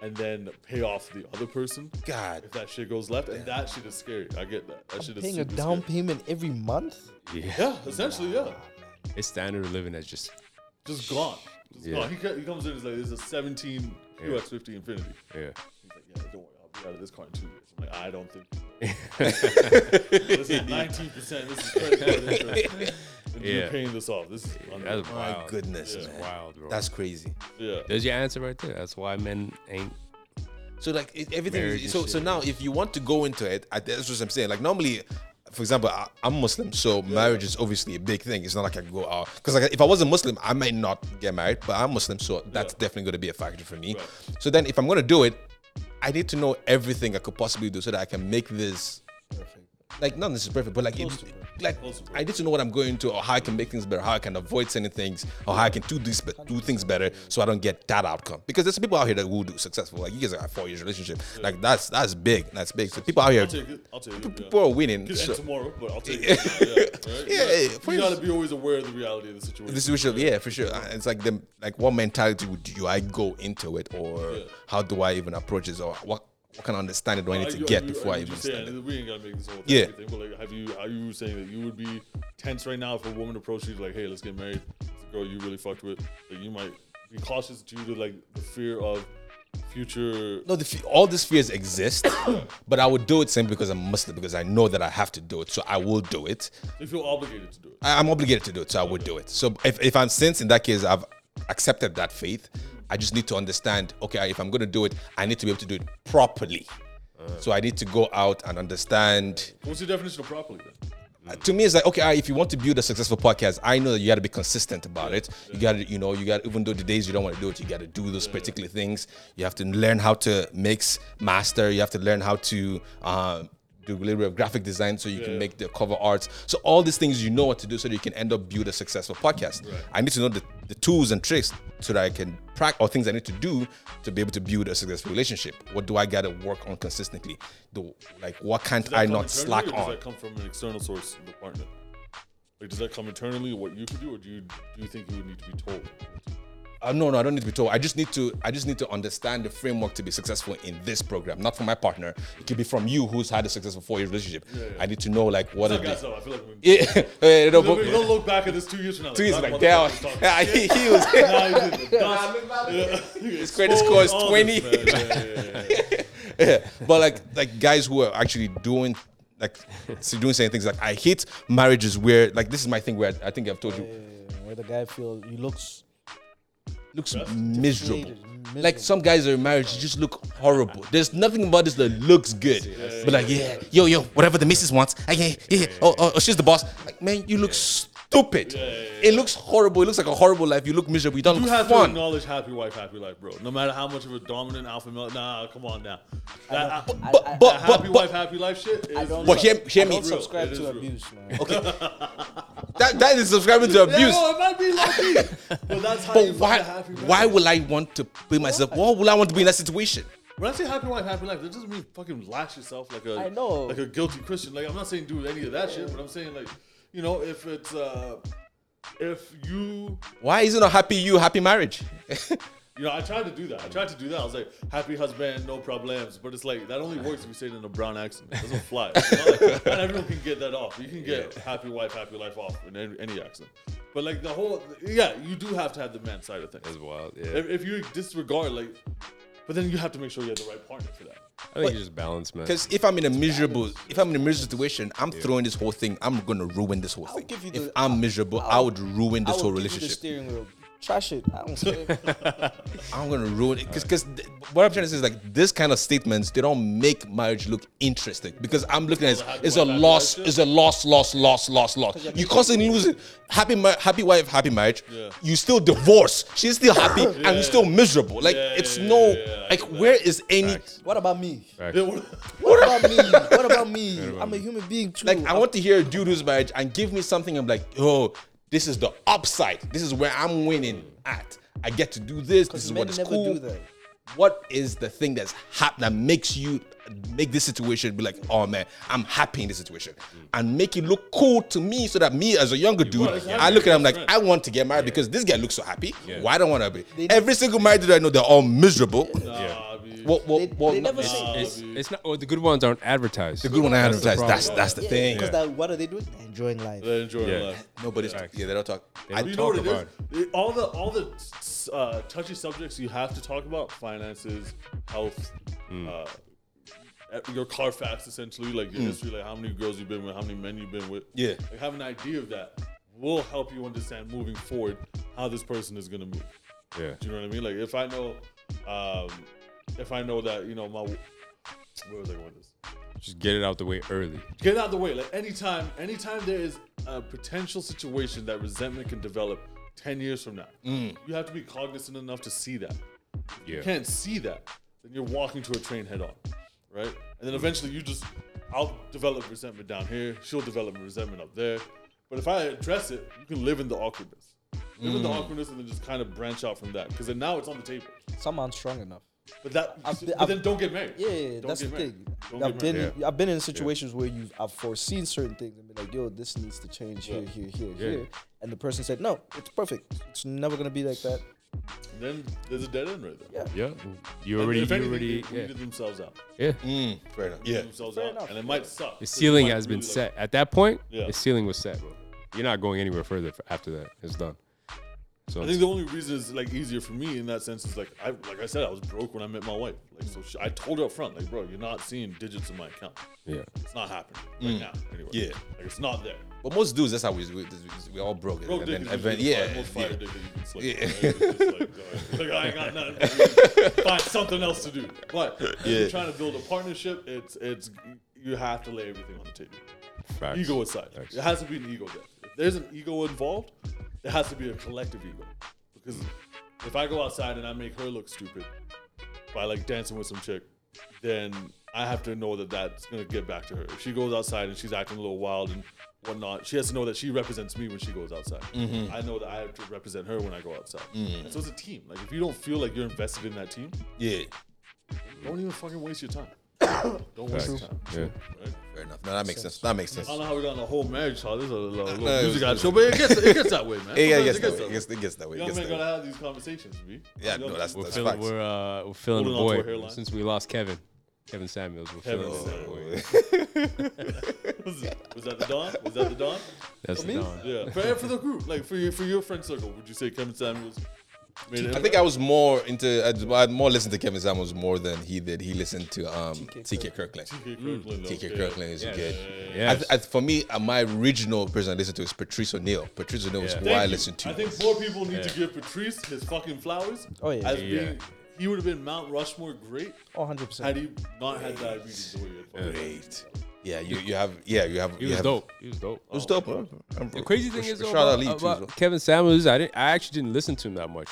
[SPEAKER 3] and then pay off the other person
[SPEAKER 4] God.
[SPEAKER 3] if that shit goes left? And that shit is scary. I get that. That shit is
[SPEAKER 5] Paying a
[SPEAKER 3] super
[SPEAKER 5] down
[SPEAKER 3] scary.
[SPEAKER 5] payment every month?
[SPEAKER 3] Yeah, essentially, yeah.
[SPEAKER 2] It's standard of living that's just
[SPEAKER 3] Just gone. Just
[SPEAKER 2] Yeah.
[SPEAKER 3] gone. He, co- he comes in. He's like, "There's a 17
[SPEAKER 2] Yeah.
[SPEAKER 3] UX50 Infinity."
[SPEAKER 2] yeah.
[SPEAKER 3] He's like, yeah, don't worry, I'll be out of this car in two years. I'm like, I
[SPEAKER 4] *laughs*
[SPEAKER 3] don't think. *laughs* this is 19%. This is credit card *laughs* interest. And
[SPEAKER 2] Yeah.
[SPEAKER 3] You're paying this off. This is unreal.
[SPEAKER 2] That's
[SPEAKER 4] Oh, My
[SPEAKER 2] wild.
[SPEAKER 4] goodness,
[SPEAKER 3] Yeah.
[SPEAKER 4] man.
[SPEAKER 2] Wild, bro.
[SPEAKER 4] That's crazy.
[SPEAKER 3] yeah.
[SPEAKER 2] There's your answer right there. That's why men ain't
[SPEAKER 4] So like it, everything.
[SPEAKER 2] Marriage
[SPEAKER 4] Is,
[SPEAKER 2] and
[SPEAKER 4] so so
[SPEAKER 2] shit,
[SPEAKER 4] now if you want to go into it, I, that's what I'm saying. Like normally, for example, I, I'm Muslim, so marriage is obviously a big thing. It's not like I go out because like if I wasn't Muslim, I might not get married. But I'm Muslim, so that's definitely going to be a factor for me. So then if I'm going to do it, I need to know everything I could possibly do so that I can make this
[SPEAKER 5] Perfect.
[SPEAKER 4] like not this is perfect, but like it, like
[SPEAKER 3] Close to
[SPEAKER 4] I need to know what I'm going to or how I can make things better, how I can avoid certain things, or how I can do this but do things better so I don't get that outcome. Because there's people out here that will do successful. Like you guys are four years relationship. Like that's that's big. That's big. So people out here
[SPEAKER 3] I'll take it. I'll take it. Yeah.
[SPEAKER 4] people are winning.
[SPEAKER 3] Could
[SPEAKER 4] So
[SPEAKER 3] end tomorrow, but I'll
[SPEAKER 4] *laughs*
[SPEAKER 3] take it. Yeah, right?
[SPEAKER 4] Yeah,
[SPEAKER 3] You
[SPEAKER 4] yeah,
[SPEAKER 3] gotta- you gotta be always aware of the reality of the situation.
[SPEAKER 4] this is yeah, for sure. Uh, It's like the like what mentality would do I go into it or how do I even approach this or what what kind of understanding do I need
[SPEAKER 3] Are
[SPEAKER 4] to
[SPEAKER 3] you-
[SPEAKER 4] get
[SPEAKER 3] are you-
[SPEAKER 4] before
[SPEAKER 3] are
[SPEAKER 4] I
[SPEAKER 3] you
[SPEAKER 4] even
[SPEAKER 3] saying-
[SPEAKER 4] stand it?
[SPEAKER 3] We ain't gotta make this whole thing.
[SPEAKER 4] Yeah.
[SPEAKER 3] everything, But like, have you? Are you saying that you would be tense right now if a woman approached you like, "Hey, let's get married"? It's a girl you really fucked with. Like, you might be cautious due to like the fear of future.
[SPEAKER 4] No, the, fe- all these fears *coughs* exist, but I would do it simply because I'm Muslim, because I know that I have to do it, so I will do it.
[SPEAKER 3] You feel obligated to do it.
[SPEAKER 4] I, I'm obligated to do it, so I would do it. So if, if I'm since in that case, I've accepted that faith. I just need to understand. Okay, if I'm going to do it, I need to be able to do it properly. so I need to go out and understand.
[SPEAKER 6] What's your definition of properly? Then?
[SPEAKER 4] To me, it's like okay, all right, if you want to build a successful podcast, I know that you got to be consistent about it. You got to, you know, you got even though the days you don't want to do it, you got to do those particular things. You have to learn how to mix, master. You have to learn how to. Um, do a little bit of graphic design so you can make the cover arts. So all these things you know what to do so that you can end up build a successful podcast. I need to know the, the tools and tricks so that I can practice or things I need to do to be able to build a successful relationship. What do I gotta work on consistently? Do like what can't
[SPEAKER 6] Does that
[SPEAKER 4] I
[SPEAKER 6] come
[SPEAKER 4] not
[SPEAKER 6] internally
[SPEAKER 4] slack
[SPEAKER 6] or Does
[SPEAKER 4] on?
[SPEAKER 6] that come from an external source, the partner? Like, does that come internally, what you could do, or do you do you think you would need to be told?
[SPEAKER 4] Uh, no, no, I don't need to be told. I just need to. I just need to understand the framework to be successful in this program. Not from my partner. It could be from you, who's had a successful four-year relationship. I need to know like what.
[SPEAKER 6] So,
[SPEAKER 4] are
[SPEAKER 6] guys,
[SPEAKER 4] the-
[SPEAKER 6] though, I feel like we
[SPEAKER 4] *laughs* Yeah, eh, no,
[SPEAKER 6] Don't
[SPEAKER 4] but-
[SPEAKER 6] look back at this two years from now.
[SPEAKER 4] Two years
[SPEAKER 6] that
[SPEAKER 4] like damn.
[SPEAKER 6] motherfucker's talking
[SPEAKER 4] Yeah, *laughs* he, he was.
[SPEAKER 6] shit. Nah, he
[SPEAKER 4] *laughs*
[SPEAKER 6] didn't. That's- *laughs* yeah.
[SPEAKER 4] His credit score is
[SPEAKER 6] All this,
[SPEAKER 4] 20.
[SPEAKER 6] man. Yeah, yeah, yeah, yeah.
[SPEAKER 4] Yeah. But like like guys who are actually doing like *laughs* so doing certain things like I hate marriages where like this is my thing where I, I think I've told you
[SPEAKER 5] where the guy feels he looks
[SPEAKER 4] looks miserable.
[SPEAKER 5] deflated,
[SPEAKER 4] Like some guys are in marriage, you just look horrible. There's nothing about this that looks good. But like, yeah, yo, yo, whatever the missus wants, I yeah, yeah, yeah. Oh, oh, oh, she's the boss. Like, man, you look stupid. It looks horrible. It looks like a horrible life. You look miserable. You don't
[SPEAKER 6] You
[SPEAKER 4] look
[SPEAKER 6] have to
[SPEAKER 4] fun.
[SPEAKER 6] acknowledge happy wife, happy life, bro. No matter how much of a dominant alpha male, nah, come on now. That,
[SPEAKER 5] don't-
[SPEAKER 6] that
[SPEAKER 5] I- I-
[SPEAKER 4] But but
[SPEAKER 6] happy
[SPEAKER 4] but,
[SPEAKER 6] wife, happy life shit is
[SPEAKER 5] I don't
[SPEAKER 4] Well, hear-
[SPEAKER 5] sub-
[SPEAKER 4] hear
[SPEAKER 5] I
[SPEAKER 4] me.
[SPEAKER 5] don't subscribe
[SPEAKER 6] It is
[SPEAKER 5] to
[SPEAKER 6] real.
[SPEAKER 5] abuse, man.
[SPEAKER 4] but that, that is subscribing to
[SPEAKER 6] Yeah,
[SPEAKER 4] abuse.
[SPEAKER 6] no, it might be
[SPEAKER 4] *laughs*
[SPEAKER 6] lucky, but that's how you
[SPEAKER 4] But
[SPEAKER 6] fuck
[SPEAKER 4] why
[SPEAKER 6] a happy man.
[SPEAKER 4] why will I want to be myself? Why would I want to be in that situation?
[SPEAKER 6] When I say happy wife, happy life, that doesn't mean fucking lash yourself like a
[SPEAKER 5] I know.
[SPEAKER 6] like a guilty Christian. Like I'm not saying do any of that shit, but I'm saying like, you know, if it's uh if you
[SPEAKER 4] Why isn't a happy you happy marriage?
[SPEAKER 6] you know, I tried to do that. I tried to do that. I was like, happy husband, no problems. But it's like that only works if you say it in a brown accent. It doesn't fly. You know, like, *laughs* not everyone can get that off. You can get happy wife, happy life off in any, any accent. But like the whole yeah, you do have to have the man side of things.
[SPEAKER 2] That's wild. Yeah.
[SPEAKER 6] If, if you disregard like but then you have to make sure you have the right partner for that.
[SPEAKER 2] I think it's just balance, man.
[SPEAKER 4] Because if I'm in a miserable, if I'm in a miserable situation, I'm throwing this whole thing. I'm gonna ruin this whole
[SPEAKER 5] I'll
[SPEAKER 4] thing.
[SPEAKER 5] give you
[SPEAKER 4] if
[SPEAKER 5] the-
[SPEAKER 4] I'm miserable, I would ruin
[SPEAKER 5] I
[SPEAKER 4] this
[SPEAKER 5] will
[SPEAKER 4] whole
[SPEAKER 5] give you the
[SPEAKER 4] relationship.
[SPEAKER 5] steering wheel. Trash it. I don't care.
[SPEAKER 4] *laughs* I'm gonna ruin it because what I'm trying to say is like this kind of statements they don't make marriage look interesting because I'm looking at it,
[SPEAKER 6] happy
[SPEAKER 4] it's a
[SPEAKER 6] wife, happy
[SPEAKER 4] loss,
[SPEAKER 6] life,
[SPEAKER 4] it's a loss, loss, loss, loss, loss. You constantly lose it. Happy, mar- happy wife, happy marriage. You still divorce. She's still happy and you're still miserable. Like
[SPEAKER 6] Yeah,
[SPEAKER 4] it's
[SPEAKER 6] yeah,
[SPEAKER 4] no
[SPEAKER 6] yeah, yeah, I
[SPEAKER 4] like
[SPEAKER 6] get that.
[SPEAKER 4] where is any
[SPEAKER 2] Facts.
[SPEAKER 5] what about me?
[SPEAKER 6] Yeah, *laughs* what-
[SPEAKER 5] What about me? What about me? I'm a human being too.
[SPEAKER 4] like I want to hear a dude who's marriage and give me something. I'm like, oh, this is the upside. This is where I'm winning at. I get to do this. This is
[SPEAKER 5] men
[SPEAKER 4] what is
[SPEAKER 5] never
[SPEAKER 4] cool.
[SPEAKER 5] do that.
[SPEAKER 4] What is the thing that's hap- that makes you make this situation be like, oh man, I'm happy in this situation, and make it look cool to me, so that me as a younger dude,
[SPEAKER 6] it's
[SPEAKER 4] I
[SPEAKER 6] happy,
[SPEAKER 4] look at him
[SPEAKER 6] it's
[SPEAKER 4] like, I want to get married because this guy looks so happy. Why don't want to be?
[SPEAKER 5] They-
[SPEAKER 4] Every single married dude I know, they're all miserable.
[SPEAKER 6] Nah, dude.
[SPEAKER 4] Well, well,
[SPEAKER 5] They-
[SPEAKER 4] well,
[SPEAKER 5] they
[SPEAKER 4] no-
[SPEAKER 5] never
[SPEAKER 4] it's-
[SPEAKER 5] say-
[SPEAKER 2] It's, it's not. Well, the good ones aren't advertised.
[SPEAKER 4] the good one I
[SPEAKER 2] That's the
[SPEAKER 4] advertise. That's
[SPEAKER 2] problem.
[SPEAKER 4] that's the thing.
[SPEAKER 5] Because that what are they doing? They're enjoying life.
[SPEAKER 6] They're enjoying
[SPEAKER 2] Yeah.
[SPEAKER 6] life.
[SPEAKER 4] Nobody's
[SPEAKER 2] Facts.
[SPEAKER 4] yeah, they don't talk. I,
[SPEAKER 2] don't
[SPEAKER 6] You know what
[SPEAKER 2] Talk
[SPEAKER 6] it is?
[SPEAKER 2] about
[SPEAKER 6] It- All the all the s- uh, touchy subjects you have to talk about: finances, health,
[SPEAKER 2] Mm.
[SPEAKER 6] uh, e- your Carfax, essentially, like your history, like how many girls you've been with, how many men you've been with.
[SPEAKER 4] Yeah.
[SPEAKER 6] like, have an idea of that will help you understand moving forward how this person is gonna move.
[SPEAKER 2] Yeah.
[SPEAKER 6] Do you know what I mean? Like if I know, um, if I know that you know my where was I going with this?
[SPEAKER 2] Just get it out the way early.
[SPEAKER 6] get out of the way. Like anytime, anytime there is a potential situation that resentment can develop ten years from now,
[SPEAKER 5] Mm.
[SPEAKER 6] you have to be cognizant enough to see that. You
[SPEAKER 2] Yeah.
[SPEAKER 6] can't see that, then you're walking to a train head on, right? And then eventually you just, I'll develop resentment down here. She'll develop resentment up there. But if I address it, you can live in the awkwardness. Live in the
[SPEAKER 5] Mm.
[SPEAKER 6] awkwardness and then just kind of branch out from that. Because then now it's on the table.
[SPEAKER 5] Some aren't strong enough.
[SPEAKER 6] But that,
[SPEAKER 5] I've-
[SPEAKER 6] but
[SPEAKER 5] I've-
[SPEAKER 6] then don't get married.
[SPEAKER 5] Yeah, yeah, yeah,
[SPEAKER 6] Don't
[SPEAKER 5] that's the
[SPEAKER 6] get married.
[SPEAKER 5] thing.
[SPEAKER 6] Don't
[SPEAKER 5] I've
[SPEAKER 6] get married.
[SPEAKER 5] been I've been in situations where you have I've foreseen certain things and been like, yo, this needs to change here, here, here, here. And the person said, no, it's perfect. It's never gonna be like that.
[SPEAKER 6] Then there's a dead end right there.
[SPEAKER 5] Yeah.
[SPEAKER 2] Yeah. You already.
[SPEAKER 6] if
[SPEAKER 2] You
[SPEAKER 6] anything,
[SPEAKER 2] already.
[SPEAKER 6] they
[SPEAKER 2] Yeah.
[SPEAKER 6] weeded themselves out.
[SPEAKER 2] yeah.
[SPEAKER 4] Mm, fair enough. Yeah.
[SPEAKER 6] themselves
[SPEAKER 5] Fair
[SPEAKER 6] out,
[SPEAKER 5] enough.
[SPEAKER 6] and it might suck.
[SPEAKER 2] The
[SPEAKER 6] 'cause it
[SPEAKER 2] ceiling
[SPEAKER 6] might
[SPEAKER 2] has been
[SPEAKER 6] really, like,
[SPEAKER 2] set. At that point,
[SPEAKER 6] Yeah.
[SPEAKER 2] the ceiling was set, bro. You're not going anywhere further f- after that. It's done. So
[SPEAKER 6] I think the only reason is like easier for me in that sense is like I like I said I was broke when I met my wife. Like so, she, I told her up front, like, bro, you're not seeing digits in my account.
[SPEAKER 2] yeah,
[SPEAKER 6] It's not happening right now. Anyway.
[SPEAKER 4] Mm. Yeah.
[SPEAKER 6] like it's not there.
[SPEAKER 4] But most dudes, that's how we we, we all broke.
[SPEAKER 6] Broke
[SPEAKER 4] and
[SPEAKER 6] dick
[SPEAKER 4] then
[SPEAKER 6] is
[SPEAKER 4] even-
[SPEAKER 6] usually the
[SPEAKER 4] yeah,
[SPEAKER 6] fi- most
[SPEAKER 4] yeah.
[SPEAKER 6] fire dick that you can slip,
[SPEAKER 4] Yeah.
[SPEAKER 6] right?
[SPEAKER 4] *laughs*
[SPEAKER 6] It's just *laughs* like, uh, all right, like, I ain't got nothing. Find something else to do. But if
[SPEAKER 4] Yeah.
[SPEAKER 6] you're trying to build a partnership, it's it's you have to lay everything on the table.
[SPEAKER 2] facts.
[SPEAKER 6] Ego aside,
[SPEAKER 2] Facts.
[SPEAKER 6] it has to be an ego death. If there's an ego involved, it has to be a collective ego. Because if I go outside and I make her look stupid by like dancing with some chick, then I have to know that that's gonna get back to her. If she goes outside and she's acting a little wild and whatnot, she has to know that she represents me when she goes outside.
[SPEAKER 4] Mm-hmm.
[SPEAKER 6] I know that I have to represent her when I go outside. And so it's a team. Like if you don't feel like you're invested in that team,
[SPEAKER 4] yeah.
[SPEAKER 6] don't even fucking waste your time. don't waste
[SPEAKER 2] Facts.
[SPEAKER 6] your time.
[SPEAKER 2] Yeah.
[SPEAKER 6] Right?
[SPEAKER 4] Fair enough. No, that makes sense. That makes sense.
[SPEAKER 6] I don't know how we got on the whole marriage talk. This is a little, little
[SPEAKER 4] *laughs* No, it
[SPEAKER 6] music
[SPEAKER 4] was-
[SPEAKER 6] out show, but it gets it gets that way, man.
[SPEAKER 4] *laughs* Yeah, yeah,
[SPEAKER 6] Sometimes
[SPEAKER 4] it gets that way. It gets, it gets that way.
[SPEAKER 6] You
[SPEAKER 4] It
[SPEAKER 6] know what
[SPEAKER 4] gets
[SPEAKER 6] I mean?
[SPEAKER 4] that
[SPEAKER 6] Gotta
[SPEAKER 4] way.
[SPEAKER 6] have these conversations, B.
[SPEAKER 4] Yeah,
[SPEAKER 6] You know
[SPEAKER 4] no,
[SPEAKER 6] what I
[SPEAKER 4] that's
[SPEAKER 6] mean?
[SPEAKER 2] We're
[SPEAKER 4] that's
[SPEAKER 2] feeling,
[SPEAKER 4] facts.
[SPEAKER 2] we're, uh, we're feeling the
[SPEAKER 6] Holding onto a
[SPEAKER 2] void
[SPEAKER 6] hairline.
[SPEAKER 2] since we lost Kevin. Kevin Samuels. We're
[SPEAKER 6] Kevin
[SPEAKER 2] feeling the
[SPEAKER 6] Samuels.
[SPEAKER 2] void.
[SPEAKER 6] was, it- was that the Don? Was that the Don?
[SPEAKER 2] That's the dawn.
[SPEAKER 6] *laughs* Yeah.
[SPEAKER 4] *laughs*
[SPEAKER 6] For, for the group, like for your for your friend circle, would you say Kevin Samuels? Made an
[SPEAKER 4] I think I was more into. I'd, I'd more listened to Kevin Samuels more than he did. He listened to um, T.K. Kirkland.
[SPEAKER 6] impact? Kirkland, though.
[SPEAKER 4] T.K.
[SPEAKER 6] Yeah.
[SPEAKER 4] Kirkland is good. I
[SPEAKER 2] Yes.
[SPEAKER 4] th- I, for me, uh, my original person I listened to is Patrice O'Neill. Patrice O'Neill is
[SPEAKER 2] Yeah.
[SPEAKER 4] who
[SPEAKER 6] Thank
[SPEAKER 4] I
[SPEAKER 6] you.
[SPEAKER 4] listened to.
[SPEAKER 6] I think more people need to give Patrice his fucking flowers.
[SPEAKER 5] Oh, yeah.
[SPEAKER 6] As
[SPEAKER 2] Yeah.
[SPEAKER 6] being, he would have been Mount Rushmore great
[SPEAKER 5] 100
[SPEAKER 6] had
[SPEAKER 5] percent.
[SPEAKER 6] he not had diabetes. the way he had fucking.
[SPEAKER 4] Great. Yeah, you, you have. Yeah, you have.
[SPEAKER 2] He
[SPEAKER 4] you
[SPEAKER 2] was
[SPEAKER 4] have-
[SPEAKER 2] dope. He was dope.
[SPEAKER 4] It was dope. huh? I'm-
[SPEAKER 2] The crazy thing is, though,
[SPEAKER 4] Rashad
[SPEAKER 2] about,
[SPEAKER 4] Ali, too,
[SPEAKER 2] about
[SPEAKER 4] though.
[SPEAKER 2] Kevin Samuels, I didn't. I actually didn't listen to him that much.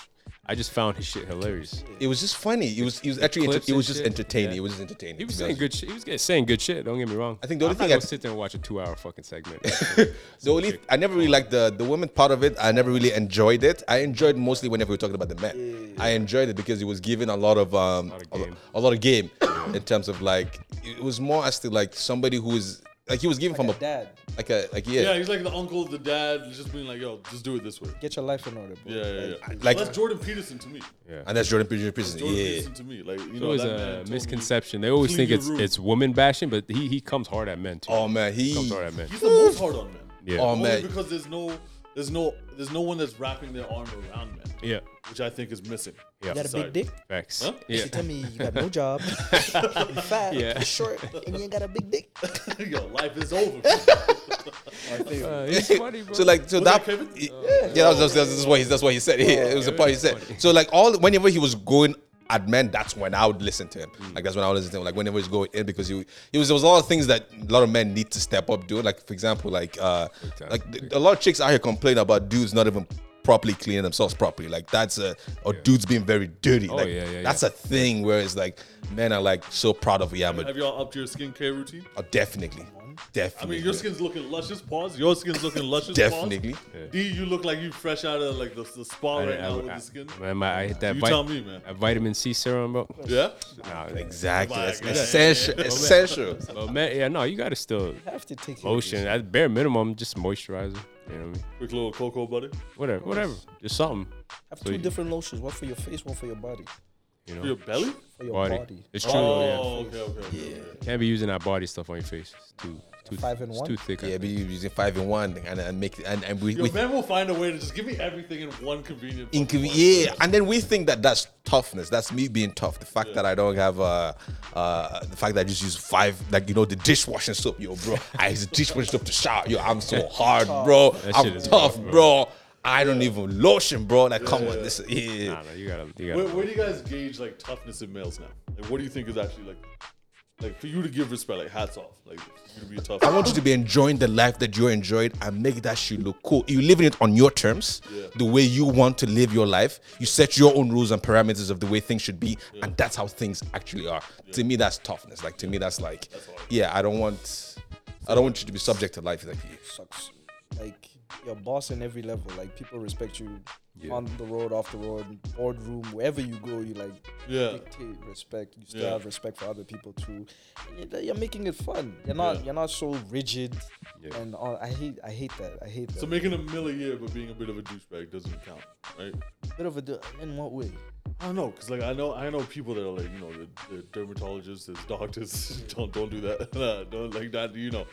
[SPEAKER 2] I just found his shit hilarious.
[SPEAKER 4] It was just funny. It was. It was actually.
[SPEAKER 2] clips
[SPEAKER 4] Enter- it was
[SPEAKER 2] and
[SPEAKER 4] just
[SPEAKER 2] shit.
[SPEAKER 4] entertaining.
[SPEAKER 2] Yeah.
[SPEAKER 4] It was just entertaining.
[SPEAKER 2] He was
[SPEAKER 4] to be
[SPEAKER 2] saying
[SPEAKER 4] honest.
[SPEAKER 2] good shit. He was getting- saying good shit. Don't get me wrong.
[SPEAKER 4] I think the only
[SPEAKER 2] I'm
[SPEAKER 4] thing
[SPEAKER 2] not
[SPEAKER 4] I-
[SPEAKER 2] gonna sit there and watch a two-hour fucking
[SPEAKER 4] *laughs*
[SPEAKER 2] segment.
[SPEAKER 4] The only. I never really liked the the women part of it. I never really enjoyed it. I enjoyed mostly whenever we were talking about the men. I enjoyed it because it was giving a lot of um
[SPEAKER 2] Lot of
[SPEAKER 4] a,
[SPEAKER 2] game.
[SPEAKER 4] a lot of game *coughs* in terms of like it was more as to like somebody who is like he was giving
[SPEAKER 5] From
[SPEAKER 4] from
[SPEAKER 5] a dad,
[SPEAKER 4] a like a like
[SPEAKER 6] Yeah,
[SPEAKER 4] yeah.
[SPEAKER 6] he's like the uncle, the dad, just being like, yo, just do it this way.
[SPEAKER 5] get your life in order, bro.
[SPEAKER 6] Yeah, yeah, yeah.
[SPEAKER 4] Like-
[SPEAKER 6] that's Jordan Peterson to me.
[SPEAKER 2] yeah.
[SPEAKER 4] And that's Jordan Peterson.
[SPEAKER 6] Jordan
[SPEAKER 4] Yeah.
[SPEAKER 6] Peterson to me, like you
[SPEAKER 2] It
[SPEAKER 6] know,
[SPEAKER 2] was
[SPEAKER 6] that man
[SPEAKER 2] a
[SPEAKER 6] told me-
[SPEAKER 2] misconception. They always
[SPEAKER 6] "Clean
[SPEAKER 2] think
[SPEAKER 6] your
[SPEAKER 2] it's
[SPEAKER 6] room."
[SPEAKER 2] it's woman bashing, but he he comes hard at men too.
[SPEAKER 4] Oh man, he.
[SPEAKER 2] comes hard at men.
[SPEAKER 6] He's the most hard on men.
[SPEAKER 2] Yeah.
[SPEAKER 4] Oh
[SPEAKER 6] Only
[SPEAKER 4] man,
[SPEAKER 6] because there's no, there's no, there's no one that's wrapping their arm around men,
[SPEAKER 2] Yeah.
[SPEAKER 6] which I think is missing.
[SPEAKER 2] Yeah.
[SPEAKER 5] You got a
[SPEAKER 6] Sorry.
[SPEAKER 5] big dick?
[SPEAKER 2] Facts.
[SPEAKER 6] Huh?
[SPEAKER 4] *laughs*
[SPEAKER 2] Yeah.
[SPEAKER 5] She tell me you got
[SPEAKER 2] *laughs*
[SPEAKER 5] no job, you fat,
[SPEAKER 2] Yeah.
[SPEAKER 5] you short, and you ain't got a big dick.
[SPEAKER 6] Yo, life is over.
[SPEAKER 2] Uh, it's funny, bro.
[SPEAKER 4] *laughs* So like, so
[SPEAKER 6] Was that
[SPEAKER 4] that,
[SPEAKER 6] Kevin?
[SPEAKER 4] yeah, that was, that's, that's what he, that's what he said. Yeah, it was a part he said. So like, all whenever he was going at men, that's when I would listen to him.
[SPEAKER 6] Hmm.
[SPEAKER 4] Like that's when I would listen to him. Like whenever he's going in, because he, he was there was a lot of things that a lot of men need to step up doing. Like for example, like uh,
[SPEAKER 2] time.
[SPEAKER 4] like th- a lot of chicks out here complain about dudes not even properly cleaning themselves properly. Like that's a or dudes being very
[SPEAKER 6] Oh,
[SPEAKER 4] dirty. like
[SPEAKER 2] yeah, yeah,
[SPEAKER 4] that's a thing. Where it's like men are like so proud of yeah, but
[SPEAKER 6] Have y'all upped your skincare routine?
[SPEAKER 4] oh, definitely,
[SPEAKER 6] I
[SPEAKER 4] definitely.
[SPEAKER 6] mean, your skin's looking luscious. Pause. Your skin's looking luscious.
[SPEAKER 4] Definitely.
[SPEAKER 6] Pause. D, you look like you fresh out of like the, the spa right now with the skin.
[SPEAKER 2] man, my, I hit that,
[SPEAKER 6] You
[SPEAKER 2] vit-
[SPEAKER 6] tell me, man.
[SPEAKER 2] that vitamin C serum,
[SPEAKER 4] *laughs*
[SPEAKER 2] bro.
[SPEAKER 6] Yeah.
[SPEAKER 2] Nah,
[SPEAKER 4] Exactly.
[SPEAKER 6] My
[SPEAKER 4] That's
[SPEAKER 6] God.
[SPEAKER 4] essential. Essential.
[SPEAKER 2] but man, yeah, no, you gotta still
[SPEAKER 5] You have to take care of
[SPEAKER 2] lotion
[SPEAKER 5] yourself.
[SPEAKER 2] at bare minimum, just moisturizer. You know what I mean?
[SPEAKER 6] Quick little cocoa butter.
[SPEAKER 2] Whatever, whatever, just something.
[SPEAKER 5] Have
[SPEAKER 2] So
[SPEAKER 5] two
[SPEAKER 2] you-
[SPEAKER 5] different lotions, one for your face, one for your body.
[SPEAKER 2] You
[SPEAKER 6] For your
[SPEAKER 2] know,
[SPEAKER 6] belly.
[SPEAKER 5] For your
[SPEAKER 2] body.
[SPEAKER 5] body.
[SPEAKER 2] It's true. yeah.
[SPEAKER 6] Oh, okay, okay. okay, okay.
[SPEAKER 2] Can't be using that body stuff on your face. It's too, too
[SPEAKER 5] Five in
[SPEAKER 2] it's
[SPEAKER 5] one?
[SPEAKER 2] Too thick.
[SPEAKER 4] Yeah, be using five in one and, and make and, and we,
[SPEAKER 6] Yo,
[SPEAKER 4] we
[SPEAKER 6] man will find a way to just give me everything in one convenient. fucking
[SPEAKER 4] inconven-
[SPEAKER 6] place.
[SPEAKER 4] yeah, and then we think that that's toughness. That's me being tough. The fact that I don't have uh, uh, the fact that I just use five, like you know, the dishwashing soap, yo, bro. I use dishwashing soap to shower. Yo, I'm so hard, bro.
[SPEAKER 2] That shit
[SPEAKER 4] I'm
[SPEAKER 2] is
[SPEAKER 4] tough,
[SPEAKER 2] tough,
[SPEAKER 4] bro. I don't even lotion, bro. Like, come on, this. Yeah.
[SPEAKER 2] Nah, nah, you gotta, you gotta.
[SPEAKER 6] Where, where do you guys gauge like toughness in males now? Like, what do you think is actually like, like for you to give respect? Like, hats off. Like, for you to be a tough.
[SPEAKER 4] I want you to be enjoying the life that you're enjoying and make that shit look cool. You're living it on your terms, the way you want to live your life. You set your own rules and parameters of the way things should be, and that's how things actually are. To me, that's toughness. Like to me, that's like, yeah, I don't want, I don't want you to be subject to life like you.
[SPEAKER 5] Sucks. Like your boss in every level. Like people respect you on the road, off the road, boardroom, wherever you go. You like
[SPEAKER 6] Yeah.
[SPEAKER 5] dictate respect. You still
[SPEAKER 6] Yeah.
[SPEAKER 5] have respect for other people too. And You're, you're making it fun. You're not. You're not so rigid. And all, I hate. I hate that. I hate that.
[SPEAKER 6] So making a mill a year but being a bit of a douchebag doesn't count, right?
[SPEAKER 5] bit of a d- in what way?
[SPEAKER 6] I don't know, cause like I know I know people that are like you know the, the dermatologists, there's doctors, *laughs* don't don't do that, Nah, don't like that, you know.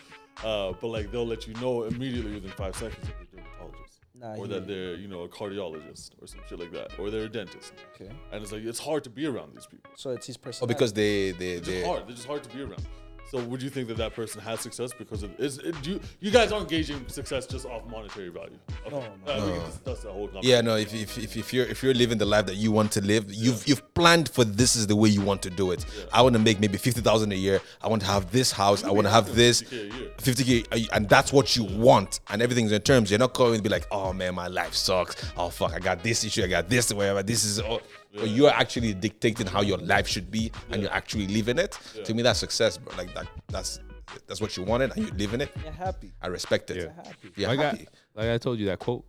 [SPEAKER 6] Uh, but like they'll let you know immediately within five seconds if they're dermatologists.
[SPEAKER 5] Nah,
[SPEAKER 6] or
[SPEAKER 5] he-
[SPEAKER 6] that they're you know a cardiologist or some shit like that, or they're a dentist.
[SPEAKER 5] Okay.
[SPEAKER 6] And it's like it's hard to be around these people.
[SPEAKER 5] So it's his personality.
[SPEAKER 4] Or Oh, because they they
[SPEAKER 6] It's just
[SPEAKER 4] they.
[SPEAKER 6] hard. They're just hard to be around. So would you think that that person has success because of is it, do you, you guys aren't gauging success just off monetary value? Okay.
[SPEAKER 5] No,
[SPEAKER 6] Uh, we can discuss that whole
[SPEAKER 4] Yeah, no. If, if, if, if you're if you're living the life that you want to live, you've you've planned for this is the way you want to do it. I want to make maybe fifty thousand a year. I want to have this house. I want to have this
[SPEAKER 6] 50K a year.
[SPEAKER 4] fifty k, and that's what you want. And everything's in terms. You're not going to be like, oh man, my life sucks. Oh fuck, I got this issue. I got this. Whatever. This is. all But you're actually dictating how your life should be, and you're actually living it. To me, that's success, bro. Like that. That's that's what you wanted, and you're living it.
[SPEAKER 5] They're happy.
[SPEAKER 4] I respect it.
[SPEAKER 2] Yeah.
[SPEAKER 5] Happy.
[SPEAKER 4] You're
[SPEAKER 2] like
[SPEAKER 4] happy.
[SPEAKER 2] I, like I told you that quote.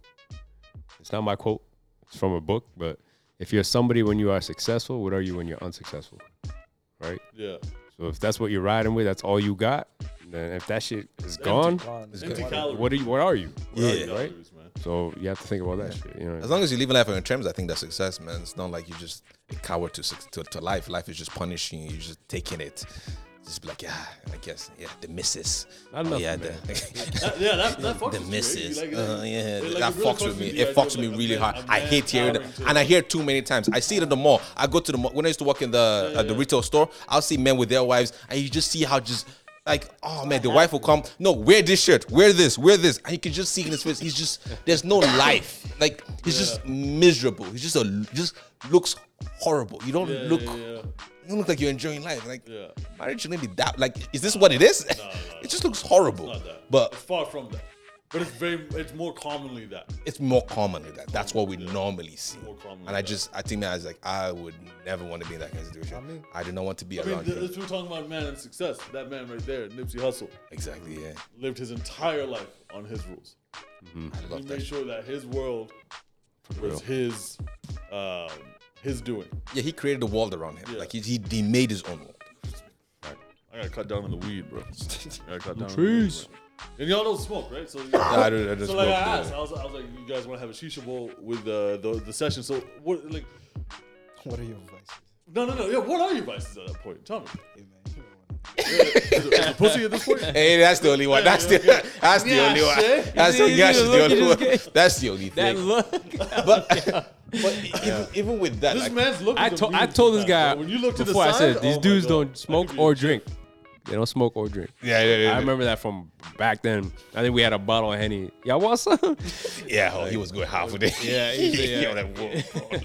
[SPEAKER 2] It's not my quote. It's from a book, but if you're somebody when you are successful, what are you when you're unsuccessful? Right?
[SPEAKER 6] Yeah.
[SPEAKER 2] So if that's what you're riding with, that's all you got, then if that shit is gone,
[SPEAKER 5] Gone.
[SPEAKER 2] it's
[SPEAKER 6] Empty
[SPEAKER 2] gone.
[SPEAKER 6] calories.
[SPEAKER 2] what are you what are you? What are
[SPEAKER 4] Yeah.
[SPEAKER 2] you, right?
[SPEAKER 6] Calories, man.
[SPEAKER 2] So you have to think about that shit. You know,
[SPEAKER 4] As long as you live life on your terms, I think that's success, man. It's not like you just a coward to, suc- to to life. Life is just punishing you. You're just taking it. Just be like, yeah, I guess, yeah, the missus.
[SPEAKER 2] Not
[SPEAKER 4] oh,
[SPEAKER 2] nothing,
[SPEAKER 4] yeah,
[SPEAKER 2] man.
[SPEAKER 4] *laughs* the,
[SPEAKER 6] That- *laughs* yeah, that, that fucks
[SPEAKER 4] the
[SPEAKER 6] with you, eh?
[SPEAKER 4] missus.
[SPEAKER 6] You like
[SPEAKER 4] Uh, yeah,
[SPEAKER 6] It, like,
[SPEAKER 4] that
[SPEAKER 6] it really
[SPEAKER 4] fucks with me.
[SPEAKER 6] with the
[SPEAKER 4] It fucks
[SPEAKER 6] idea
[SPEAKER 4] with me
[SPEAKER 6] of, like,
[SPEAKER 4] really
[SPEAKER 6] a
[SPEAKER 4] hard.
[SPEAKER 6] man
[SPEAKER 4] I hate hearing that,
[SPEAKER 6] powering to-
[SPEAKER 4] and I hear it too many times. I see it in the mall. I go to the mall when I used to work in the at the retail store. I'll see men with their wives, and you just see how just. Like, oh man, the wife will come. No, wear this shirt. Wear this. Wear this. And you can just see in his face. He's just there's no life. Like he's just miserable. He's just a just looks horrible. You don't
[SPEAKER 6] Yeah,
[SPEAKER 4] look.
[SPEAKER 6] yeah, yeah.
[SPEAKER 4] You don't look like you're enjoying life. Like
[SPEAKER 6] Yeah.
[SPEAKER 4] marriage shouldn't be that. Like, is this what it is? *laughs* it just looks horrible.
[SPEAKER 6] Not that.
[SPEAKER 4] But
[SPEAKER 6] it's far from that. But it's very it's more commonly that.
[SPEAKER 4] it's more common with that. That's what we normally see.
[SPEAKER 6] More common
[SPEAKER 4] And I
[SPEAKER 6] with
[SPEAKER 4] just, I think, man, I was like, I would never want to be in that kind of situation. I, do not want to be
[SPEAKER 6] I mean,
[SPEAKER 4] around
[SPEAKER 6] th-
[SPEAKER 4] you.
[SPEAKER 6] if we're talking about man and success, that man right there, Nipsey Hussle,
[SPEAKER 4] Exactly, yeah.
[SPEAKER 6] lived his entire life on his rules.
[SPEAKER 4] I
[SPEAKER 6] He
[SPEAKER 4] love that.
[SPEAKER 6] made
[SPEAKER 4] shit.
[SPEAKER 6] sure that his world was his um, his doing.
[SPEAKER 4] Yeah, he created a world around him.
[SPEAKER 6] Yeah.
[SPEAKER 4] Like, he, he, he made his own world.
[SPEAKER 6] I gotta cut down on the weed, bro. *laughs* I gotta cut down trees. And y'all don't smoke, right? *laughs* So,
[SPEAKER 4] I don't- I don't
[SPEAKER 6] so like I
[SPEAKER 4] smoke,
[SPEAKER 6] asked,
[SPEAKER 4] no.
[SPEAKER 6] I was, I was like, you guys want to have a shisha bowl with the, the the session? So what, like,
[SPEAKER 5] What are your vices?
[SPEAKER 6] no, no, no, yeah. What are your vices at that point? Tell me.
[SPEAKER 5] Hey, man.
[SPEAKER 6] Is it- is it pussy at this point?
[SPEAKER 4] Hey, that's the only one. That's the *laughs* that's the
[SPEAKER 2] Yeah,
[SPEAKER 4] only
[SPEAKER 2] shit.
[SPEAKER 4] one. That's the,
[SPEAKER 2] You see- you
[SPEAKER 4] yeah,
[SPEAKER 2] see
[SPEAKER 4] she's
[SPEAKER 2] the
[SPEAKER 4] the
[SPEAKER 2] look you
[SPEAKER 4] only one.
[SPEAKER 2] just gave?
[SPEAKER 4] That's the only thing.
[SPEAKER 2] look.
[SPEAKER 6] *laughs*
[SPEAKER 4] but *laughs* but e- even, even with that,
[SPEAKER 6] This
[SPEAKER 4] like,
[SPEAKER 6] man's
[SPEAKER 2] *laughs*
[SPEAKER 6] looking.
[SPEAKER 2] I told I told this guy
[SPEAKER 6] When you look to the
[SPEAKER 2] before
[SPEAKER 6] side,
[SPEAKER 2] I said these
[SPEAKER 6] oh my
[SPEAKER 2] dudes
[SPEAKER 6] God.
[SPEAKER 2] don't smoke or drink. They don't smoke or drink.
[SPEAKER 4] yeah, yeah, yeah.
[SPEAKER 2] I remember that from back then. I think we had a bottle of henny. Y'all want some? *laughs*
[SPEAKER 4] yeah, oh, he was going half with it. *laughs*
[SPEAKER 2] Yeah, he- yeah.
[SPEAKER 4] yeah, like, whoa, bro.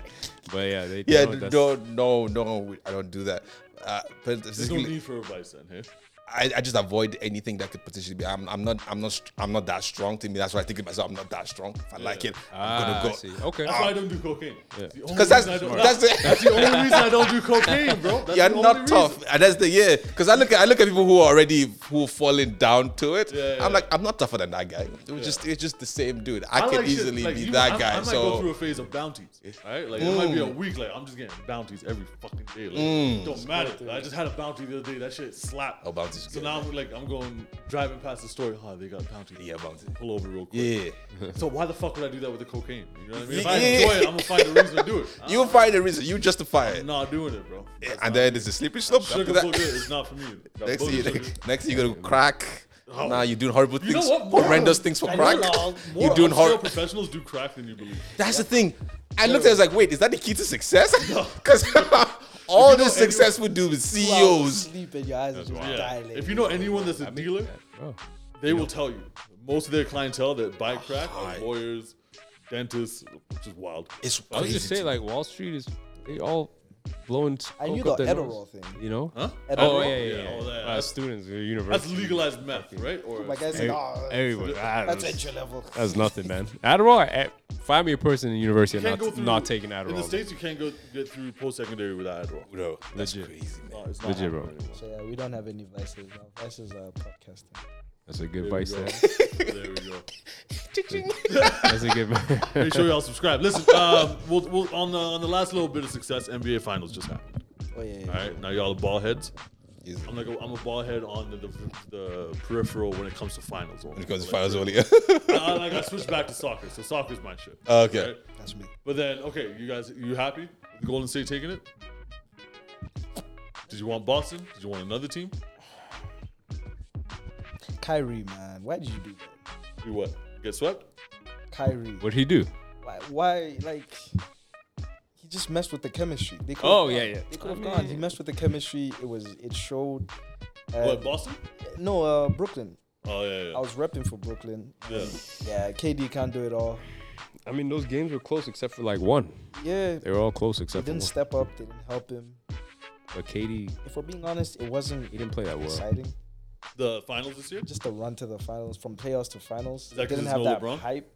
[SPEAKER 2] But yeah, they
[SPEAKER 4] yeah
[SPEAKER 2] no, that's-
[SPEAKER 4] no, no, no, I don't do that. Uh, but
[SPEAKER 6] There's no need for advice then, here.
[SPEAKER 4] I, I just avoid anything that could potentially be. I'm, I'm not I'm not str- I'm not that strong to me. That's why I think of myself. I'm not that strong. If I like it, I'm
[SPEAKER 2] Ah,
[SPEAKER 4] gonna
[SPEAKER 2] I
[SPEAKER 4] go.
[SPEAKER 2] see. Okay.
[SPEAKER 6] That's why I don't do cocaine.
[SPEAKER 4] Because that's that's
[SPEAKER 6] that's
[SPEAKER 4] it.
[SPEAKER 6] the only reason I don't do cocaine, bro. That's
[SPEAKER 4] *laughs* You're
[SPEAKER 6] the only
[SPEAKER 4] not
[SPEAKER 6] reason.
[SPEAKER 4] tough. And that's the yeah. Because I look at I look at people who are already who are falling down to it.
[SPEAKER 6] Yeah, yeah,
[SPEAKER 4] I'm like I'm not tougher than that guy. It was just it's just the same dude.
[SPEAKER 6] I
[SPEAKER 4] I, can
[SPEAKER 6] like shit-
[SPEAKER 4] easily
[SPEAKER 6] like,
[SPEAKER 4] be
[SPEAKER 6] you- I-
[SPEAKER 4] that guy.
[SPEAKER 6] I might go through
[SPEAKER 4] so Mm.
[SPEAKER 6] a phase of bounties, right? Like it might be a week. Like I'm just getting bounties every fucking day. Like it don't matter. I just had a bounty the other day. That shit slapped.
[SPEAKER 4] Oh, bounties
[SPEAKER 6] So
[SPEAKER 4] good,
[SPEAKER 6] now I'm like I'm going driving past the store. Oh, they got bounties.
[SPEAKER 4] Yeah, bounties.
[SPEAKER 6] Pull over real quick. *laughs*
[SPEAKER 4] yeah,
[SPEAKER 6] So why the fuck would I do that with the cocaine? You know what I mean? If I
[SPEAKER 4] Yeah.
[SPEAKER 6] enjoy it, I'm gonna find a reason to do it. I'm
[SPEAKER 4] *laughs* you find a reason. You justify it.
[SPEAKER 6] not doing it, bro. That's
[SPEAKER 4] and
[SPEAKER 6] not-
[SPEAKER 4] then it's a slippery slope. After
[SPEAKER 6] sugar
[SPEAKER 4] that-
[SPEAKER 6] booger is not
[SPEAKER 4] *laughs*
[SPEAKER 6] for me. That
[SPEAKER 4] next thing
[SPEAKER 6] booger
[SPEAKER 4] you
[SPEAKER 6] sugar-
[SPEAKER 4] next thing you go to crack.
[SPEAKER 6] Oh.
[SPEAKER 4] Now you're doing horrible
[SPEAKER 6] know
[SPEAKER 4] things,
[SPEAKER 6] what? More-
[SPEAKER 4] horrendous things for
[SPEAKER 6] I
[SPEAKER 4] crack.
[SPEAKER 6] know, Lal,
[SPEAKER 4] You're
[SPEAKER 6] more
[SPEAKER 4] doing
[SPEAKER 6] upscale
[SPEAKER 4] horrible.
[SPEAKER 6] Professionals do crack than you believe.
[SPEAKER 4] That's the thing. I looked at it I was like, wait, is that the key to
[SPEAKER 3] *laughs*
[SPEAKER 4] success? *laughs* Because all the successful
[SPEAKER 5] Wow,
[SPEAKER 4] dudes, CEOs,
[SPEAKER 5] Sleep and your eyes are just
[SPEAKER 6] Yeah.
[SPEAKER 5] dilated.
[SPEAKER 6] If you know anyone that's a dealer,
[SPEAKER 2] Oh.
[SPEAKER 6] they will tell you. Most of their clientele that buy crack are
[SPEAKER 4] hi.
[SPEAKER 6] lawyers, dentists, which is wild.
[SPEAKER 4] it's
[SPEAKER 2] I was
[SPEAKER 4] crazy.
[SPEAKER 2] just saying, like Wall Street is they all blowing.
[SPEAKER 5] I knew
[SPEAKER 2] smoke up
[SPEAKER 5] the
[SPEAKER 2] their
[SPEAKER 5] Adderall
[SPEAKER 2] nose,
[SPEAKER 5] thing.
[SPEAKER 2] You know?
[SPEAKER 6] Huh?
[SPEAKER 2] Oh
[SPEAKER 5] Adderall?
[SPEAKER 2] yeah, yeah,
[SPEAKER 6] Yeah,
[SPEAKER 2] yeah.
[SPEAKER 6] all that.
[SPEAKER 2] Uh, students, uh, university.
[SPEAKER 6] That's legalized meth, right? Or
[SPEAKER 5] My guy
[SPEAKER 2] Every-
[SPEAKER 5] said, "Oh,
[SPEAKER 2] Everyone. Ah,
[SPEAKER 5] that's
[SPEAKER 2] that's-
[SPEAKER 5] entry level."
[SPEAKER 2] That's nothing, man. Adderall. eh, Find me a person in university
[SPEAKER 6] You can't
[SPEAKER 2] and
[SPEAKER 6] go
[SPEAKER 2] not,
[SPEAKER 6] through-
[SPEAKER 2] not taking Adderall.
[SPEAKER 6] In the
[SPEAKER 2] man.
[SPEAKER 6] states, you can't go get through post-secondary without Adderall.
[SPEAKER 4] Bro, that's
[SPEAKER 2] Legit.
[SPEAKER 4] crazy, man.
[SPEAKER 3] Oh,
[SPEAKER 6] No, it's not
[SPEAKER 2] Legit,
[SPEAKER 6] happening
[SPEAKER 2] bro.
[SPEAKER 6] anymore.
[SPEAKER 5] So yeah, we don't have any vices. Our vices are podcasting.
[SPEAKER 2] That's a good vice.
[SPEAKER 6] There
[SPEAKER 2] there.
[SPEAKER 6] we go. There we go.
[SPEAKER 2] That's a good. *laughs* vice.
[SPEAKER 6] Make sure y'all subscribe. Listen,
[SPEAKER 4] *laughs*
[SPEAKER 6] um, we'll, we'll, on the on the last little bit of success, NBA Finals just happened.
[SPEAKER 5] Oh yeah. yeah.
[SPEAKER 6] All right, now y'all are ball heads.
[SPEAKER 4] Easy.
[SPEAKER 6] I'm like a, I'm a ball head on the, the, the peripheral when it comes
[SPEAKER 3] *laughs*
[SPEAKER 6] to finals. only.
[SPEAKER 4] Because
[SPEAKER 6] Like,
[SPEAKER 4] if I was only. *laughs*
[SPEAKER 6] I, like I switched back to soccer, so soccer's my shit.
[SPEAKER 3] Uh,
[SPEAKER 4] Okay.
[SPEAKER 5] That's me.
[SPEAKER 6] But then, okay, you guys, you happy? With Golden State taking it? Did you want Boston? Did you want another team?
[SPEAKER 5] Kyrie, man, why did you do that?
[SPEAKER 6] Do what? Get swept?
[SPEAKER 5] Kyrie.
[SPEAKER 2] What'd he do?
[SPEAKER 5] Why, why like he just messed with the chemistry. They could've
[SPEAKER 2] Oh,
[SPEAKER 5] gone.
[SPEAKER 2] yeah, yeah.
[SPEAKER 5] They could have
[SPEAKER 2] I
[SPEAKER 5] gone. He
[SPEAKER 2] mean-
[SPEAKER 5] messed with the chemistry. It was it showed uh,
[SPEAKER 3] What, Boston?
[SPEAKER 5] no uh Brooklyn.
[SPEAKER 3] Oh, yeah, yeah.
[SPEAKER 5] I was repping for Brooklyn.
[SPEAKER 3] yeah.
[SPEAKER 5] Yeah, KD can't do it all.
[SPEAKER 2] I mean, those games were close except for like one.
[SPEAKER 5] Yeah.
[SPEAKER 2] They were all close
[SPEAKER 5] They
[SPEAKER 2] except for one.
[SPEAKER 5] didn't step up, they didn't help him.
[SPEAKER 2] but Katie,
[SPEAKER 5] If we're being honest, it wasn't
[SPEAKER 2] he didn't play that well.
[SPEAKER 5] exciting.
[SPEAKER 3] The finals this year?
[SPEAKER 5] Just the run to the finals, from playoffs to finals.
[SPEAKER 3] Is that 'cause
[SPEAKER 5] didn't
[SPEAKER 3] it's
[SPEAKER 5] have
[SPEAKER 3] no
[SPEAKER 5] that
[SPEAKER 3] LeBron?
[SPEAKER 5] hype.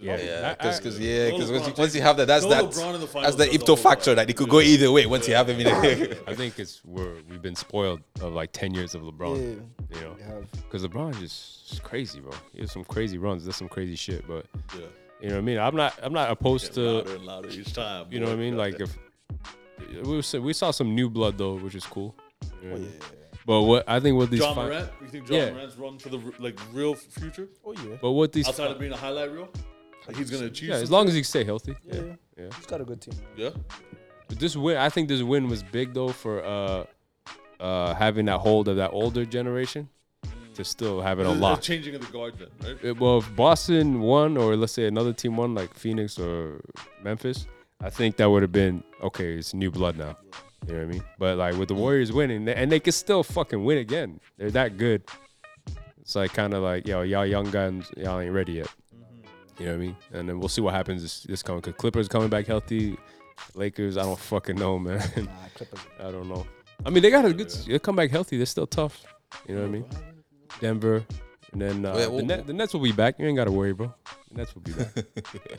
[SPEAKER 2] Yeah,
[SPEAKER 3] Oh,
[SPEAKER 4] Yeah,
[SPEAKER 2] I- I-
[SPEAKER 4] because yeah,
[SPEAKER 3] No
[SPEAKER 4] 'cause once, you-
[SPEAKER 3] LeBron
[SPEAKER 4] once you have that, that's
[SPEAKER 3] No
[SPEAKER 4] that.
[SPEAKER 3] LeBron in the
[SPEAKER 4] that's
[SPEAKER 3] finals
[SPEAKER 4] the
[SPEAKER 3] does
[SPEAKER 4] ipto
[SPEAKER 3] all that.
[SPEAKER 4] factor that it could go either way once you
[SPEAKER 3] *laughs*
[SPEAKER 4] have him in the
[SPEAKER 2] I think it's we're we've been spoiled of like ten years of LeBron. You know,
[SPEAKER 5] We have
[SPEAKER 2] because LeBron just is crazy, bro. He has some crazy runs, does some crazy shit, but
[SPEAKER 3] Yeah.
[SPEAKER 2] you know what I mean. I'm not I'm not opposed
[SPEAKER 3] Getting louder
[SPEAKER 2] to
[SPEAKER 3] and louder each time.
[SPEAKER 2] uh, you know what I
[SPEAKER 3] boy.
[SPEAKER 2] mean. Like if we saw, we saw some new blood though, which is cool. You know what I mean?
[SPEAKER 5] Oh, yeah.
[SPEAKER 2] But what I think what these
[SPEAKER 3] John
[SPEAKER 2] fi-
[SPEAKER 3] Morant, you think John
[SPEAKER 2] Yeah.
[SPEAKER 3] Morant's run for the r- like real f- future
[SPEAKER 5] Oh yeah.
[SPEAKER 2] but what these
[SPEAKER 3] outside of being a highlight reel? Like he's gonna achieve.
[SPEAKER 2] yeah, as
[SPEAKER 3] something?
[SPEAKER 2] long as he stay healthy.
[SPEAKER 5] Yeah. yeah.
[SPEAKER 2] yeah.
[SPEAKER 5] He's got a good team.
[SPEAKER 3] yeah.
[SPEAKER 2] But this win, I think this win was big though for uh, uh, having that hold of that older generation to still have it
[SPEAKER 3] The- the
[SPEAKER 2] unlocked.
[SPEAKER 3] changing of the guard then, right?
[SPEAKER 2] It- well, if Boston won, or let's say another team won, like Phoenix or Memphis, I think that would have been okay. It's new blood now. You know what I mean? But like with the Warriors winning, and they could still fucking win again. They're that good. It's like kind of like yo, y'all young guns, y'all ain't ready yet. You know what I mean? And then we'll see what happens this, this coming. Cause Clippers coming back healthy. Lakers, I don't fucking know, *laughs* man.
[SPEAKER 5] Nah, Clippers.
[SPEAKER 2] I don't know. I mean, they got a good. They come back healthy. They're still tough. You know what I mean? Denver, and then uh,
[SPEAKER 4] Wait,
[SPEAKER 2] the,
[SPEAKER 4] wh-
[SPEAKER 2] Net, the Nets will be back. You ain't gotta worry, bro. The Nets will be back.
[SPEAKER 4] *laughs* *laughs*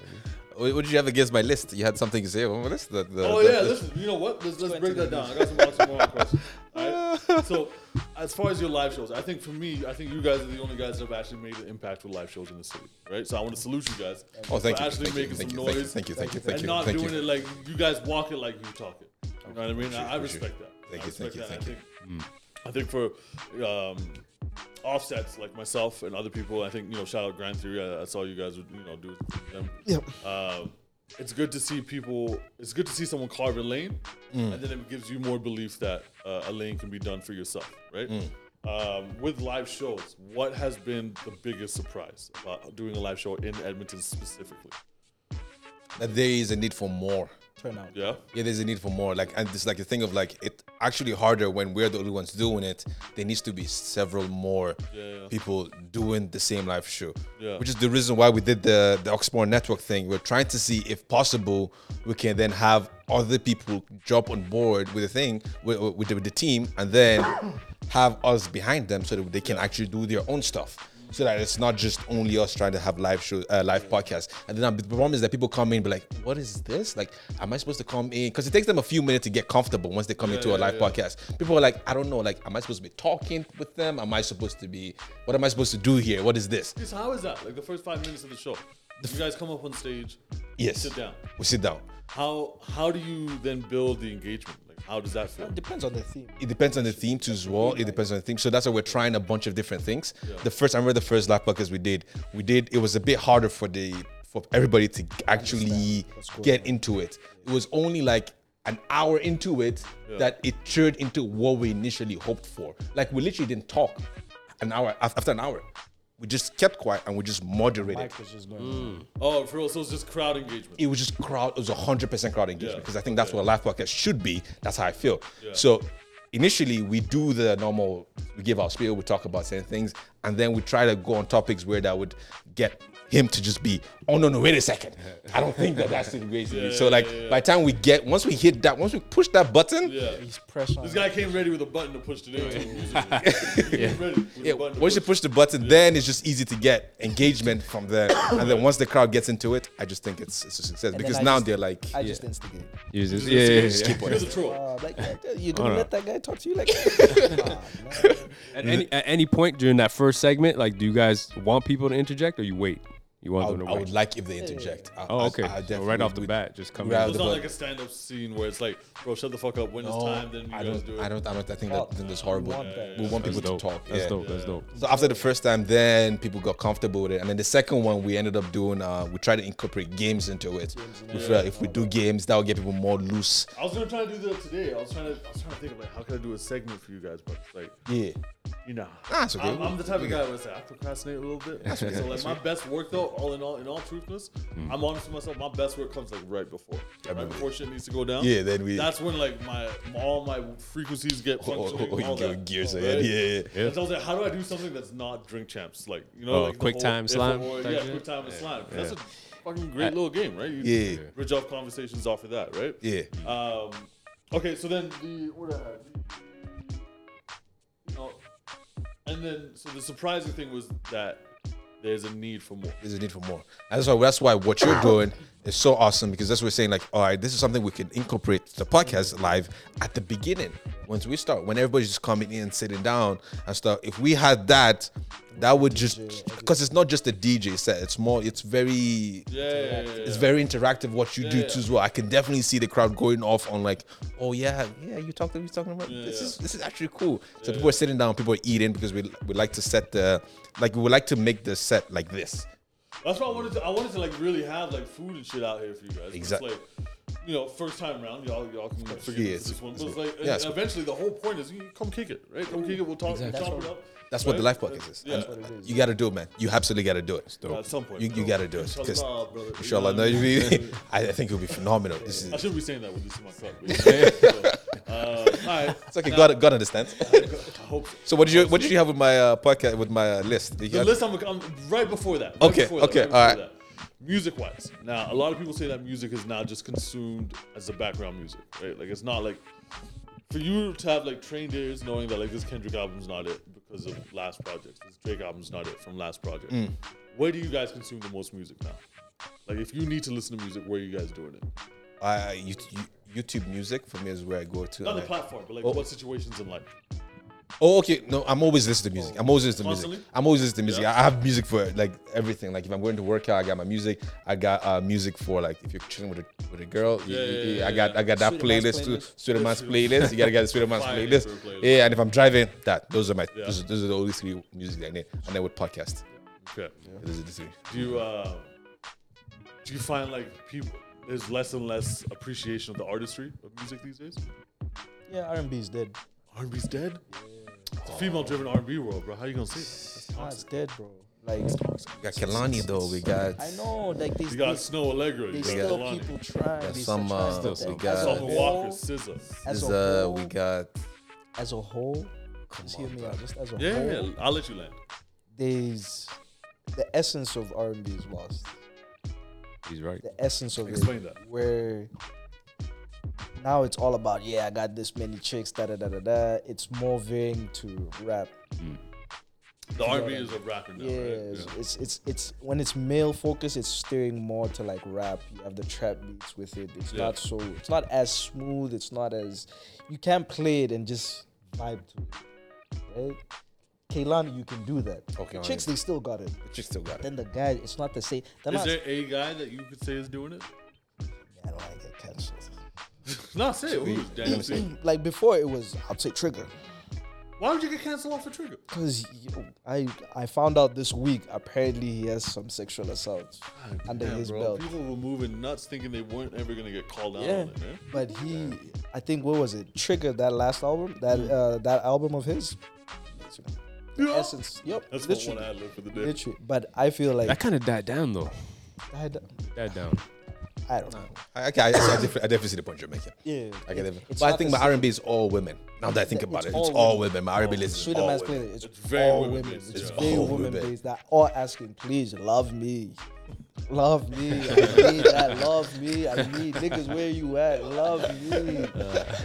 [SPEAKER 4] What what did you have against my list? You had something to say on my list? The, the,
[SPEAKER 3] Oh
[SPEAKER 4] the-
[SPEAKER 3] yeah,
[SPEAKER 4] the-
[SPEAKER 3] listen. You know what? Let's, let's
[SPEAKER 5] Let's
[SPEAKER 3] break
[SPEAKER 5] go
[SPEAKER 3] that down.
[SPEAKER 5] into
[SPEAKER 3] I got some
[SPEAKER 6] *laughs*
[SPEAKER 3] awesome moral questions. Alright? So, as far as your live shows, I think for me, I think you guys are the only guys that have actually made an impact with live shows in the city, right? So I want to salute you guys
[SPEAKER 4] Oh, thank
[SPEAKER 3] for
[SPEAKER 4] you.
[SPEAKER 3] actually
[SPEAKER 4] Thank you.
[SPEAKER 3] making
[SPEAKER 4] Thank
[SPEAKER 3] some
[SPEAKER 4] you.
[SPEAKER 3] noise
[SPEAKER 4] Thank you. Thank you. Thank you. Thank
[SPEAKER 3] and
[SPEAKER 4] you.
[SPEAKER 3] not
[SPEAKER 4] Thank
[SPEAKER 3] doing
[SPEAKER 4] you.
[SPEAKER 3] it like you guys walk it like you talk it. You know what I mean? I, I
[SPEAKER 4] appreciate
[SPEAKER 3] respect that.
[SPEAKER 4] Thank
[SPEAKER 3] I
[SPEAKER 4] you,
[SPEAKER 3] respect
[SPEAKER 4] thank you,
[SPEAKER 3] that. I think, I think for um, offsets like myself and other people, I think you know, shout out Grand Theory. I, I saw you guys would you know do it with them.
[SPEAKER 5] Yep.
[SPEAKER 3] Um, it's good to see people. It's good to see someone carve a lane,
[SPEAKER 4] Mm.
[SPEAKER 3] and then it gives you more belief that uh, a lane can be done for yourself, right?
[SPEAKER 4] Mm.
[SPEAKER 3] Um, with live shows, what has been the biggest surprise about doing a live show in Edmonton specifically?
[SPEAKER 4] That there is a need for more.
[SPEAKER 5] Turn out.
[SPEAKER 3] Yeah,
[SPEAKER 4] Yeah, there's a need for more. Like, and it's like a thing of like it actually harder when we're the only ones doing it. There needs to be several more
[SPEAKER 3] Yeah, yeah.
[SPEAKER 4] people doing the same live show,
[SPEAKER 3] Yeah.
[SPEAKER 4] which is the reason why we did the the Oxmoor Network thing. We're trying to see if possible we can then have other people jump on board with the thing with, with, the, with the team, and then have us behind them so that they can actually do their own stuff. So that it's not just only us trying to have live show, uh, live podcasts, and then uh, the problem is that people come in, and be like, "What is this? Like, am I supposed to come in?" Because it takes them a few minutes to get comfortable once they come into a
[SPEAKER 3] yeah,
[SPEAKER 4] live
[SPEAKER 3] yeah.
[SPEAKER 4] podcast. People are like, "I don't know. Like, am I supposed to be talking with them? Am I supposed to be? What am I supposed to do here? What is this?"
[SPEAKER 3] Just how is that? Like the first five minutes of the show, you guys come up on stage,
[SPEAKER 4] Yes,
[SPEAKER 3] sit down.
[SPEAKER 4] We sit down.
[SPEAKER 3] How how do you then build the engagement? Like how does that feel?
[SPEAKER 5] It depends on the theme.
[SPEAKER 4] It depends on the theme too as well. It depends on the theme. So that's why we're trying a bunch of different things. The first, I remember the first live podcast we did. We did. It was a bit harder for the for everybody to actually
[SPEAKER 5] what's going
[SPEAKER 4] get into it. It was only like an hour into it that it turned into what we initially hoped for. Like we literally didn't talk an hour af- after an hour. We just kept quiet and we just moderated.
[SPEAKER 5] Mike was just going. on.
[SPEAKER 3] Oh, for real. So it's just crowd engagement.
[SPEAKER 4] it was just crowd. It was hundred percent crowd engagement
[SPEAKER 3] Yeah.
[SPEAKER 4] because I think that's what a live podcast should be. That's how I feel. So initially, we do the normal. We give our spiel. We talk about certain things, and then we try to go on topics where that would get him to just be, oh no no wait a second, I don't think that that's the way to be. So like by the time we get once we hit that once we push that button.
[SPEAKER 3] Yeah.
[SPEAKER 5] He's pressed on.
[SPEAKER 3] This guy came ready with a button to push today. yeah. Ready with
[SPEAKER 4] Yeah,
[SPEAKER 3] a button to
[SPEAKER 4] once you
[SPEAKER 3] push.
[SPEAKER 4] push the button, then it's just easy to get engagement from there. and then once the crowd gets into it, I just think it's, it's a success
[SPEAKER 5] then
[SPEAKER 4] because
[SPEAKER 5] I
[SPEAKER 4] now
[SPEAKER 5] just-
[SPEAKER 4] they're like,
[SPEAKER 5] I just instigate.
[SPEAKER 2] You just- yeah, yeah, yeah, yeah.
[SPEAKER 3] You're the troll.
[SPEAKER 5] Uh, like you're gonna
[SPEAKER 2] no.
[SPEAKER 5] let that guy talk to you like. that? *laughs* Nah, man.
[SPEAKER 2] At any at any point during that first segment, like, do you guys want people to interject or you wait? You want
[SPEAKER 4] I
[SPEAKER 2] them
[SPEAKER 4] would,
[SPEAKER 2] to
[SPEAKER 4] I would
[SPEAKER 2] wait?
[SPEAKER 4] like if they interject. I-
[SPEAKER 2] Oh,
[SPEAKER 4] I-
[SPEAKER 2] okay.
[SPEAKER 4] I
[SPEAKER 2] So
[SPEAKER 4] definitely
[SPEAKER 2] right off the
[SPEAKER 4] would-
[SPEAKER 2] bat, just come
[SPEAKER 4] would
[SPEAKER 2] in.
[SPEAKER 4] rather
[SPEAKER 3] It's
[SPEAKER 4] the
[SPEAKER 3] not
[SPEAKER 4] button.
[SPEAKER 3] like a stand-up scene where it's like, bro, shut the fuck up. When it's
[SPEAKER 4] No,
[SPEAKER 3] time, then you
[SPEAKER 4] I
[SPEAKER 3] guys
[SPEAKER 4] don't.
[SPEAKER 3] do it.
[SPEAKER 4] I don't. I don't. I think
[SPEAKER 5] Well,
[SPEAKER 4] that then there's horrible.
[SPEAKER 5] we want that.
[SPEAKER 4] We want
[SPEAKER 2] That's
[SPEAKER 4] people
[SPEAKER 2] dope.
[SPEAKER 4] to talk.
[SPEAKER 2] That's
[SPEAKER 4] yeah.
[SPEAKER 2] dope. That's dope.
[SPEAKER 4] So after the first time, then people got comfortable with it, and then the second one we ended up doing. Uh, we tried to incorporate games into it. We feel like if we do games, that will get people more loose.
[SPEAKER 3] I was gonna try to do that today. I was trying to. I was trying to think of like, how can I do a segment for you guys, but it's like,
[SPEAKER 4] Yeah.
[SPEAKER 3] you know,
[SPEAKER 4] That's okay.
[SPEAKER 3] I'm, I'm the type of guy where it's like, I procrastinate a little bit. so like, my best work though
[SPEAKER 6] all in all, in all truthfulness,
[SPEAKER 4] Mm.
[SPEAKER 6] I'm honest with myself. My best work comes like right before, right before shit needs to go down.
[SPEAKER 4] Yeah, then we- *laughs*
[SPEAKER 6] That's when like my all my frequencies get
[SPEAKER 4] Oh,
[SPEAKER 6] punctuated.
[SPEAKER 4] oh, oh,
[SPEAKER 6] all
[SPEAKER 4] go
[SPEAKER 6] that,
[SPEAKER 4] gears
[SPEAKER 6] all
[SPEAKER 4] ahead.
[SPEAKER 6] right?
[SPEAKER 4] Yeah, yeah,
[SPEAKER 2] yeah.
[SPEAKER 6] And so I was like, how do I do something that's not drink champs? Like you know,
[SPEAKER 2] Oh,
[SPEAKER 6] like the
[SPEAKER 2] quick
[SPEAKER 6] whole
[SPEAKER 2] time
[SPEAKER 6] if
[SPEAKER 2] slime
[SPEAKER 6] or-
[SPEAKER 2] type
[SPEAKER 6] Yeah,
[SPEAKER 2] shit?
[SPEAKER 6] quick time and slime. That's a fucking great little game, right? You
[SPEAKER 4] Yeah.
[SPEAKER 6] Bridge off conversations off of that, right?
[SPEAKER 4] yeah.
[SPEAKER 6] Um, okay, so then the what did I have? Oh, and then so the surprising thing was that there's a need for more.
[SPEAKER 4] There's a need for more. And that's why that's why what you're doing is so awesome because that's what we're saying. Like, all right, this is something we can incorporate to the podcast live at the beginning. Once we start, when everybody's just coming in, sitting down and stuff. If we had that, that would just because it's not just a DJ set. It's more. It's very.
[SPEAKER 6] Yeah, yeah, yeah,
[SPEAKER 4] It's
[SPEAKER 6] yeah.
[SPEAKER 4] very interactive what you do
[SPEAKER 6] Yeah,
[SPEAKER 4] too
[SPEAKER 6] yeah.
[SPEAKER 4] as well. I can definitely see the crowd going off on like, oh yeah, yeah, you talked you talking about this
[SPEAKER 6] yeah.
[SPEAKER 4] is this is actually cool. So people are sitting down, people are eating because we we like to set the like we would like to make the set like this.
[SPEAKER 6] That's why I wanted to. I wanted to like really have like food and shit out here for you guys.
[SPEAKER 4] Exact-
[SPEAKER 6] Exactly. Like, you know, first time round, y'all y'all can figure
[SPEAKER 4] Yeah,
[SPEAKER 6] this,
[SPEAKER 4] it's-
[SPEAKER 6] this one.
[SPEAKER 4] it's
[SPEAKER 6] But it's
[SPEAKER 4] cool.
[SPEAKER 6] like,
[SPEAKER 4] Yeah, it's cool.
[SPEAKER 6] eventually the whole point is you come kick it, right? Come kick it. We'll talk.
[SPEAKER 5] Exactly.
[SPEAKER 6] We'll chop
[SPEAKER 5] That's
[SPEAKER 6] it
[SPEAKER 5] what-
[SPEAKER 6] up.
[SPEAKER 4] That's what the life
[SPEAKER 6] right?
[SPEAKER 4] podcast is.
[SPEAKER 6] Yeah.
[SPEAKER 5] That's what it is.
[SPEAKER 4] You gotta do it, man. You absolutely gotta do it.
[SPEAKER 6] At some point,
[SPEAKER 4] You, you
[SPEAKER 6] bro.
[SPEAKER 4] gotta do it. Because
[SPEAKER 6] Inshallah, brother. You
[SPEAKER 4] inshallah,
[SPEAKER 6] know
[SPEAKER 4] no,
[SPEAKER 6] what I mean?
[SPEAKER 4] you-
[SPEAKER 6] *laughs*
[SPEAKER 4] *laughs* I, I think it'll be phenomenal. This
[SPEAKER 6] I
[SPEAKER 4] is
[SPEAKER 6] should be saying that when this is my club. So, uh, all right.
[SPEAKER 4] it's okay, God God understands.
[SPEAKER 6] *laughs* I hope so.
[SPEAKER 4] So what did you what did you have with my uh, podcast with my uh, list? Did you
[SPEAKER 6] The
[SPEAKER 4] have-
[SPEAKER 6] list I'm, I'm right before that. right
[SPEAKER 4] Okay,
[SPEAKER 6] before that,
[SPEAKER 4] okay,
[SPEAKER 6] right before
[SPEAKER 4] alright.
[SPEAKER 6] that. Music-wise, now a lot of people say that music is now just consumed as a background music, right? Like it's not like for you to have like trained ears knowing that like this Kendrick album's not it because of last project, this Drake album's not it from last project.
[SPEAKER 4] Mm.
[SPEAKER 6] Where do you guys consume the most music now? Like if you need to listen to music, where are you guys doing it?
[SPEAKER 4] uh, you- you- YouTube music for me is where I go to. uh,
[SPEAKER 6] Not
[SPEAKER 4] and
[SPEAKER 6] the
[SPEAKER 4] I-
[SPEAKER 6] platform, but like what situations in life?
[SPEAKER 4] Oh, okay. No, I'm always listening to music. I'm always listening to music.
[SPEAKER 6] Constantly?
[SPEAKER 4] I'm always listening to music. I I have music for like everything. Like if I'm going to work out, I got my music. I got uh, music for like if you're chilling with a with a girl. you-
[SPEAKER 6] Yeah,
[SPEAKER 4] you-
[SPEAKER 6] yeah,
[SPEAKER 4] you-
[SPEAKER 6] yeah,
[SPEAKER 4] I got
[SPEAKER 6] yeah.
[SPEAKER 4] I got that
[SPEAKER 5] Sweet man's
[SPEAKER 4] playlist too.
[SPEAKER 5] playlist.
[SPEAKER 4] Sweet man's playlist. You gotta get the sweet man's
[SPEAKER 6] Fire
[SPEAKER 4] playlist.
[SPEAKER 6] for a playlist.
[SPEAKER 4] Yeah, and if I'm driving, that those are my
[SPEAKER 6] Yeah.
[SPEAKER 4] those, are, those are the only three music that I need. And then with podcast,
[SPEAKER 6] Okay.
[SPEAKER 4] those are the three.
[SPEAKER 6] Do you uh, do you find like people there's less and less appreciation of the artistry of music these days?
[SPEAKER 5] Yeah, R&B is dead.
[SPEAKER 6] R&B's dead. It's a female-driven R&B world, bro. How you gonna say that?
[SPEAKER 5] Nah, it's dead, bro. Like
[SPEAKER 4] We got Kelani though. We got
[SPEAKER 5] I know, like these,
[SPEAKER 6] You got
[SPEAKER 5] these-
[SPEAKER 6] Snow Allegro.
[SPEAKER 5] they
[SPEAKER 6] You got
[SPEAKER 5] still
[SPEAKER 6] Jelani.
[SPEAKER 5] people try.
[SPEAKER 4] Yeah,
[SPEAKER 5] they
[SPEAKER 4] some,
[SPEAKER 5] still
[SPEAKER 4] uh,
[SPEAKER 5] try
[SPEAKER 4] still
[SPEAKER 5] stuff.
[SPEAKER 4] some
[SPEAKER 5] as, a
[SPEAKER 4] guys.
[SPEAKER 6] Summer
[SPEAKER 5] whole,
[SPEAKER 6] Walker, SZA.
[SPEAKER 5] as
[SPEAKER 4] is
[SPEAKER 5] a
[SPEAKER 4] uh
[SPEAKER 5] whole,
[SPEAKER 4] we got
[SPEAKER 5] as a whole. Just hear me out. Just as a
[SPEAKER 6] Yeah,
[SPEAKER 5] whole,
[SPEAKER 6] yeah, yeah. I'll let you land.
[SPEAKER 5] there's the essence of R&B is lost.
[SPEAKER 2] He's right.
[SPEAKER 5] The essence of
[SPEAKER 6] Explain
[SPEAKER 5] it.
[SPEAKER 6] that.
[SPEAKER 5] Where now it's all about yeah, I got this many chicks. Da da da da da. It's more varying to rap.
[SPEAKER 6] The R&B is a rapper now,
[SPEAKER 5] yeah,
[SPEAKER 6] right?
[SPEAKER 5] it's, it's it's it's when it's male focused, it's steering more to like rap. You have the trap beats with it. It's
[SPEAKER 6] Yeah.
[SPEAKER 5] not so. It's not as smooth. It's not as. You can't play it and just vibe to it, right? Kaylani, you can do that.
[SPEAKER 4] Okay,
[SPEAKER 5] the chicks,
[SPEAKER 4] alright.
[SPEAKER 5] they still got it.
[SPEAKER 4] she still got it.
[SPEAKER 5] Then the guys, it's not the same. They're
[SPEAKER 6] Is
[SPEAKER 5] not.
[SPEAKER 6] there a guy that you could say is doing it?
[SPEAKER 5] I don't want to get cancelled.
[SPEAKER 6] No, say it. Who's Daniel? Say it.
[SPEAKER 5] *clears throat* Like before, it was I'd say Trigger,
[SPEAKER 6] Why would you get canceled off for Trigger?
[SPEAKER 5] because I I found out this week apparently he has some sexual assault under
[SPEAKER 6] Ah, Damn,
[SPEAKER 5] his
[SPEAKER 6] bro.
[SPEAKER 5] belt.
[SPEAKER 6] People were moving nuts thinking they weren't ever gonna get called out
[SPEAKER 5] Yeah,
[SPEAKER 6] on it, man.
[SPEAKER 5] but he, I think what was it? Trigger that last album, that uh, that album of his. The
[SPEAKER 6] Mm. Yeah.
[SPEAKER 5] Essence. Yep.
[SPEAKER 6] That's the one
[SPEAKER 5] literally,
[SPEAKER 6] I live for the day.
[SPEAKER 5] literally. But I feel like
[SPEAKER 2] That kind of died down though.
[SPEAKER 5] I, d-
[SPEAKER 2] Died down.
[SPEAKER 5] I don't know.
[SPEAKER 4] I, okay, I, I, definitely, I definitely see the point you're making.
[SPEAKER 5] Yeah.
[SPEAKER 4] I get it.
[SPEAKER 5] It's
[SPEAKER 4] But I
[SPEAKER 5] not
[SPEAKER 4] think
[SPEAKER 5] the
[SPEAKER 4] my R and B is all women. Now that I think
[SPEAKER 5] It's
[SPEAKER 4] about it,
[SPEAKER 5] all
[SPEAKER 4] it's all women. My R and B list is
[SPEAKER 5] Sweet
[SPEAKER 4] all
[SPEAKER 5] Man's
[SPEAKER 4] women.
[SPEAKER 5] Playlist. It's,
[SPEAKER 6] It's very
[SPEAKER 5] all
[SPEAKER 6] women
[SPEAKER 5] women.
[SPEAKER 6] based,
[SPEAKER 5] It's
[SPEAKER 6] yeah.
[SPEAKER 5] very
[SPEAKER 4] All
[SPEAKER 5] women
[SPEAKER 4] women.
[SPEAKER 5] based. That all asking, please love me. Love me. I need that. Love me. I need niggas where you at. Love me.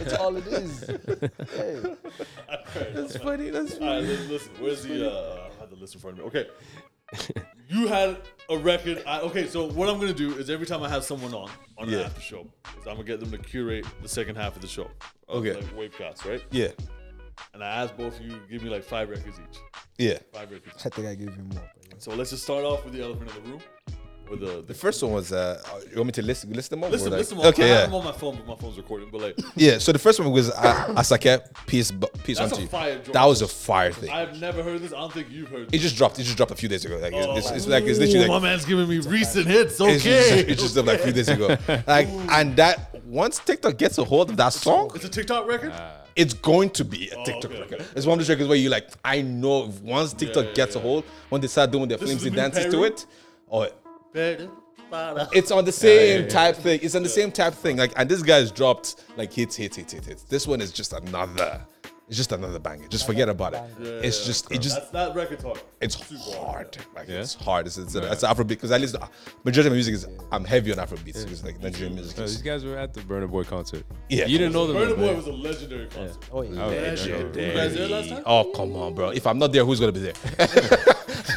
[SPEAKER 5] It's all it is. Hey.
[SPEAKER 4] That's funny. That's
[SPEAKER 6] All right, listen, listen. Where's the? Uh, I had the list in front of me. Okay, you had a record. I, okay, so what I'm gonna do is every time I have someone on on the
[SPEAKER 4] Yeah.
[SPEAKER 6] after show, is I'm gonna get them to curate the second half of the show. of,
[SPEAKER 4] Okay.
[SPEAKER 6] Like Wavecast, right?
[SPEAKER 4] Yeah,
[SPEAKER 6] And I asked both of you to give me like five records each.
[SPEAKER 4] yeah.
[SPEAKER 6] Five records.
[SPEAKER 5] I think I gave you more. but yeah.
[SPEAKER 6] So let's just start off with the elephant in the room. With the,
[SPEAKER 4] The
[SPEAKER 6] the
[SPEAKER 4] first one was. Uh, you want me to list list them all?
[SPEAKER 6] listen,
[SPEAKER 4] Or like-
[SPEAKER 6] listen. All. I
[SPEAKER 4] Okay,
[SPEAKER 6] have them
[SPEAKER 4] yeah,
[SPEAKER 6] on my phone, but my phone's recording. But like,
[SPEAKER 4] yeah. So the first one was uh, Asake. Peace, bu- peace
[SPEAKER 6] That's
[SPEAKER 4] unto
[SPEAKER 6] a
[SPEAKER 4] you.
[SPEAKER 6] fire joint.
[SPEAKER 4] That was a fire thing.
[SPEAKER 6] I've never heard this. I don't think you've heard.
[SPEAKER 4] It
[SPEAKER 6] This.
[SPEAKER 4] just dropped. It just dropped a few days ago. Like it's, it's, it's like it's literally
[SPEAKER 6] Oh, Ooh,
[SPEAKER 4] like.
[SPEAKER 6] my man's giving me recent hits.
[SPEAKER 4] It's just, *laughs*
[SPEAKER 6] Okay,
[SPEAKER 4] it's just like a few days ago. Like, and that once TikTok gets a hold of that song,
[SPEAKER 6] it's a TikTok record.
[SPEAKER 4] it's going to be a TikTok
[SPEAKER 6] Oh, okay,
[SPEAKER 4] record.
[SPEAKER 6] okay.
[SPEAKER 4] It's one of those records where you like, I know if once TikTok
[SPEAKER 6] yeah,
[SPEAKER 4] gets a hold, when they start doing their
[SPEAKER 6] This is
[SPEAKER 4] flimsy
[SPEAKER 6] the new
[SPEAKER 4] dances to
[SPEAKER 6] Peru?
[SPEAKER 4] it, or
[SPEAKER 6] Better.
[SPEAKER 4] it's on the same type thing. It's on the same type thing. Like, and this guy's dropped like hits, hits, hits, hits, hits. This one is just another. It's just another banger. Just forget about it. it's just, it just,
[SPEAKER 6] That's that record talk.
[SPEAKER 4] it's hard. Like, it's hard. It's, it's, it's Afrobeat because at least the majority of my music is. I'm heavy on Afrobeat because like Nigerian music.
[SPEAKER 2] No,
[SPEAKER 4] Is,
[SPEAKER 2] these guys were at the Burner Boy concert.
[SPEAKER 4] Yeah.
[SPEAKER 2] you didn't know them.
[SPEAKER 6] Burna Boy
[SPEAKER 2] man.
[SPEAKER 6] was a legendary concert.
[SPEAKER 5] Oh yeah.
[SPEAKER 2] Oh, yeah,
[SPEAKER 6] You guys there last time?
[SPEAKER 4] oh come on, bro! If I'm not there, who's gonna be there?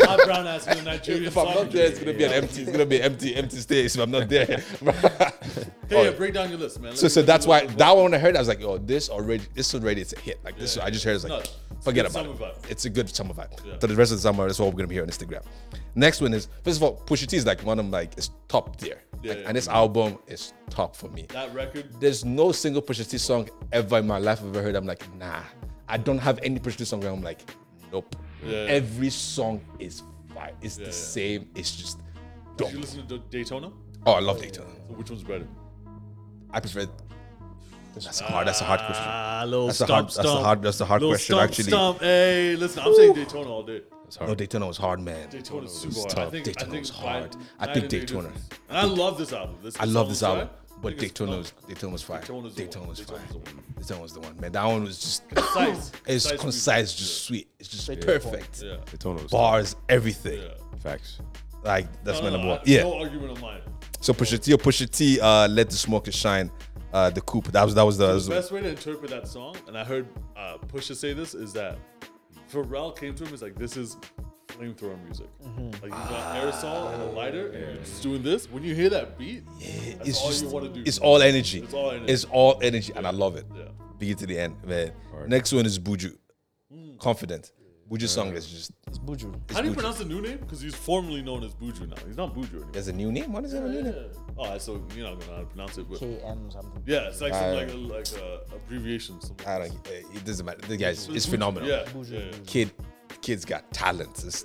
[SPEAKER 6] My brown ass *laughs* in Nigeria.
[SPEAKER 4] if I'm not there, it's gonna be an empty. It's gonna be empty, empty stage. If I'm not there, *laughs*
[SPEAKER 6] Hey, yeah, break down your list, man. Let
[SPEAKER 4] So,
[SPEAKER 6] me
[SPEAKER 4] so
[SPEAKER 6] give
[SPEAKER 4] that's
[SPEAKER 6] you a
[SPEAKER 4] why
[SPEAKER 6] little-
[SPEAKER 4] that one when I heard, it, I was like, "Yo, this already, this already is a hit." Like this, I just heard it's like,
[SPEAKER 6] Nuts. It's
[SPEAKER 4] forget
[SPEAKER 6] good
[SPEAKER 4] about it.
[SPEAKER 6] summer vibe.
[SPEAKER 4] It's a good summer vibe. So the rest of the summer, that's what we're gonna be here on Instagram. Next one is first of all, Pusha T is like one of them, like it's top tier,
[SPEAKER 6] Yeah,
[SPEAKER 4] Like,
[SPEAKER 6] yeah.
[SPEAKER 4] and this album is top for me.
[SPEAKER 6] That *laughs* record.
[SPEAKER 4] There's no single Pusha T song ever in my life I've ever heard. I'm like, nah, I don't have any Pusha T song where I'm like, nope.
[SPEAKER 6] Yeah.
[SPEAKER 4] Every song is fine. It's the
[SPEAKER 6] yeah.
[SPEAKER 4] same. It's just
[SPEAKER 6] Did you
[SPEAKER 4] dope.
[SPEAKER 6] listen uh, to Daytona?
[SPEAKER 4] Oh, I love Daytona.
[SPEAKER 6] So which one's better?
[SPEAKER 4] I prefer. That's a hard. That's a hard question.
[SPEAKER 6] Ah, little
[SPEAKER 4] That's a
[SPEAKER 6] stomp,
[SPEAKER 4] hard- that's a
[SPEAKER 6] stomp.
[SPEAKER 4] hard- that's a hard
[SPEAKER 6] little
[SPEAKER 4] question,
[SPEAKER 6] stomp,
[SPEAKER 4] actually.
[SPEAKER 6] Stomp. Hey, listen, I'm saying Daytona all day.
[SPEAKER 4] No, Daytona was hard, man.
[SPEAKER 6] Daytona's super
[SPEAKER 4] was
[SPEAKER 6] hard. I
[SPEAKER 4] tough.
[SPEAKER 6] think, I
[SPEAKER 4] Daytona
[SPEAKER 6] think
[SPEAKER 4] was
[SPEAKER 6] by
[SPEAKER 4] hard. I
[SPEAKER 6] night
[SPEAKER 4] think
[SPEAKER 6] and day
[SPEAKER 4] Daytona.
[SPEAKER 6] difference. And I love this album. This
[SPEAKER 4] I love this
[SPEAKER 6] song was
[SPEAKER 4] album,
[SPEAKER 6] fire. I
[SPEAKER 4] but
[SPEAKER 6] think it's
[SPEAKER 4] Daytona was
[SPEAKER 6] dope.
[SPEAKER 4] Daytona was fire.
[SPEAKER 6] Daytona's the
[SPEAKER 4] Daytona
[SPEAKER 6] one.
[SPEAKER 4] was fire.
[SPEAKER 6] Daytona's the one.
[SPEAKER 4] Daytona was the one, man. That one was just
[SPEAKER 6] Concise.
[SPEAKER 4] it's
[SPEAKER 6] Concise
[SPEAKER 4] concise, just sweet. It's just perfect.
[SPEAKER 6] music. Yeah.
[SPEAKER 2] Daytona was
[SPEAKER 4] Bars, everything.
[SPEAKER 6] Yeah.
[SPEAKER 2] facts.
[SPEAKER 4] Like that's
[SPEAKER 6] No,
[SPEAKER 4] my
[SPEAKER 6] no,
[SPEAKER 4] number
[SPEAKER 6] no,
[SPEAKER 4] one.
[SPEAKER 6] I-
[SPEAKER 4] Yeah.
[SPEAKER 6] Uh, No argument on mine.
[SPEAKER 4] So Pusha T, or Pusha T, uh, let the smoker shine. Uh, the coupe. That was that was the.
[SPEAKER 6] The best way to interpret that song, and I heard uh, Pusha say this, is that Pharrell came to him is like, "This is flamethrower music.
[SPEAKER 4] Mm-hmm.
[SPEAKER 6] Like you got aerosol
[SPEAKER 4] Ah.
[SPEAKER 6] and a lighter, and you're just doing this. When you hear that beat, that's
[SPEAKER 4] it's
[SPEAKER 6] all
[SPEAKER 4] just,
[SPEAKER 6] you want to do.
[SPEAKER 4] It's all energy.
[SPEAKER 6] It's all energy.
[SPEAKER 4] It's all energy, and I love it.
[SPEAKER 6] Yeah.
[SPEAKER 4] Begin to the end, man. Next one is Buju. Confident. Buju's song is just.
[SPEAKER 5] It's Buju.
[SPEAKER 6] Hmm. How do you
[SPEAKER 4] Buju.
[SPEAKER 6] pronounce the new name? Because he's formerly known as Buju now. He's not Buju anymore.
[SPEAKER 4] There's a new name. What is that? New name?
[SPEAKER 6] Oh, I- so you're not gonna know how to pronounce it, but
[SPEAKER 5] KM something.
[SPEAKER 6] yeah, it's like some
[SPEAKER 4] I-
[SPEAKER 6] like a, like a abbreviation. Something.
[SPEAKER 4] I don't. uh, It doesn't matter. The guy's is phenomenal.
[SPEAKER 6] Yeah,
[SPEAKER 5] Buju.
[SPEAKER 6] yeah, yeah.
[SPEAKER 4] Kid, kid's got talents. It's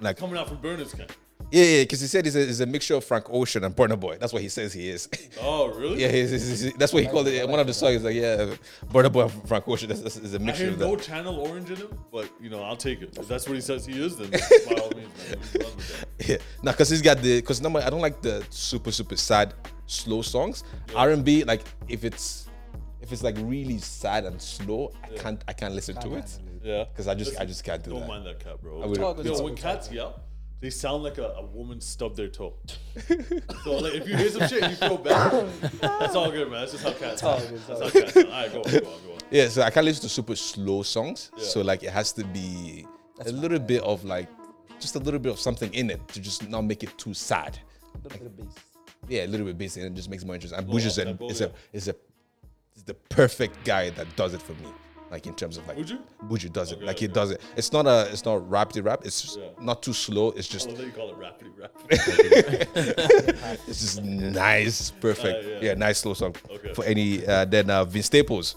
[SPEAKER 4] like
[SPEAKER 6] Coming out from Burners Camp.
[SPEAKER 4] yeah, yeah. Because he said he's a, he's a mixture of Frank Ocean and Burna Boy. That's what he says he is. *laughs*
[SPEAKER 6] Oh, really?
[SPEAKER 4] yeah, he's, he's- he's- that's what he called it. One of the songs like yeah, Burna Boy and Frank Ocean. That's, that's, is a
[SPEAKER 6] I
[SPEAKER 4] mixture
[SPEAKER 6] hear
[SPEAKER 4] of
[SPEAKER 6] no
[SPEAKER 4] that.
[SPEAKER 6] channel orange in him, but you know I'll take it. If that's what he says he is,
[SPEAKER 4] *laughs*
[SPEAKER 6] then by all means, man, we love it.
[SPEAKER 4] Yeah, now because he's got the because number I don't like the super super sad slow songs. R and B like if it's if it's like really sad and slow, I can't I can't listen to it
[SPEAKER 6] Yeah.
[SPEAKER 4] because I just I just can't do
[SPEAKER 6] Don't
[SPEAKER 4] that.
[SPEAKER 6] mind that cat, bro.
[SPEAKER 4] would-
[SPEAKER 5] Oh,
[SPEAKER 6] Yo,
[SPEAKER 5] it's-
[SPEAKER 6] when cats yell, they sound like a, a woman stubbed their toe. so like, if you hear some shit, you feel bad. That's all good, man. That's just how cats sound.
[SPEAKER 5] good, it's
[SPEAKER 6] That's how cats sound. All right, go on, go on, go on.
[SPEAKER 4] Yeah, so I can't listen to super slow songs. So like it has to be a little bit of like just a little bit of something in it to just not make it too sad.
[SPEAKER 5] A little bit of bass.
[SPEAKER 4] Yeah, a little bit basic and it just makes it more interesting. And Bush is, an,
[SPEAKER 6] tempo,
[SPEAKER 4] is
[SPEAKER 6] yeah.
[SPEAKER 4] a is a is the perfect guy that does it for me. Like in terms of like
[SPEAKER 6] Buju?
[SPEAKER 4] Buju does it.
[SPEAKER 6] Okay,
[SPEAKER 4] Like he
[SPEAKER 6] okay.
[SPEAKER 4] does it. It's not a it's not rapidy rap. It's just
[SPEAKER 6] Yeah. Oh.
[SPEAKER 4] not too slow. It's just
[SPEAKER 6] I love that you call it rapidy rap.
[SPEAKER 4] it's just nice, perfect.
[SPEAKER 6] yeah.
[SPEAKER 4] yeah. nice slow song
[SPEAKER 6] Okay.
[SPEAKER 4] for any uh, then uh, Vince Staples.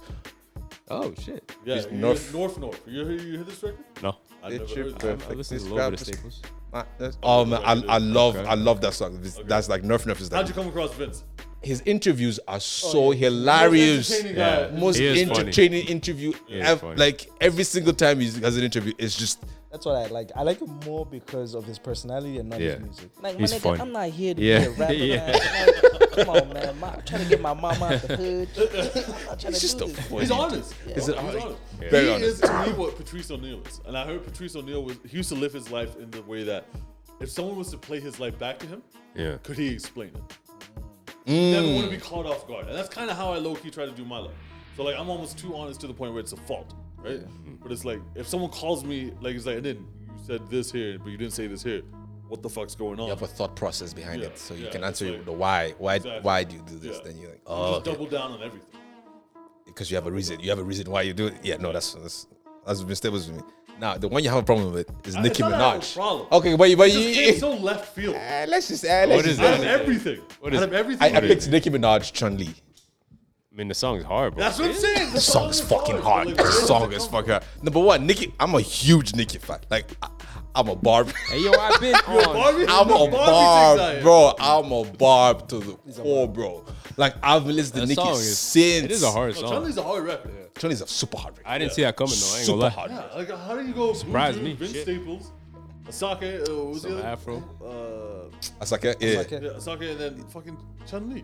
[SPEAKER 2] Oh shit.
[SPEAKER 6] Yeah,
[SPEAKER 4] It's
[SPEAKER 6] you hear
[SPEAKER 4] North-
[SPEAKER 6] North North. You hear, you hear this record?
[SPEAKER 2] No.
[SPEAKER 6] I've
[SPEAKER 4] It's
[SPEAKER 6] never
[SPEAKER 4] your
[SPEAKER 6] heard this.
[SPEAKER 4] perfect.
[SPEAKER 2] I listened to a
[SPEAKER 4] This
[SPEAKER 2] little
[SPEAKER 4] rap
[SPEAKER 2] bit of
[SPEAKER 4] is-
[SPEAKER 2] Staples.
[SPEAKER 4] Uh, that's- Oh man, I, I love
[SPEAKER 2] Okay.
[SPEAKER 4] I love that song. This- That's like Nerf Nerf is
[SPEAKER 6] How'd you
[SPEAKER 4] that.
[SPEAKER 6] come Oh, across Vince?
[SPEAKER 4] His interviews are so hilarious.
[SPEAKER 6] Entertaining guy.
[SPEAKER 2] Yeah.
[SPEAKER 4] Most
[SPEAKER 2] He is funny.
[SPEAKER 4] entertaining interview.
[SPEAKER 2] is
[SPEAKER 4] ev-
[SPEAKER 2] funny.
[SPEAKER 4] like every single time he has an interview, it's just
[SPEAKER 5] That's what I like. I like him more because of his personality and not
[SPEAKER 2] Yeah.
[SPEAKER 5] his music. Like,
[SPEAKER 2] He's
[SPEAKER 5] my nigga,
[SPEAKER 2] funny.
[SPEAKER 5] I'm not here to
[SPEAKER 2] Yeah.
[SPEAKER 5] be a rapper.
[SPEAKER 2] Yeah.
[SPEAKER 5] man. Like, come on, man. Ma- I'm trying to get my mama out the hood. I'm not trying to
[SPEAKER 4] it's just
[SPEAKER 5] do
[SPEAKER 4] a
[SPEAKER 5] this.
[SPEAKER 4] funny.
[SPEAKER 6] He's honest.
[SPEAKER 4] Is it
[SPEAKER 6] He's
[SPEAKER 4] honest?
[SPEAKER 6] honest.
[SPEAKER 4] Very
[SPEAKER 6] he
[SPEAKER 4] honest.
[SPEAKER 6] is to me what Patrice O'Neal is, and I heard Patrice O'Neal was he used to live his life in the way that if someone was to play his life back to him,
[SPEAKER 2] Yeah.
[SPEAKER 6] could he explain it?
[SPEAKER 4] Mm.
[SPEAKER 6] He Never want to be caught off guard, and that's kind of how I low key try to do my life. So like I'm almost too honest to the point where it's a fault, right?
[SPEAKER 4] Mm-hmm.
[SPEAKER 6] But it's like if someone calls me like it's like I didn't you said this here, but you didn't say this here. What the fuck's going on?
[SPEAKER 4] You have a thought process behind
[SPEAKER 6] Yeah,
[SPEAKER 4] it, so you
[SPEAKER 6] yeah,
[SPEAKER 4] can
[SPEAKER 6] that's
[SPEAKER 4] answer
[SPEAKER 6] right.
[SPEAKER 4] the why. Why?
[SPEAKER 6] Exactly.
[SPEAKER 4] Why do you do this?
[SPEAKER 6] Yeah.
[SPEAKER 4] Then you're like,
[SPEAKER 6] You
[SPEAKER 4] oh,
[SPEAKER 6] just double down on
[SPEAKER 4] *laughs*
[SPEAKER 6] everything.
[SPEAKER 4] because you have a reason. You have a reason why you do it. Yeah, no, that's that's that's Vince Staples with me. Now, the one you have a problem with is
[SPEAKER 6] Uh, it's
[SPEAKER 4] Nicki
[SPEAKER 6] not that I have a
[SPEAKER 4] Minaj.
[SPEAKER 6] problem.
[SPEAKER 4] Okay, but you, but
[SPEAKER 6] It's, just, it's
[SPEAKER 4] you,
[SPEAKER 6] so left field. Out
[SPEAKER 4] Eh, let's just, eh, let's
[SPEAKER 2] What is
[SPEAKER 4] just-
[SPEAKER 2] that?
[SPEAKER 6] of everything. Out
[SPEAKER 2] is
[SPEAKER 6] of
[SPEAKER 2] it?
[SPEAKER 6] everything.
[SPEAKER 4] I, I picked Nicki Minaj, Chun Li.
[SPEAKER 2] I mean, the song is hard, bro.
[SPEAKER 6] That's what I'm saying. The
[SPEAKER 4] The song is fucking hard.
[SPEAKER 6] Like,
[SPEAKER 4] The
[SPEAKER 6] where does
[SPEAKER 4] song
[SPEAKER 6] it
[SPEAKER 4] is
[SPEAKER 6] come
[SPEAKER 4] fucking hard. Number one, Nicki. I'm a huge Nicki fan. Like, I, I'm a barb. *laughs*
[SPEAKER 2] Hey, yo, I've been
[SPEAKER 6] from?
[SPEAKER 2] on.
[SPEAKER 6] Barbie- *laughs*
[SPEAKER 4] I'm a
[SPEAKER 6] Barbie's
[SPEAKER 4] barb,
[SPEAKER 6] excited.
[SPEAKER 4] bro. I'm a barb to the core, bro. Like I've listened to
[SPEAKER 2] That
[SPEAKER 4] Nicki
[SPEAKER 2] song is-
[SPEAKER 4] since.
[SPEAKER 2] It is a hard
[SPEAKER 6] No,
[SPEAKER 2] song.
[SPEAKER 6] Chun-Li's a hard rapper.
[SPEAKER 4] Chun Li's a super hard. record.
[SPEAKER 2] I didn't see that coming though. I ain't
[SPEAKER 4] super
[SPEAKER 2] gonna lie.
[SPEAKER 4] hard.
[SPEAKER 6] Yeah, like how do you go
[SPEAKER 2] Surprised
[SPEAKER 6] Buju,
[SPEAKER 2] me.
[SPEAKER 6] Vince
[SPEAKER 2] Shit.
[SPEAKER 6] Staples, Asake, uh, who's
[SPEAKER 2] Some
[SPEAKER 6] the other?
[SPEAKER 2] afro.
[SPEAKER 6] Uh,
[SPEAKER 4] Asake, yeah.
[SPEAKER 6] *laughs*
[SPEAKER 5] Asake.
[SPEAKER 6] yeah, Asake, and then fucking Chun Li.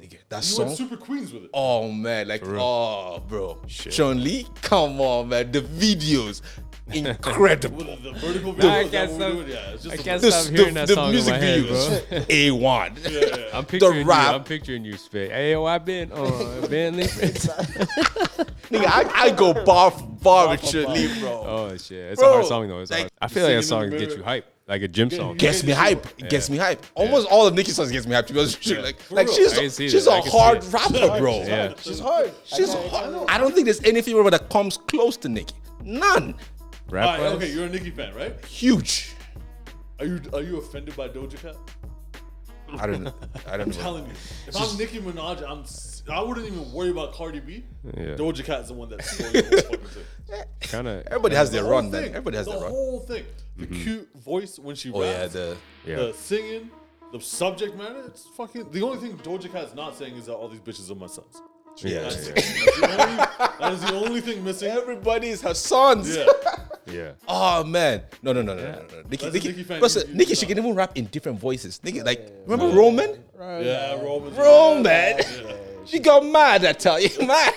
[SPEAKER 4] Nigga, that
[SPEAKER 6] You went
[SPEAKER 4] song.
[SPEAKER 6] Super Queens with it.
[SPEAKER 4] Oh man, like oh bro, Chun Li, come on man, the
[SPEAKER 2] *laughs*
[SPEAKER 4] videos, incredible.
[SPEAKER 6] With the vertical
[SPEAKER 4] *laughs* Nah,
[SPEAKER 6] video.
[SPEAKER 4] I
[SPEAKER 6] is that what
[SPEAKER 2] can't
[SPEAKER 6] we do? Yeah, it's just
[SPEAKER 2] I
[SPEAKER 6] a-
[SPEAKER 2] can't-
[SPEAKER 4] The,
[SPEAKER 2] Stop
[SPEAKER 4] the,
[SPEAKER 2] hearing that
[SPEAKER 4] the
[SPEAKER 2] song in
[SPEAKER 4] music
[SPEAKER 2] my head,
[SPEAKER 4] videos,
[SPEAKER 2] *laughs*
[SPEAKER 4] a one.
[SPEAKER 6] Yeah, yeah.
[SPEAKER 2] I'm picturing you.
[SPEAKER 4] rap.
[SPEAKER 2] I'm picturing you, spit. Hey, oh, I've been on Bentley.
[SPEAKER 4] Nigga, I, I go bar for bar with Chun Li, bro.
[SPEAKER 2] Oh shit, it's
[SPEAKER 4] Bro,
[SPEAKER 2] a hard song though. It's a
[SPEAKER 4] like,
[SPEAKER 2] hard. I feel like that
[SPEAKER 6] singing in
[SPEAKER 2] song
[SPEAKER 6] the
[SPEAKER 2] gets
[SPEAKER 6] mirror.
[SPEAKER 2] you hype, like a gym song.
[SPEAKER 4] Gets me hype. It Gets me hype. Almost all of Nicki's songs gets me hype. To be honest, with you. like, like
[SPEAKER 6] real.
[SPEAKER 4] she's
[SPEAKER 2] I can see
[SPEAKER 4] she's
[SPEAKER 2] that. I
[SPEAKER 4] a
[SPEAKER 2] can see
[SPEAKER 4] hard
[SPEAKER 2] it.
[SPEAKER 4] rapper, bro.
[SPEAKER 2] Yeah.
[SPEAKER 5] She's hard. I
[SPEAKER 4] She's
[SPEAKER 5] can't-
[SPEAKER 4] hard. I don't think there's any female rapper that comes close to Nicki. None.
[SPEAKER 2] Rap.
[SPEAKER 6] All right,
[SPEAKER 2] wise,
[SPEAKER 6] okay, you're a Nicki fan, right?
[SPEAKER 4] Huge.
[SPEAKER 6] Are you are you offended by Doja Cat?
[SPEAKER 4] I don't. I don't
[SPEAKER 6] I'm
[SPEAKER 4] *laughs* know.
[SPEAKER 6] telling you, if I'm Nicki Minaj, I'm s- I wouldn't even worry about Cardi B.
[SPEAKER 2] Yeah.
[SPEAKER 6] Doja Cat is the one
[SPEAKER 4] *laughs*
[SPEAKER 6] that's spoiled the whole fucking thing.
[SPEAKER 2] kind of.
[SPEAKER 4] Eh. Everybody has their
[SPEAKER 6] The whole
[SPEAKER 4] run, man.
[SPEAKER 6] thing,
[SPEAKER 4] Everybody has
[SPEAKER 6] the
[SPEAKER 4] their run. Mm-hmm.
[SPEAKER 6] whole thing. The cute voice when she
[SPEAKER 4] Oh yeah,
[SPEAKER 6] raps,
[SPEAKER 4] the
[SPEAKER 2] Yeah.
[SPEAKER 6] the singing, the subject matter. It's fucking. The only thing Doja Cat's not saying is that all these bitches are my sons.
[SPEAKER 4] yeah.
[SPEAKER 6] That's, that's the only, that is the only thing missing.
[SPEAKER 4] Everybody is her sons.
[SPEAKER 6] Yeah,
[SPEAKER 2] Yeah.
[SPEAKER 4] Oh man, no no no no no no. Nikki,
[SPEAKER 6] As a
[SPEAKER 4] Nikki,
[SPEAKER 6] Nicki fan,
[SPEAKER 4] plus,
[SPEAKER 6] you-
[SPEAKER 4] uh,
[SPEAKER 6] you
[SPEAKER 4] Nikki,
[SPEAKER 6] do
[SPEAKER 4] she
[SPEAKER 6] not.
[SPEAKER 4] can even rap in different voices. Nikki, like remember Roman?
[SPEAKER 5] Right.
[SPEAKER 6] yeah, Roman.
[SPEAKER 4] Roman, she got mad. I tell you, *laughs* mad.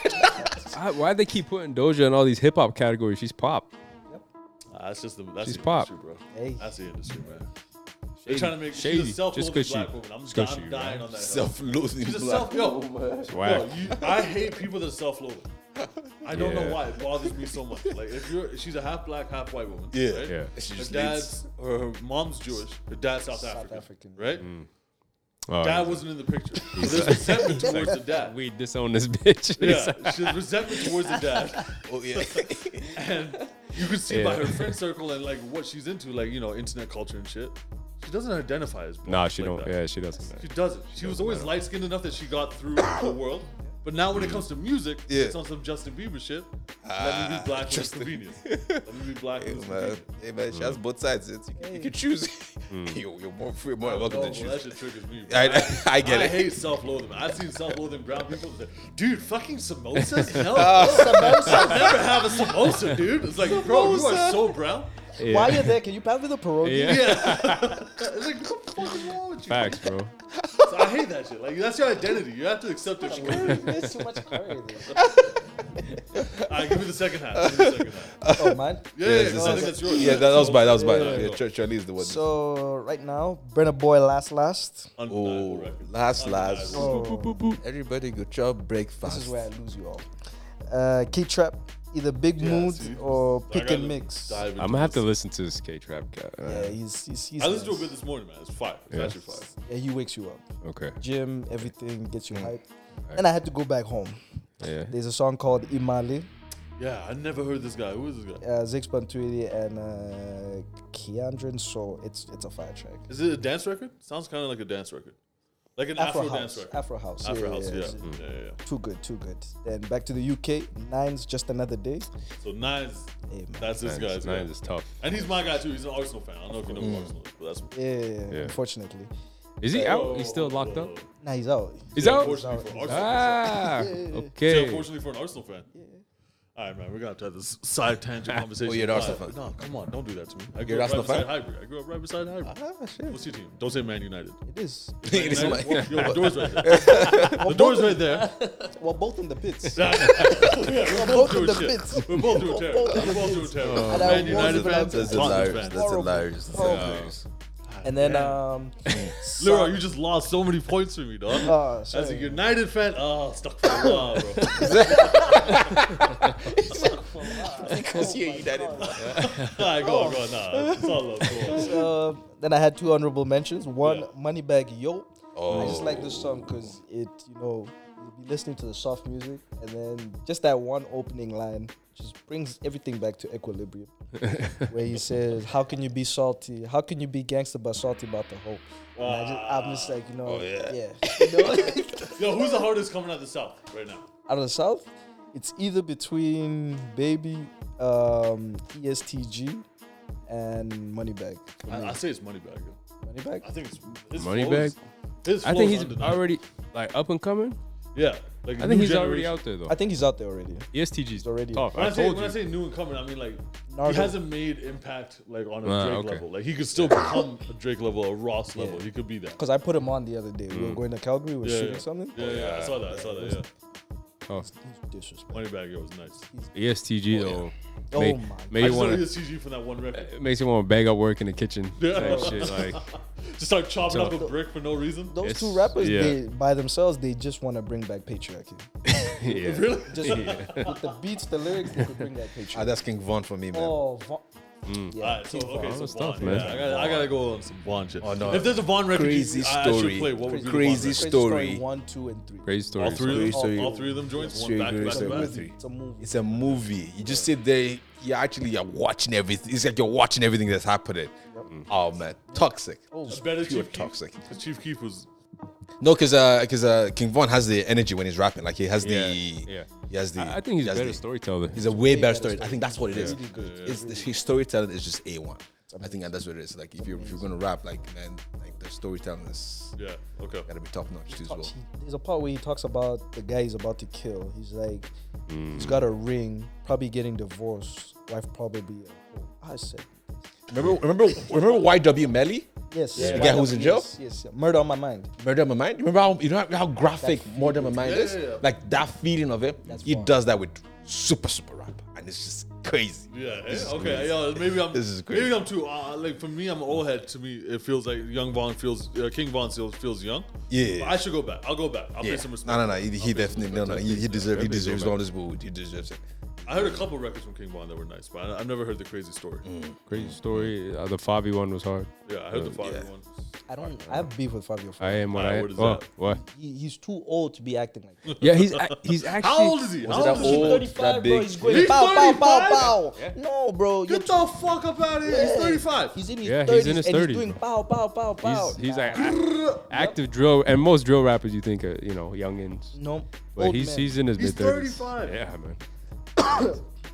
[SPEAKER 2] I, why they keep putting Doja in all these hip hop categories? She's pop.
[SPEAKER 6] Ah, that's just the that's
[SPEAKER 2] She's
[SPEAKER 6] the
[SPEAKER 2] pop.
[SPEAKER 6] industry, bro.
[SPEAKER 5] Hey.
[SPEAKER 6] That's the industry, man. They're trying to make
[SPEAKER 2] Shady.
[SPEAKER 6] she's a self-loathing
[SPEAKER 2] Just 'cause
[SPEAKER 6] black
[SPEAKER 2] she-
[SPEAKER 6] woman. I'm,
[SPEAKER 2] just 'cause
[SPEAKER 6] I'm
[SPEAKER 2] she,
[SPEAKER 6] dying
[SPEAKER 2] man.
[SPEAKER 6] on that. hill.
[SPEAKER 4] Self-losing
[SPEAKER 6] She's a
[SPEAKER 4] black.
[SPEAKER 6] self yo.
[SPEAKER 2] Whack.
[SPEAKER 6] yo, you- I hate people that are self-loathing. I don't know
[SPEAKER 2] Yeah.
[SPEAKER 6] why it bothers me so much. Like if you're, she's a half black, half white woman.
[SPEAKER 4] Yeah.
[SPEAKER 6] right?
[SPEAKER 2] Yeah.
[SPEAKER 4] She
[SPEAKER 6] Her
[SPEAKER 4] just leads.
[SPEAKER 6] dad's, her, her mom's Jewish. Her dad's South,
[SPEAKER 5] South
[SPEAKER 6] African,
[SPEAKER 5] African.
[SPEAKER 6] right?
[SPEAKER 2] Mm. Oh,
[SPEAKER 6] Dad wasn't in the
[SPEAKER 2] *laughs*
[SPEAKER 6] picture. So there's resentment towards the dad.
[SPEAKER 2] we disown this *laughs* bitch.
[SPEAKER 6] Yeah, she's resentment towards the dad.
[SPEAKER 4] *laughs* Oh yeah.
[SPEAKER 6] *laughs* and you can see by
[SPEAKER 2] Yeah.
[SPEAKER 6] her friend circle and like what she's into, like you know, internet culture and shit. She doesn't identify as. Black
[SPEAKER 2] nah, she
[SPEAKER 6] like
[SPEAKER 2] don't.
[SPEAKER 6] that.
[SPEAKER 2] Yeah, she doesn't.
[SPEAKER 6] She doesn't. She was always light skinned enough that she got
[SPEAKER 4] *coughs*
[SPEAKER 6] through the world. But now when it comes to music,
[SPEAKER 4] Yeah. Ah,
[SPEAKER 6] it's on some Justin Bieber shit. Let me be black when it's convenient. Let me be black
[SPEAKER 4] *laughs*
[SPEAKER 6] when it's
[SPEAKER 4] Man,
[SPEAKER 6] convenient.
[SPEAKER 4] hey man, she has both sides. It's, you, can- you can choose.
[SPEAKER 3] Hmm.
[SPEAKER 4] *laughs* you, you're more free, more welcome
[SPEAKER 6] Oh,
[SPEAKER 4] to
[SPEAKER 6] well, that
[SPEAKER 4] choose.
[SPEAKER 6] shit triggers me.
[SPEAKER 4] I- I get it.
[SPEAKER 6] hate self-loathing. I've seen self-loathing brown people say, dude, fucking
[SPEAKER 4] *laughs*
[SPEAKER 6] samosas? No. I'll never have a samosa, dude. It's like, bro, you are
[SPEAKER 5] Samosa.
[SPEAKER 6] so brown.
[SPEAKER 2] Yeah.
[SPEAKER 5] While you're there, can you pass me the pierogi? *laughs*
[SPEAKER 2] Yeah.
[SPEAKER 6] Yeah. *laughs* it's like, what the fuck is wrong with you?
[SPEAKER 2] Facts, bro.
[SPEAKER 6] So I hate that shit. Like, that's your identity. You have to accept it.
[SPEAKER 5] Curry, there's too much curry. there.
[SPEAKER 6] All right, give me the second half. Give me the second half.
[SPEAKER 5] *laughs* Oh man.
[SPEAKER 6] Yeah, yeah, yeah,
[SPEAKER 4] this
[SPEAKER 6] I
[SPEAKER 4] is-
[SPEAKER 6] think that's yours.
[SPEAKER 4] yeah, that, that was bad. That was bad.
[SPEAKER 5] Yeah,
[SPEAKER 4] Yeah,
[SPEAKER 6] yeah.
[SPEAKER 4] Ch- Charlie is the one.
[SPEAKER 5] So right now, Brenna Boy last last.
[SPEAKER 6] Undeniable
[SPEAKER 4] oh,
[SPEAKER 6] record.
[SPEAKER 4] last,
[SPEAKER 6] Undeniable.
[SPEAKER 4] last.
[SPEAKER 5] Oh,
[SPEAKER 4] Everybody go chop breakfast.
[SPEAKER 5] this is where I lose you all. Uh, K Trap, either Big
[SPEAKER 6] Yeah,
[SPEAKER 5] Mood
[SPEAKER 6] see?
[SPEAKER 5] or
[SPEAKER 6] I
[SPEAKER 5] Pick
[SPEAKER 6] gotta
[SPEAKER 5] and Mix.
[SPEAKER 6] dive into
[SPEAKER 2] I'm gonna have
[SPEAKER 6] this.
[SPEAKER 2] to listen to this K Trap guy. Uh,
[SPEAKER 5] Yeah, he's he's, he's
[SPEAKER 6] I listened to a
[SPEAKER 5] nice.
[SPEAKER 6] bit this morning, man. It's fire. It's
[SPEAKER 2] Yeah.
[SPEAKER 6] actually fire.
[SPEAKER 5] Yeah, he wakes you up.
[SPEAKER 2] Okay.
[SPEAKER 5] Gym, everything gets you
[SPEAKER 6] Mm.
[SPEAKER 5] hyped. And I had to go back home.
[SPEAKER 2] Yeah.
[SPEAKER 5] There's a song called Imali,
[SPEAKER 6] Yeah, I never heard this guy. Who is this guy?
[SPEAKER 5] uh, Zix Bantuidi and uh, Keandrin. So it's it's a fire track.
[SPEAKER 6] Is it a dance record? Sounds kind of like a dance record, like an Afro, dance
[SPEAKER 5] house,
[SPEAKER 6] record.
[SPEAKER 5] Afro house,
[SPEAKER 6] Afro,
[SPEAKER 5] yeah,
[SPEAKER 6] house,
[SPEAKER 5] yeah,
[SPEAKER 6] yeah. Mm,
[SPEAKER 5] it's-
[SPEAKER 6] Yeah, yeah, yeah.
[SPEAKER 5] Too good, too good. Then back to the UK. Nine's just another day. Um,
[SPEAKER 6] So Nines,
[SPEAKER 5] Hey, man.
[SPEAKER 6] that's this guy's guy.
[SPEAKER 2] Nine is tough.
[SPEAKER 6] And he's my guy too. He's an Arsenal fan. I don't know if you know who Arsenal, is, but that's
[SPEAKER 5] Yeah,
[SPEAKER 2] Yeah.
[SPEAKER 5] eh, unfortunately. oh,
[SPEAKER 2] Is he out? He's still locked up.
[SPEAKER 6] Uh,
[SPEAKER 5] Nah, he's out.
[SPEAKER 2] He's
[SPEAKER 6] yeah,
[SPEAKER 2] out.
[SPEAKER 6] Unfortunately for an Arsenal. fan.
[SPEAKER 2] Ah.
[SPEAKER 6] Say
[SPEAKER 2] Okay.
[SPEAKER 6] unfortunately for an Arsenal fan. All right, man. We're gonna have to have this side tangent conversation.
[SPEAKER 4] Oh, you're an Arsenal
[SPEAKER 6] Why?
[SPEAKER 4] fan.
[SPEAKER 6] No, come on. Don't do that to me. I
[SPEAKER 4] You're
[SPEAKER 6] grew
[SPEAKER 4] an
[SPEAKER 6] up right
[SPEAKER 4] Arsenal
[SPEAKER 6] beside
[SPEAKER 4] fan?
[SPEAKER 6] Highbury. I grew up right beside Highbury.
[SPEAKER 4] Ah, shit.
[SPEAKER 6] What's your team? Don't say Man United.
[SPEAKER 5] It is.
[SPEAKER 4] *laughs* It is
[SPEAKER 6] Man
[SPEAKER 3] *laughs*
[SPEAKER 4] my-
[SPEAKER 6] United- Yo, the door's right there. The door's right there.
[SPEAKER 5] Well, both in the
[SPEAKER 6] *laughs*
[SPEAKER 5] pits.
[SPEAKER 6] Yeah, we're both
[SPEAKER 5] both in
[SPEAKER 6] doing
[SPEAKER 5] the
[SPEAKER 6] shit.
[SPEAKER 5] pits.
[SPEAKER 6] We're both *laughs* doing terrible.
[SPEAKER 5] both in
[SPEAKER 6] We're
[SPEAKER 5] the
[SPEAKER 6] both doing terrible.
[SPEAKER 5] And I
[SPEAKER 6] Man
[SPEAKER 5] was
[SPEAKER 6] United
[SPEAKER 5] about
[SPEAKER 6] fans,
[SPEAKER 5] to
[SPEAKER 4] That's
[SPEAKER 5] say
[SPEAKER 6] Tottenham
[SPEAKER 4] hilarious.
[SPEAKER 6] fans.
[SPEAKER 4] That's
[SPEAKER 5] Horrible. Oh,
[SPEAKER 4] hilarious. *laughs* That's
[SPEAKER 5] Horrible.
[SPEAKER 4] hilarious.
[SPEAKER 5] And then um,
[SPEAKER 6] Leroy,
[SPEAKER 5] Sa-
[SPEAKER 6] *laughs* you just lost so many points to me, dog.
[SPEAKER 5] Ah,
[SPEAKER 6] As a
[SPEAKER 5] sorry.
[SPEAKER 6] United fan, oh, stuck for a while, *laughs* bro.
[SPEAKER 4] Because you're United.
[SPEAKER 6] Alright, go on, go on. Nah, it's all love. Go on.
[SPEAKER 5] Uh, then I had two honorable mentions. One,
[SPEAKER 6] Yeah.
[SPEAKER 5] Moneybag Yo. I just
[SPEAKER 4] Oh.
[SPEAKER 5] like this song because it, you know, you'll be listening to the soft music and then just that one opening line just brings everything back to
[SPEAKER 4] *laughs*
[SPEAKER 5] equilibrium. where he says, How can you be salty? How can you be gangster but salty about the whole? And I just, I'm just like, you know,
[SPEAKER 4] Oh, yeah.
[SPEAKER 5] yeah. You know? *laughs*
[SPEAKER 6] Yo, who's the hardest coming out of the South right now?
[SPEAKER 5] out of the south, it's either between Baby, um, ESTG, and Moneybag. For
[SPEAKER 6] I,
[SPEAKER 5] me,
[SPEAKER 6] I say it's Moneybag. yo. I
[SPEAKER 5] Moneybag.
[SPEAKER 6] think it's his
[SPEAKER 2] Moneybag?
[SPEAKER 6] flow is- His
[SPEAKER 2] I
[SPEAKER 6] flow
[SPEAKER 2] think
[SPEAKER 6] is
[SPEAKER 2] he's
[SPEAKER 6] undeniable.
[SPEAKER 2] already like up and coming.
[SPEAKER 3] Yeah. Like
[SPEAKER 2] I think he's already out there though. E
[SPEAKER 5] I think he's out there already.
[SPEAKER 2] ESTG's
[SPEAKER 5] already-
[SPEAKER 2] tough.
[SPEAKER 3] When I,
[SPEAKER 2] I
[SPEAKER 3] say,
[SPEAKER 2] told
[SPEAKER 3] when I
[SPEAKER 2] you.
[SPEAKER 3] say new incumbent, I mean like
[SPEAKER 5] Nardo.
[SPEAKER 3] he hasn't made impact like on a
[SPEAKER 2] Ah,
[SPEAKER 3] Drake
[SPEAKER 2] okay.
[SPEAKER 3] level. Like he could still become a Drake level, a Ross level. He could be that.
[SPEAKER 5] Because I put him on the other day. We were going to Calgary. We were
[SPEAKER 3] Yeah,
[SPEAKER 5] shooting
[SPEAKER 3] yeah.
[SPEAKER 5] something.
[SPEAKER 3] Yeah, yeah, I saw that. I saw that. Yeah,
[SPEAKER 2] Oh,
[SPEAKER 5] He's disrespectful.
[SPEAKER 3] money bag. It was nice.
[SPEAKER 2] E ESTG though.
[SPEAKER 5] Oh
[SPEAKER 2] May-
[SPEAKER 5] my
[SPEAKER 2] may
[SPEAKER 3] I
[SPEAKER 2] you
[SPEAKER 3] just
[SPEAKER 2] wanna-
[SPEAKER 3] wanna... his CG from that one record.
[SPEAKER 2] *laughs* it makes you want to bag up work in the kitchen.
[SPEAKER 3] Yeah.
[SPEAKER 2] Type shit like
[SPEAKER 3] Just start chopping up
[SPEAKER 2] So-
[SPEAKER 3] a brick for no reason.
[SPEAKER 5] Those
[SPEAKER 2] It's-
[SPEAKER 5] two rappers,
[SPEAKER 2] yeah.
[SPEAKER 5] they by themselves, they just want to bring back patriarchy.
[SPEAKER 2] yeah.
[SPEAKER 3] Really?
[SPEAKER 5] Just with the beats, the lyrics, they could bring back
[SPEAKER 4] Ah,
[SPEAKER 5] patriarchy.
[SPEAKER 4] that's King Von for me, man.
[SPEAKER 5] *laughs* oh, Von- yeah.
[SPEAKER 3] All right, so
[SPEAKER 5] King
[SPEAKER 3] okay,
[SPEAKER 5] Von.
[SPEAKER 3] so
[SPEAKER 2] That's tough,
[SPEAKER 3] Vaughn,
[SPEAKER 2] man.
[SPEAKER 3] Yeah, I, gotta, I gotta go on some Vaughn shit.
[SPEAKER 4] Oh, no.
[SPEAKER 3] If there's a Vaughn record,
[SPEAKER 4] Crazy
[SPEAKER 3] you, I should
[SPEAKER 4] story.
[SPEAKER 3] play. What would be the
[SPEAKER 4] Crazy
[SPEAKER 3] Vaughn
[SPEAKER 5] Crazy
[SPEAKER 3] record?
[SPEAKER 4] story.
[SPEAKER 5] One, two, and three.
[SPEAKER 2] Crazy story.
[SPEAKER 3] All three, of
[SPEAKER 5] All-
[SPEAKER 3] them, all,
[SPEAKER 5] all
[SPEAKER 3] all three of them joints, one
[SPEAKER 4] Crazy
[SPEAKER 3] back to back to
[SPEAKER 4] story.
[SPEAKER 3] back.
[SPEAKER 4] Three.
[SPEAKER 5] It's a movie.
[SPEAKER 4] It's a movie. You just sit there. You actually are watching everything. It's like you're watching everything that's happening. Oh man, toxic.
[SPEAKER 5] Oh,
[SPEAKER 3] It's better
[SPEAKER 4] Pure
[SPEAKER 3] Chief
[SPEAKER 4] toxic.
[SPEAKER 3] Keef. 'Cause Chief Keef was
[SPEAKER 4] No, because because uh, King Von has the energy when he's rapping. Like he has the
[SPEAKER 2] Yeah, yeah.
[SPEAKER 4] he has the.
[SPEAKER 2] I, I think he's
[SPEAKER 4] he
[SPEAKER 2] a
[SPEAKER 4] has
[SPEAKER 2] better
[SPEAKER 4] the-
[SPEAKER 2] storyteller.
[SPEAKER 4] He's a way better story. I think that's what it is.
[SPEAKER 5] Really good.
[SPEAKER 4] It's the, his storytelling is just a one. I think that's what it is. Like if you're if you're gonna rap, like man, like the storytelling is
[SPEAKER 3] yeah okay.
[SPEAKER 4] gotta be top notch too as well.
[SPEAKER 5] There's a part where he talks about the guy he's about to kill. He's like, he's got a ring, probably getting divorced. Wife probably. a whore. I said,
[SPEAKER 4] Remember remember remember YW Melly?
[SPEAKER 5] yes.
[SPEAKER 4] The guy who's in jail?
[SPEAKER 5] Yes, yes, yeah. Murder on my mind.
[SPEAKER 4] Murder My Mind. Remember how you know how graphic Murder My Mind
[SPEAKER 3] Yeah,
[SPEAKER 4] is?
[SPEAKER 3] yeah, yeah.
[SPEAKER 4] Like that feeling of it.
[SPEAKER 5] That's
[SPEAKER 4] he
[SPEAKER 5] Von.
[SPEAKER 4] does that with super super rap, and it's just crazy.
[SPEAKER 3] Yeah. eh, Okay. Yeah. Maybe I'm.
[SPEAKER 4] This is crazy.
[SPEAKER 3] maybe I'm too. Uh, like for me, I'm an old head. To me, it feels like young Vaughn feels. Uh, King Vaughn feels feels young.
[SPEAKER 4] Yeah.
[SPEAKER 3] But I should go back. I'll go back. I'll
[SPEAKER 4] Yeah.
[SPEAKER 3] pay some respect.
[SPEAKER 4] No, no, no. He, he definitely no, no. He, he deserves
[SPEAKER 2] Definitely
[SPEAKER 4] he deserves
[SPEAKER 2] go
[SPEAKER 4] all this boo. He deserves it.
[SPEAKER 3] I heard a couple records from King Vaughn that were nice, but I, I've never heard the crazy story.
[SPEAKER 4] Mm.
[SPEAKER 2] Crazy story. Uh, the Fabi one was hard.
[SPEAKER 3] Yeah, I heard the fire
[SPEAKER 4] yeah.
[SPEAKER 3] one.
[SPEAKER 5] I don't. I have beef with Fabio.
[SPEAKER 2] I am what
[SPEAKER 3] Ah,
[SPEAKER 2] I am.
[SPEAKER 3] what is
[SPEAKER 2] oh,
[SPEAKER 3] that?
[SPEAKER 2] what?
[SPEAKER 5] He, he's too old to be acting like that.
[SPEAKER 2] Yeah, he's a- he's actually.
[SPEAKER 3] How old is he? How
[SPEAKER 4] it
[SPEAKER 3] old
[SPEAKER 4] that
[SPEAKER 3] is he?
[SPEAKER 4] old? that
[SPEAKER 5] bro.
[SPEAKER 4] big.
[SPEAKER 5] He's going
[SPEAKER 3] He's
[SPEAKER 5] pow, pow, pow,
[SPEAKER 3] 35?
[SPEAKER 5] pow. No, bro. you're
[SPEAKER 3] Get the fuck up out of here. He's
[SPEAKER 5] Yeah.
[SPEAKER 3] 35.
[SPEAKER 5] He's in his
[SPEAKER 2] Yeah,
[SPEAKER 5] 30s
[SPEAKER 2] he's in his
[SPEAKER 5] and
[SPEAKER 2] 30s,
[SPEAKER 5] he's doing
[SPEAKER 2] bro.
[SPEAKER 5] pow, pow, pow, pow.
[SPEAKER 2] He's, he's
[SPEAKER 5] Nah.
[SPEAKER 2] a- a- active drill, and most drill rappers you think are you know youngins,
[SPEAKER 5] no.
[SPEAKER 2] but
[SPEAKER 5] old
[SPEAKER 2] he's
[SPEAKER 5] man.
[SPEAKER 2] he's in his
[SPEAKER 3] He's
[SPEAKER 2] mid thirties.
[SPEAKER 3] 35.
[SPEAKER 2] Yeah, man.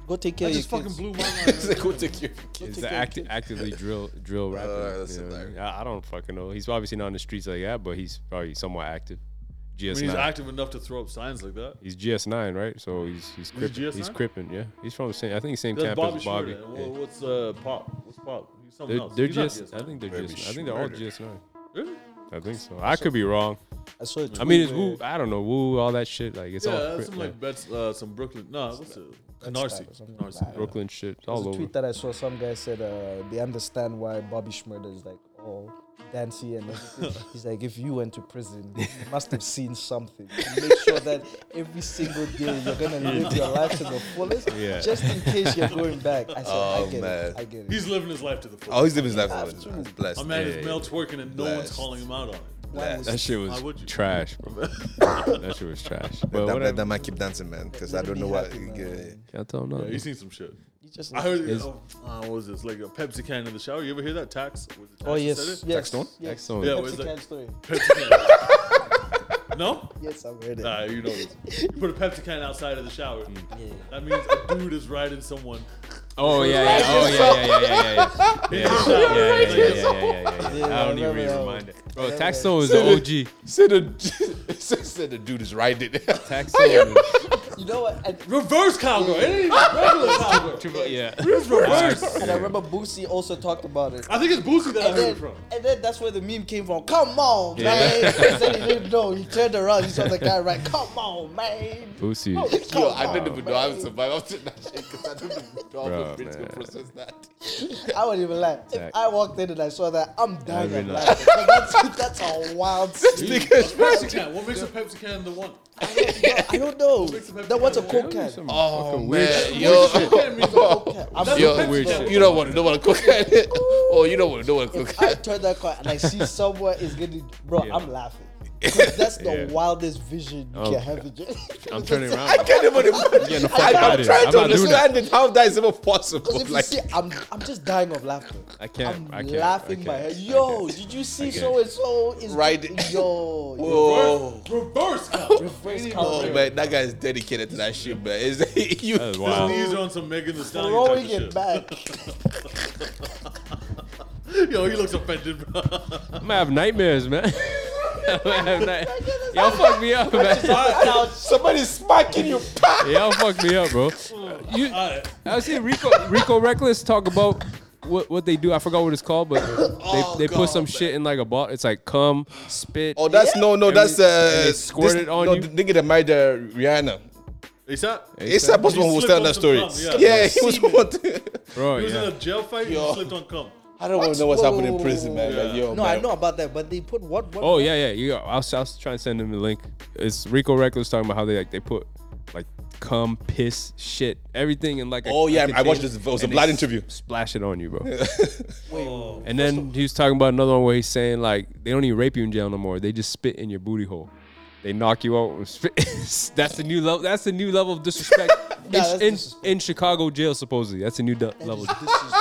[SPEAKER 5] Go take care
[SPEAKER 3] I
[SPEAKER 5] of
[SPEAKER 3] just
[SPEAKER 5] your
[SPEAKER 3] fucking
[SPEAKER 5] kids.
[SPEAKER 3] blew my
[SPEAKER 5] *laughs*
[SPEAKER 3] mind.
[SPEAKER 4] Go take your
[SPEAKER 5] Go
[SPEAKER 2] He's
[SPEAKER 5] take
[SPEAKER 2] the
[SPEAKER 5] care of
[SPEAKER 2] act-
[SPEAKER 5] your kids.
[SPEAKER 2] actively drill
[SPEAKER 5] *laughs*
[SPEAKER 2] drill rapper.
[SPEAKER 4] that's
[SPEAKER 2] you know what I
[SPEAKER 4] hilarious.
[SPEAKER 2] mean? I, I don't fucking know. He's obviously not on the streets like that, but he's probably somewhat active.
[SPEAKER 3] I
[SPEAKER 2] GS9.
[SPEAKER 3] mean, he's active enough to throw up signs like that.
[SPEAKER 2] He's GS9, right? So he's he's cripping.
[SPEAKER 3] GS9?
[SPEAKER 2] He's, cripping. Yeah, he's from the same. I think he's same
[SPEAKER 3] That's
[SPEAKER 2] campus
[SPEAKER 3] Bobby
[SPEAKER 2] as Bobby.
[SPEAKER 3] Schmurda. Wha-
[SPEAKER 2] Yeah.
[SPEAKER 3] What's uh, Pop? What's Pop? He's something
[SPEAKER 2] They're,
[SPEAKER 3] else.
[SPEAKER 2] they're
[SPEAKER 3] He's not
[SPEAKER 2] GS.
[SPEAKER 3] GS9.
[SPEAKER 2] I think they're
[SPEAKER 4] Bobby
[SPEAKER 2] GS. I think they're all
[SPEAKER 4] Schmurda.
[SPEAKER 2] GS9.
[SPEAKER 3] Really?
[SPEAKER 2] I think so. I could be wrong.
[SPEAKER 5] I saw a
[SPEAKER 2] I mean, it's
[SPEAKER 5] tweet where-
[SPEAKER 2] woo. I don't know woo. All that shit. Like it's
[SPEAKER 3] Yeah,
[SPEAKER 2] all
[SPEAKER 3] that's
[SPEAKER 2] cri-
[SPEAKER 3] some
[SPEAKER 2] yeah.
[SPEAKER 3] like bets, uh, some Brooklyn. Nah, what's it? Canarsie.
[SPEAKER 5] or something like
[SPEAKER 3] Canarsie.
[SPEAKER 5] that.
[SPEAKER 2] Brooklyn shit. It's
[SPEAKER 5] There's
[SPEAKER 2] all
[SPEAKER 5] a
[SPEAKER 2] over.
[SPEAKER 5] tweet that I saw. Some guy said uh, they understand why Bobby Schmurda is like all dancy and everything. He's like, if you went to prison, you must have seen something. To make sure that every single day you're gonna live your life to the fullest,
[SPEAKER 2] Yeah.
[SPEAKER 5] just in case you're going back. I said,
[SPEAKER 4] Oh,
[SPEAKER 5] I get
[SPEAKER 4] man.
[SPEAKER 5] it. I get it.
[SPEAKER 3] He's living his life to the full.
[SPEAKER 4] Oh, he's living his life. Blessed.
[SPEAKER 3] My man
[SPEAKER 2] Yeah,
[SPEAKER 3] is male twerking and no one's
[SPEAKER 4] Blessed.
[SPEAKER 3] calling him out on it.
[SPEAKER 5] Mine was
[SPEAKER 2] That shit was
[SPEAKER 3] Why would you?
[SPEAKER 2] trash,
[SPEAKER 3] *laughs*
[SPEAKER 2] bro. that shit was trash. But
[SPEAKER 4] That, that,
[SPEAKER 2] whatever.
[SPEAKER 4] that man keep dancing, man, because I
[SPEAKER 5] Let him
[SPEAKER 4] don't
[SPEAKER 5] be
[SPEAKER 4] know what.
[SPEAKER 5] happy, man.
[SPEAKER 2] Can't tell
[SPEAKER 3] Yeah,
[SPEAKER 2] nothing.
[SPEAKER 3] he's seen some shit.
[SPEAKER 5] He just
[SPEAKER 3] I heard,
[SPEAKER 2] Is-
[SPEAKER 3] oh, uh, what was this? Like a Pepsi can in the shower. You ever hear that? Tax? Was it tax
[SPEAKER 5] Oh
[SPEAKER 3] that
[SPEAKER 5] yes,
[SPEAKER 3] said
[SPEAKER 5] yes,
[SPEAKER 4] Stone?
[SPEAKER 5] yes.
[SPEAKER 2] Excellent.
[SPEAKER 3] Yeah,
[SPEAKER 5] Pepsi
[SPEAKER 3] what is
[SPEAKER 5] can
[SPEAKER 3] that?
[SPEAKER 5] story.
[SPEAKER 3] Pepsi can. *laughs* no?
[SPEAKER 5] Yes, I've heard it.
[SPEAKER 3] Nah, you know
[SPEAKER 4] *laughs*
[SPEAKER 3] this. You put a Pepsi can outside of the shower.
[SPEAKER 2] Mm.
[SPEAKER 5] Yeah.
[SPEAKER 3] That means a dude is riding someone.
[SPEAKER 2] Oh yeah, yeah, oh yeah, yeah, yeah, yeah,
[SPEAKER 3] *laughs*
[SPEAKER 2] yeah, yeah, yeah, yeah, yeah, yeah, yeah, yeah, yeah, yeah, yeah.
[SPEAKER 5] Yeah,
[SPEAKER 2] I don't
[SPEAKER 5] I
[SPEAKER 2] even
[SPEAKER 5] remember um,
[SPEAKER 2] need
[SPEAKER 5] that
[SPEAKER 2] to
[SPEAKER 5] one.
[SPEAKER 2] remind it. Bro,
[SPEAKER 5] remember that
[SPEAKER 2] Taxo is
[SPEAKER 4] one.
[SPEAKER 2] the OG.
[SPEAKER 4] Said the *laughs* said the dude is riding. *laughs*
[SPEAKER 2] Taxo.
[SPEAKER 5] You know what? And,
[SPEAKER 3] Reverse cowgirl. It ain't even regular cowgirl.
[SPEAKER 2] is- Yeah.
[SPEAKER 3] It's reverse.
[SPEAKER 5] and I remember Boosie also talked about it.
[SPEAKER 3] I think it's Boosie that I
[SPEAKER 5] And
[SPEAKER 3] heard it *laughs*
[SPEAKER 5] then,
[SPEAKER 3] from.
[SPEAKER 5] and then that's where the meme came from. Come on, man. He said he didn't know. He turned around. He saw the guy right. Come on, man.
[SPEAKER 2] Boosie.
[SPEAKER 5] *laughs* Come
[SPEAKER 4] Yo,
[SPEAKER 5] on,
[SPEAKER 4] I didn't even know
[SPEAKER 5] man.
[SPEAKER 4] I was survived after that shit because I didn't even know how
[SPEAKER 2] Bro,
[SPEAKER 4] my brain's gonna
[SPEAKER 2] man.
[SPEAKER 4] process that.
[SPEAKER 5] I wouldn't even lie. If
[SPEAKER 2] Exactly.
[SPEAKER 5] I walked in and I saw that, I'm dying
[SPEAKER 2] I'd
[SPEAKER 5] of
[SPEAKER 2] be
[SPEAKER 5] laughter. 'Cause *laughs* That's, that's a wild scene.
[SPEAKER 3] Pepsi can. What makes a Pepsi can the one? *laughs*
[SPEAKER 5] I don't know. Then what's a coke can?
[SPEAKER 2] Some
[SPEAKER 4] Oh
[SPEAKER 2] fucking weird shit.
[SPEAKER 4] man, yo,
[SPEAKER 3] Can means a-
[SPEAKER 5] Coke can. I'm
[SPEAKER 3] That's
[SPEAKER 5] yo,
[SPEAKER 3] a Pepsi
[SPEAKER 2] weird
[SPEAKER 3] can.
[SPEAKER 2] shit.
[SPEAKER 4] you don't want to don't want to cook at it. *laughs* Oh, you don't want to don't want to cook.
[SPEAKER 5] I turn that car and I see someone is getting, bro, I'm laughing. 'Cause that's the
[SPEAKER 2] Yeah.
[SPEAKER 5] wildest vision you
[SPEAKER 2] Oh.
[SPEAKER 5] can have.
[SPEAKER 2] I'm turning around.
[SPEAKER 4] I
[SPEAKER 2] *laughs*
[SPEAKER 4] can't even.
[SPEAKER 2] Getting the fuck
[SPEAKER 4] I,
[SPEAKER 2] out
[SPEAKER 4] I'm
[SPEAKER 2] of
[SPEAKER 4] trying
[SPEAKER 2] here.
[SPEAKER 4] to
[SPEAKER 2] I'm not doing that.
[SPEAKER 4] understand it. How that is even
[SPEAKER 5] Because
[SPEAKER 4] possible?
[SPEAKER 5] if
[SPEAKER 4] Like,
[SPEAKER 5] you see, I'm, I'm just dying of laughter.
[SPEAKER 2] I can't.
[SPEAKER 5] I'm
[SPEAKER 2] I can't.
[SPEAKER 5] laughing
[SPEAKER 2] I
[SPEAKER 5] my
[SPEAKER 2] can't.
[SPEAKER 5] head.
[SPEAKER 2] I
[SPEAKER 5] Yo,
[SPEAKER 2] can't.
[SPEAKER 5] did you see
[SPEAKER 2] can't.
[SPEAKER 5] so and so is
[SPEAKER 4] Right.
[SPEAKER 5] *laughs* Yo,
[SPEAKER 4] oh,
[SPEAKER 3] Reverse cowgirl.
[SPEAKER 5] reverse
[SPEAKER 4] oh
[SPEAKER 5] cowgirl.
[SPEAKER 4] man, that guy is dedicated to that shit, man. Is *laughs* you?
[SPEAKER 2] That is
[SPEAKER 3] His
[SPEAKER 2] wild.
[SPEAKER 3] knees are on some Megan Thee Stallion type
[SPEAKER 5] Throwing
[SPEAKER 3] of
[SPEAKER 5] it
[SPEAKER 3] shit.
[SPEAKER 2] *laughs*
[SPEAKER 5] back.
[SPEAKER 3] Yo, he looks offended, bro. *laughs*
[SPEAKER 2] *laughs* I'm gonna have nightmares, man. I'm gonna have night- Y'all fuck me up, man.
[SPEAKER 4] Somebody's smacking you. Pah!
[SPEAKER 2] Y'all fuck me up, bro. You,
[SPEAKER 6] Alright.
[SPEAKER 2] I see Rico Rico Reckless talk about what what they do. I forgot what it's called, but they, they put some shit in like a bottle. It's like cum, spit.
[SPEAKER 4] *laughs* Oh, that's no, no,
[SPEAKER 2] And
[SPEAKER 4] that's
[SPEAKER 2] they-
[SPEAKER 4] uh.
[SPEAKER 2] and they squirt it on
[SPEAKER 4] no,
[SPEAKER 2] you?
[SPEAKER 4] The nigga that married uh, Rihanna.
[SPEAKER 6] ASAP. He
[SPEAKER 4] It's that was
[SPEAKER 6] He
[SPEAKER 4] one who was
[SPEAKER 6] slipped
[SPEAKER 4] telling
[SPEAKER 6] on
[SPEAKER 4] that
[SPEAKER 6] some
[SPEAKER 4] story.
[SPEAKER 6] cum,
[SPEAKER 4] yeah.
[SPEAKER 6] yeah.
[SPEAKER 4] he was one.
[SPEAKER 2] bro.
[SPEAKER 6] was
[SPEAKER 2] Yeah.
[SPEAKER 6] in a jail fight and
[SPEAKER 4] Yo.
[SPEAKER 6] he slipped on cum.
[SPEAKER 4] I don't want to know what's
[SPEAKER 5] Whoa,
[SPEAKER 4] happening in
[SPEAKER 5] whoa,
[SPEAKER 4] prison, man. Like, yo,
[SPEAKER 5] No,
[SPEAKER 4] man.
[SPEAKER 5] I know about that, but they put what? what
[SPEAKER 2] Oh yeah, yeah. You, I'll, I'll try and send them the link. It's Rico Reckless talking about how they like they put like cum, piss, shit, everything in like. A,
[SPEAKER 4] Oh, yeah,
[SPEAKER 2] a
[SPEAKER 4] I
[SPEAKER 2] container,
[SPEAKER 4] watched this. It was a
[SPEAKER 2] and they
[SPEAKER 4] blind
[SPEAKER 2] s-
[SPEAKER 4] interview.
[SPEAKER 2] Splash it on
[SPEAKER 4] *laughs*
[SPEAKER 2] you, bro. and then he was talking about another one where he's saying like they don't even rape you in jail no more. They just spit in your booty hole. They knock you out. With spit. *laughs* that's the new level. That's the new level of disrespect.
[SPEAKER 5] *laughs* Nah,
[SPEAKER 2] in,
[SPEAKER 5] that's
[SPEAKER 2] in,
[SPEAKER 5] disrespect.
[SPEAKER 2] in Chicago jail, supposedly. That's a new du- level.
[SPEAKER 5] *laughs* This is,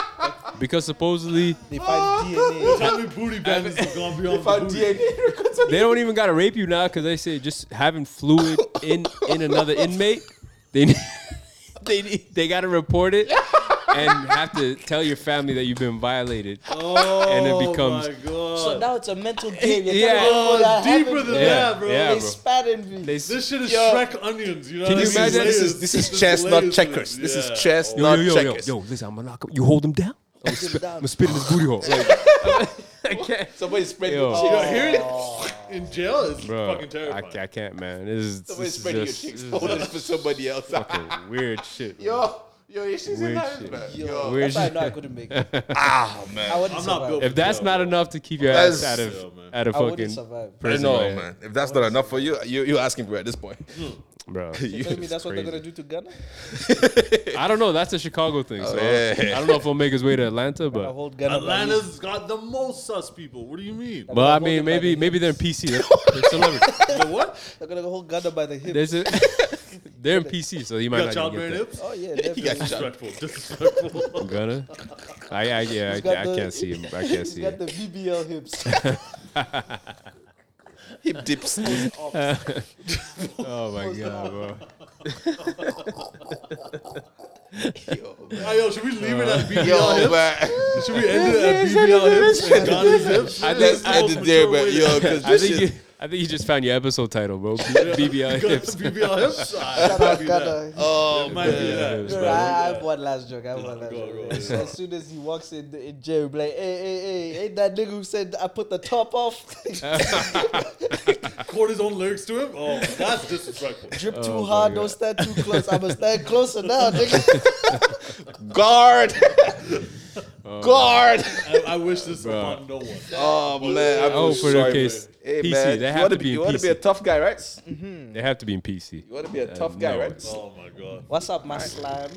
[SPEAKER 2] Because supposedly
[SPEAKER 5] they *laughs* find DNA.
[SPEAKER 6] Having booty
[SPEAKER 4] *laughs*
[SPEAKER 6] bandits have gone beyond the booty.
[SPEAKER 2] they don't even gotta rape you now because they say just having fluid in in another inmate, they *laughs* need, they need, they gotta report it and have to tell your family that you've been violated.
[SPEAKER 6] Oh,
[SPEAKER 2] And it becomes-
[SPEAKER 6] my God.
[SPEAKER 5] So now it's a mental game. You're
[SPEAKER 2] Yeah.
[SPEAKER 5] telling me
[SPEAKER 6] Oh,
[SPEAKER 5] what I
[SPEAKER 6] deeper
[SPEAKER 5] haven't
[SPEAKER 6] than
[SPEAKER 5] done.
[SPEAKER 2] Yeah,
[SPEAKER 6] that, bro.
[SPEAKER 2] yeah.
[SPEAKER 5] They
[SPEAKER 2] bro.
[SPEAKER 5] spat in me.
[SPEAKER 2] They s-
[SPEAKER 6] This shit is
[SPEAKER 5] Yo.
[SPEAKER 6] Shrek onions. You know
[SPEAKER 2] Can you
[SPEAKER 6] what I mean?
[SPEAKER 2] imagine?
[SPEAKER 4] This is
[SPEAKER 6] Layers.
[SPEAKER 4] this is
[SPEAKER 6] There's
[SPEAKER 4] chess, not
[SPEAKER 6] layers to
[SPEAKER 4] checkers.
[SPEAKER 6] it.
[SPEAKER 4] This is
[SPEAKER 6] Yeah.
[SPEAKER 4] chess,
[SPEAKER 2] yo,
[SPEAKER 4] not
[SPEAKER 2] yo, yo, yo,
[SPEAKER 4] checkers.
[SPEAKER 2] yo, listen, I'm gonna knock you hold them down. I'm
[SPEAKER 5] Sit down.
[SPEAKER 2] gonna spit in this booty hole.
[SPEAKER 4] *laughs*
[SPEAKER 2] Like, I can't.
[SPEAKER 4] Somebody spread
[SPEAKER 2] Yo. Oh.
[SPEAKER 4] your
[SPEAKER 6] You
[SPEAKER 4] cheeks.
[SPEAKER 6] know, here it- in jail is
[SPEAKER 2] Bro,
[SPEAKER 6] fucking
[SPEAKER 2] I,
[SPEAKER 6] terrifying.
[SPEAKER 2] I can't, man. This is,
[SPEAKER 4] Somebody
[SPEAKER 2] this
[SPEAKER 4] spreading
[SPEAKER 2] is
[SPEAKER 4] your cheeks.
[SPEAKER 2] just this
[SPEAKER 4] Hold
[SPEAKER 2] is
[SPEAKER 4] it for somebody else.
[SPEAKER 2] fucking weird shit. man.
[SPEAKER 4] Yo, yo, your shit's in
[SPEAKER 2] Weird
[SPEAKER 4] that,
[SPEAKER 2] shit.
[SPEAKER 4] man.
[SPEAKER 5] Yo,
[SPEAKER 4] Yo.
[SPEAKER 2] Where
[SPEAKER 5] that's
[SPEAKER 2] is
[SPEAKER 5] how I
[SPEAKER 2] she?
[SPEAKER 5] know I couldn't
[SPEAKER 2] *laughs*
[SPEAKER 5] make it.
[SPEAKER 4] Ah,
[SPEAKER 5] I
[SPEAKER 4] man.
[SPEAKER 5] wouldn't
[SPEAKER 6] I'm not
[SPEAKER 5] survive.
[SPEAKER 6] built-
[SPEAKER 2] If that's
[SPEAKER 6] Yo.
[SPEAKER 2] not enough to keep your ass out of
[SPEAKER 4] That's-
[SPEAKER 6] Yo, man.
[SPEAKER 2] out of
[SPEAKER 5] I
[SPEAKER 2] fucking
[SPEAKER 5] wouldn't survive.
[SPEAKER 4] I
[SPEAKER 2] prison,
[SPEAKER 4] know,
[SPEAKER 2] man.
[SPEAKER 4] man. If that's not enough for you, you you asking for it at this point.
[SPEAKER 2] bro.
[SPEAKER 4] *laughs* You-
[SPEAKER 5] Tell me that's what they're
[SPEAKER 2] crazy.
[SPEAKER 5] gonna do to Ghana?
[SPEAKER 2] I don't know. That's a Chicago thing. So I, don't,
[SPEAKER 4] yeah.
[SPEAKER 2] I don't know if he'll make his way to Atlanta,
[SPEAKER 5] I
[SPEAKER 2] but
[SPEAKER 5] hold Ghana. by his-
[SPEAKER 6] Atlanta's got the most sus people. What do you mean?
[SPEAKER 2] but I
[SPEAKER 5] I've
[SPEAKER 2] mean,
[SPEAKER 5] only
[SPEAKER 2] maybe
[SPEAKER 5] played
[SPEAKER 2] maybe they're in PC. They're, they're celebrities.
[SPEAKER 6] The what?
[SPEAKER 5] They're gonna hold Ghana by the hip.
[SPEAKER 2] There's a, *laughs* they're in PC, so he
[SPEAKER 6] You
[SPEAKER 2] might not
[SPEAKER 6] got
[SPEAKER 2] even
[SPEAKER 6] childbearing
[SPEAKER 2] get
[SPEAKER 6] hips?
[SPEAKER 2] *laughs*
[SPEAKER 5] Oh yeah,
[SPEAKER 4] You
[SPEAKER 5] definitely.
[SPEAKER 4] got shot.
[SPEAKER 6] Disrespectful. Disrespectful.
[SPEAKER 2] that. Gunna. I, I yeah, I,
[SPEAKER 5] got
[SPEAKER 2] I
[SPEAKER 5] the-
[SPEAKER 2] can't see him. I can't
[SPEAKER 5] He's
[SPEAKER 2] see
[SPEAKER 5] got
[SPEAKER 2] him.
[SPEAKER 5] the VBL
[SPEAKER 6] *laughs*
[SPEAKER 5] hips.
[SPEAKER 4] Hip dips.
[SPEAKER 2] *laughs* Oh my god, bro.
[SPEAKER 6] Ah, yo, should we leave it at BBL
[SPEAKER 4] Yo,
[SPEAKER 6] hips?
[SPEAKER 4] man.
[SPEAKER 6] Should we end it at BBL hips and Ghana's hips?
[SPEAKER 2] I
[SPEAKER 4] Let's
[SPEAKER 2] think
[SPEAKER 4] end it there,
[SPEAKER 2] *laughs*
[SPEAKER 4] man. Yo, because
[SPEAKER 2] I
[SPEAKER 4] this
[SPEAKER 2] think you,
[SPEAKER 4] shit.
[SPEAKER 2] I think you just found your episode title, bro. B-
[SPEAKER 6] *laughs*
[SPEAKER 2] BBL hips.
[SPEAKER 6] BBL hips? Ah,
[SPEAKER 5] Shout
[SPEAKER 6] it might
[SPEAKER 5] out
[SPEAKER 6] be that.
[SPEAKER 5] Ghana.
[SPEAKER 4] Oh,
[SPEAKER 6] It might be that.
[SPEAKER 5] Bro, I, I have one last joke. I have one last
[SPEAKER 6] Go,
[SPEAKER 5] joke.
[SPEAKER 6] go,
[SPEAKER 5] man. So as soon as he walks in, the- in jail, be like, hey, hey, hey, ain't that nigga who said I put the top off? *laughs*
[SPEAKER 6] Record his own lyrics to him? Oh, *laughs* that's disrespectful.
[SPEAKER 5] Drip too hard, don't stand too close.
[SPEAKER 6] *laughs*
[SPEAKER 5] I'ma stand closer now,
[SPEAKER 2] *laughs*
[SPEAKER 5] nigga.
[SPEAKER 4] guard.
[SPEAKER 2] Oh,
[SPEAKER 4] Guard.
[SPEAKER 6] I, I wish this upon no one.
[SPEAKER 4] Oh man. I'm
[SPEAKER 2] Oh,
[SPEAKER 4] so
[SPEAKER 2] for
[SPEAKER 4] sorry,
[SPEAKER 2] their
[SPEAKER 4] man.
[SPEAKER 2] case,
[SPEAKER 4] Hey,
[SPEAKER 2] PC. They
[SPEAKER 4] man. you
[SPEAKER 2] have
[SPEAKER 4] wanna
[SPEAKER 2] to be,
[SPEAKER 4] You
[SPEAKER 2] in
[SPEAKER 4] want to be a
[SPEAKER 2] PC.
[SPEAKER 4] tough guy, right?
[SPEAKER 2] They have to be in PC.
[SPEAKER 4] You want to be a tough guy,
[SPEAKER 2] no.
[SPEAKER 4] right? All
[SPEAKER 6] Oh, my God.
[SPEAKER 5] What's up, my slime?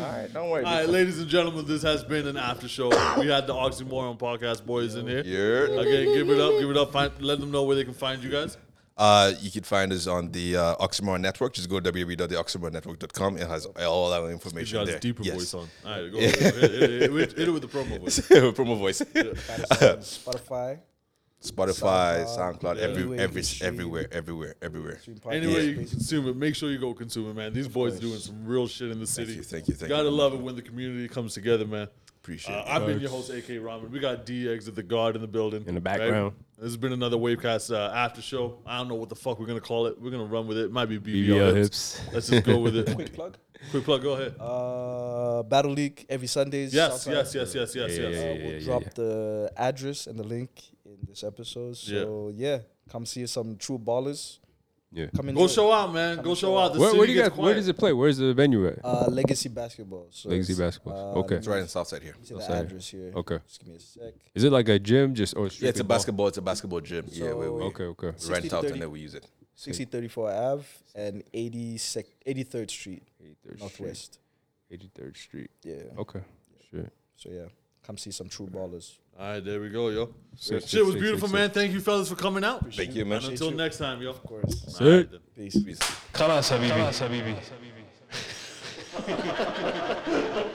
[SPEAKER 4] right, don't worry.
[SPEAKER 6] All right, ladies and gentlemen, this has been an after show. We had the Oxymoron podcast boys in here.
[SPEAKER 4] Yeah.
[SPEAKER 6] Okay, give it up, give it up. Find, let them know where they can find you guys.
[SPEAKER 4] Uh, you can find us on the uh, Oxymoron Network. Just go to www.oxymoronnetwork.com. It has all our
[SPEAKER 6] You
[SPEAKER 4] information
[SPEAKER 6] got
[SPEAKER 4] there.
[SPEAKER 6] a deeper
[SPEAKER 4] Yes.
[SPEAKER 6] voice on. All right, go. Hit, hit- hit- hit- hit it with the promo
[SPEAKER 4] *laughs*
[SPEAKER 6] voice.
[SPEAKER 4] promo voice.
[SPEAKER 6] *laughs*
[SPEAKER 5] Spotify.
[SPEAKER 4] Spotify,
[SPEAKER 5] SoundCloud,
[SPEAKER 4] SoundCloud, every,
[SPEAKER 5] Anywhere
[SPEAKER 4] every,
[SPEAKER 5] you can
[SPEAKER 4] everywhere, everywhere, everywhere.
[SPEAKER 5] Stream podcast.
[SPEAKER 6] Anyway, you can
[SPEAKER 5] basically.
[SPEAKER 6] consume it. Make sure you go consume it, man. These boys are doing some real shit in the city.
[SPEAKER 4] you, thank you, thank
[SPEAKER 6] Gotta
[SPEAKER 4] you.
[SPEAKER 6] love it when the community comes together, man.
[SPEAKER 4] Appreciate
[SPEAKER 6] Uh,
[SPEAKER 4] it.
[SPEAKER 6] I've been your host, AK Ramen. We got D Exit the Guard in the building.
[SPEAKER 2] In the background.
[SPEAKER 6] This has been another Wavecast uh, after show. I don't know what the fuck we're gonna call it. We're gonna run with it. It might be BBL,
[SPEAKER 2] BBL
[SPEAKER 6] hips.
[SPEAKER 2] hips.
[SPEAKER 6] Let's just go with
[SPEAKER 2] *laughs*
[SPEAKER 6] it.
[SPEAKER 5] Quick plug.
[SPEAKER 6] Quick plug, go ahead.
[SPEAKER 5] Uh, Battle League every Sundays.
[SPEAKER 6] yes,
[SPEAKER 5] SoundCloud.
[SPEAKER 6] yes, yes, yes, yes, yes.
[SPEAKER 5] Uh,
[SPEAKER 2] Yeah,
[SPEAKER 5] we'll
[SPEAKER 2] yeah,
[SPEAKER 5] drop
[SPEAKER 2] yeah.
[SPEAKER 5] the address and the link in this episode.
[SPEAKER 6] Yeah.
[SPEAKER 5] So yeah, come see some true ballers.
[SPEAKER 2] Yeah.
[SPEAKER 5] Come
[SPEAKER 6] Go
[SPEAKER 5] enjoy.
[SPEAKER 6] show out, man. Go show out. The
[SPEAKER 2] Where,
[SPEAKER 6] city
[SPEAKER 2] where do you
[SPEAKER 6] gets
[SPEAKER 2] guys? Where
[SPEAKER 6] quiet.
[SPEAKER 2] does it play? Where's the venue at?
[SPEAKER 5] Uh, Legacy Basketball. So
[SPEAKER 2] Legacy
[SPEAKER 5] it's,
[SPEAKER 2] Basketball.
[SPEAKER 5] uh,
[SPEAKER 2] Okay.
[SPEAKER 5] let
[SPEAKER 4] It's
[SPEAKER 5] me
[SPEAKER 4] right in Southside here.
[SPEAKER 5] see the
[SPEAKER 2] Outside.
[SPEAKER 5] address here.
[SPEAKER 2] Okay.
[SPEAKER 5] Just give me a sec.
[SPEAKER 2] Is it like a gym, just or
[SPEAKER 4] Yeah, it's a
[SPEAKER 2] strictly ball?
[SPEAKER 4] basketball. It's a basketball gym. yeah, we, we
[SPEAKER 2] Okay, okay.
[SPEAKER 4] rent out
[SPEAKER 5] 60-30.
[SPEAKER 4] and then we use it.
[SPEAKER 5] 6034 Ave and 80 sec- 83rd Street,
[SPEAKER 2] 83rd
[SPEAKER 5] Northwest.
[SPEAKER 2] 83rd Street.
[SPEAKER 5] Yeah.
[SPEAKER 2] Okay. Shit.
[SPEAKER 5] So yeah, come see some true ballers.
[SPEAKER 6] All right, there we go, yo.
[SPEAKER 2] Sick,
[SPEAKER 6] Shit
[SPEAKER 2] sick,
[SPEAKER 6] was
[SPEAKER 2] sick,
[SPEAKER 6] beautiful,
[SPEAKER 2] sick,
[SPEAKER 6] man. Thank you, fellas, for coming out.
[SPEAKER 4] Thank you, man.
[SPEAKER 6] And until next time, yo. Of
[SPEAKER 5] course. Peace.
[SPEAKER 4] Peace.
[SPEAKER 7] خلاص حبيبي خلاص حبيبي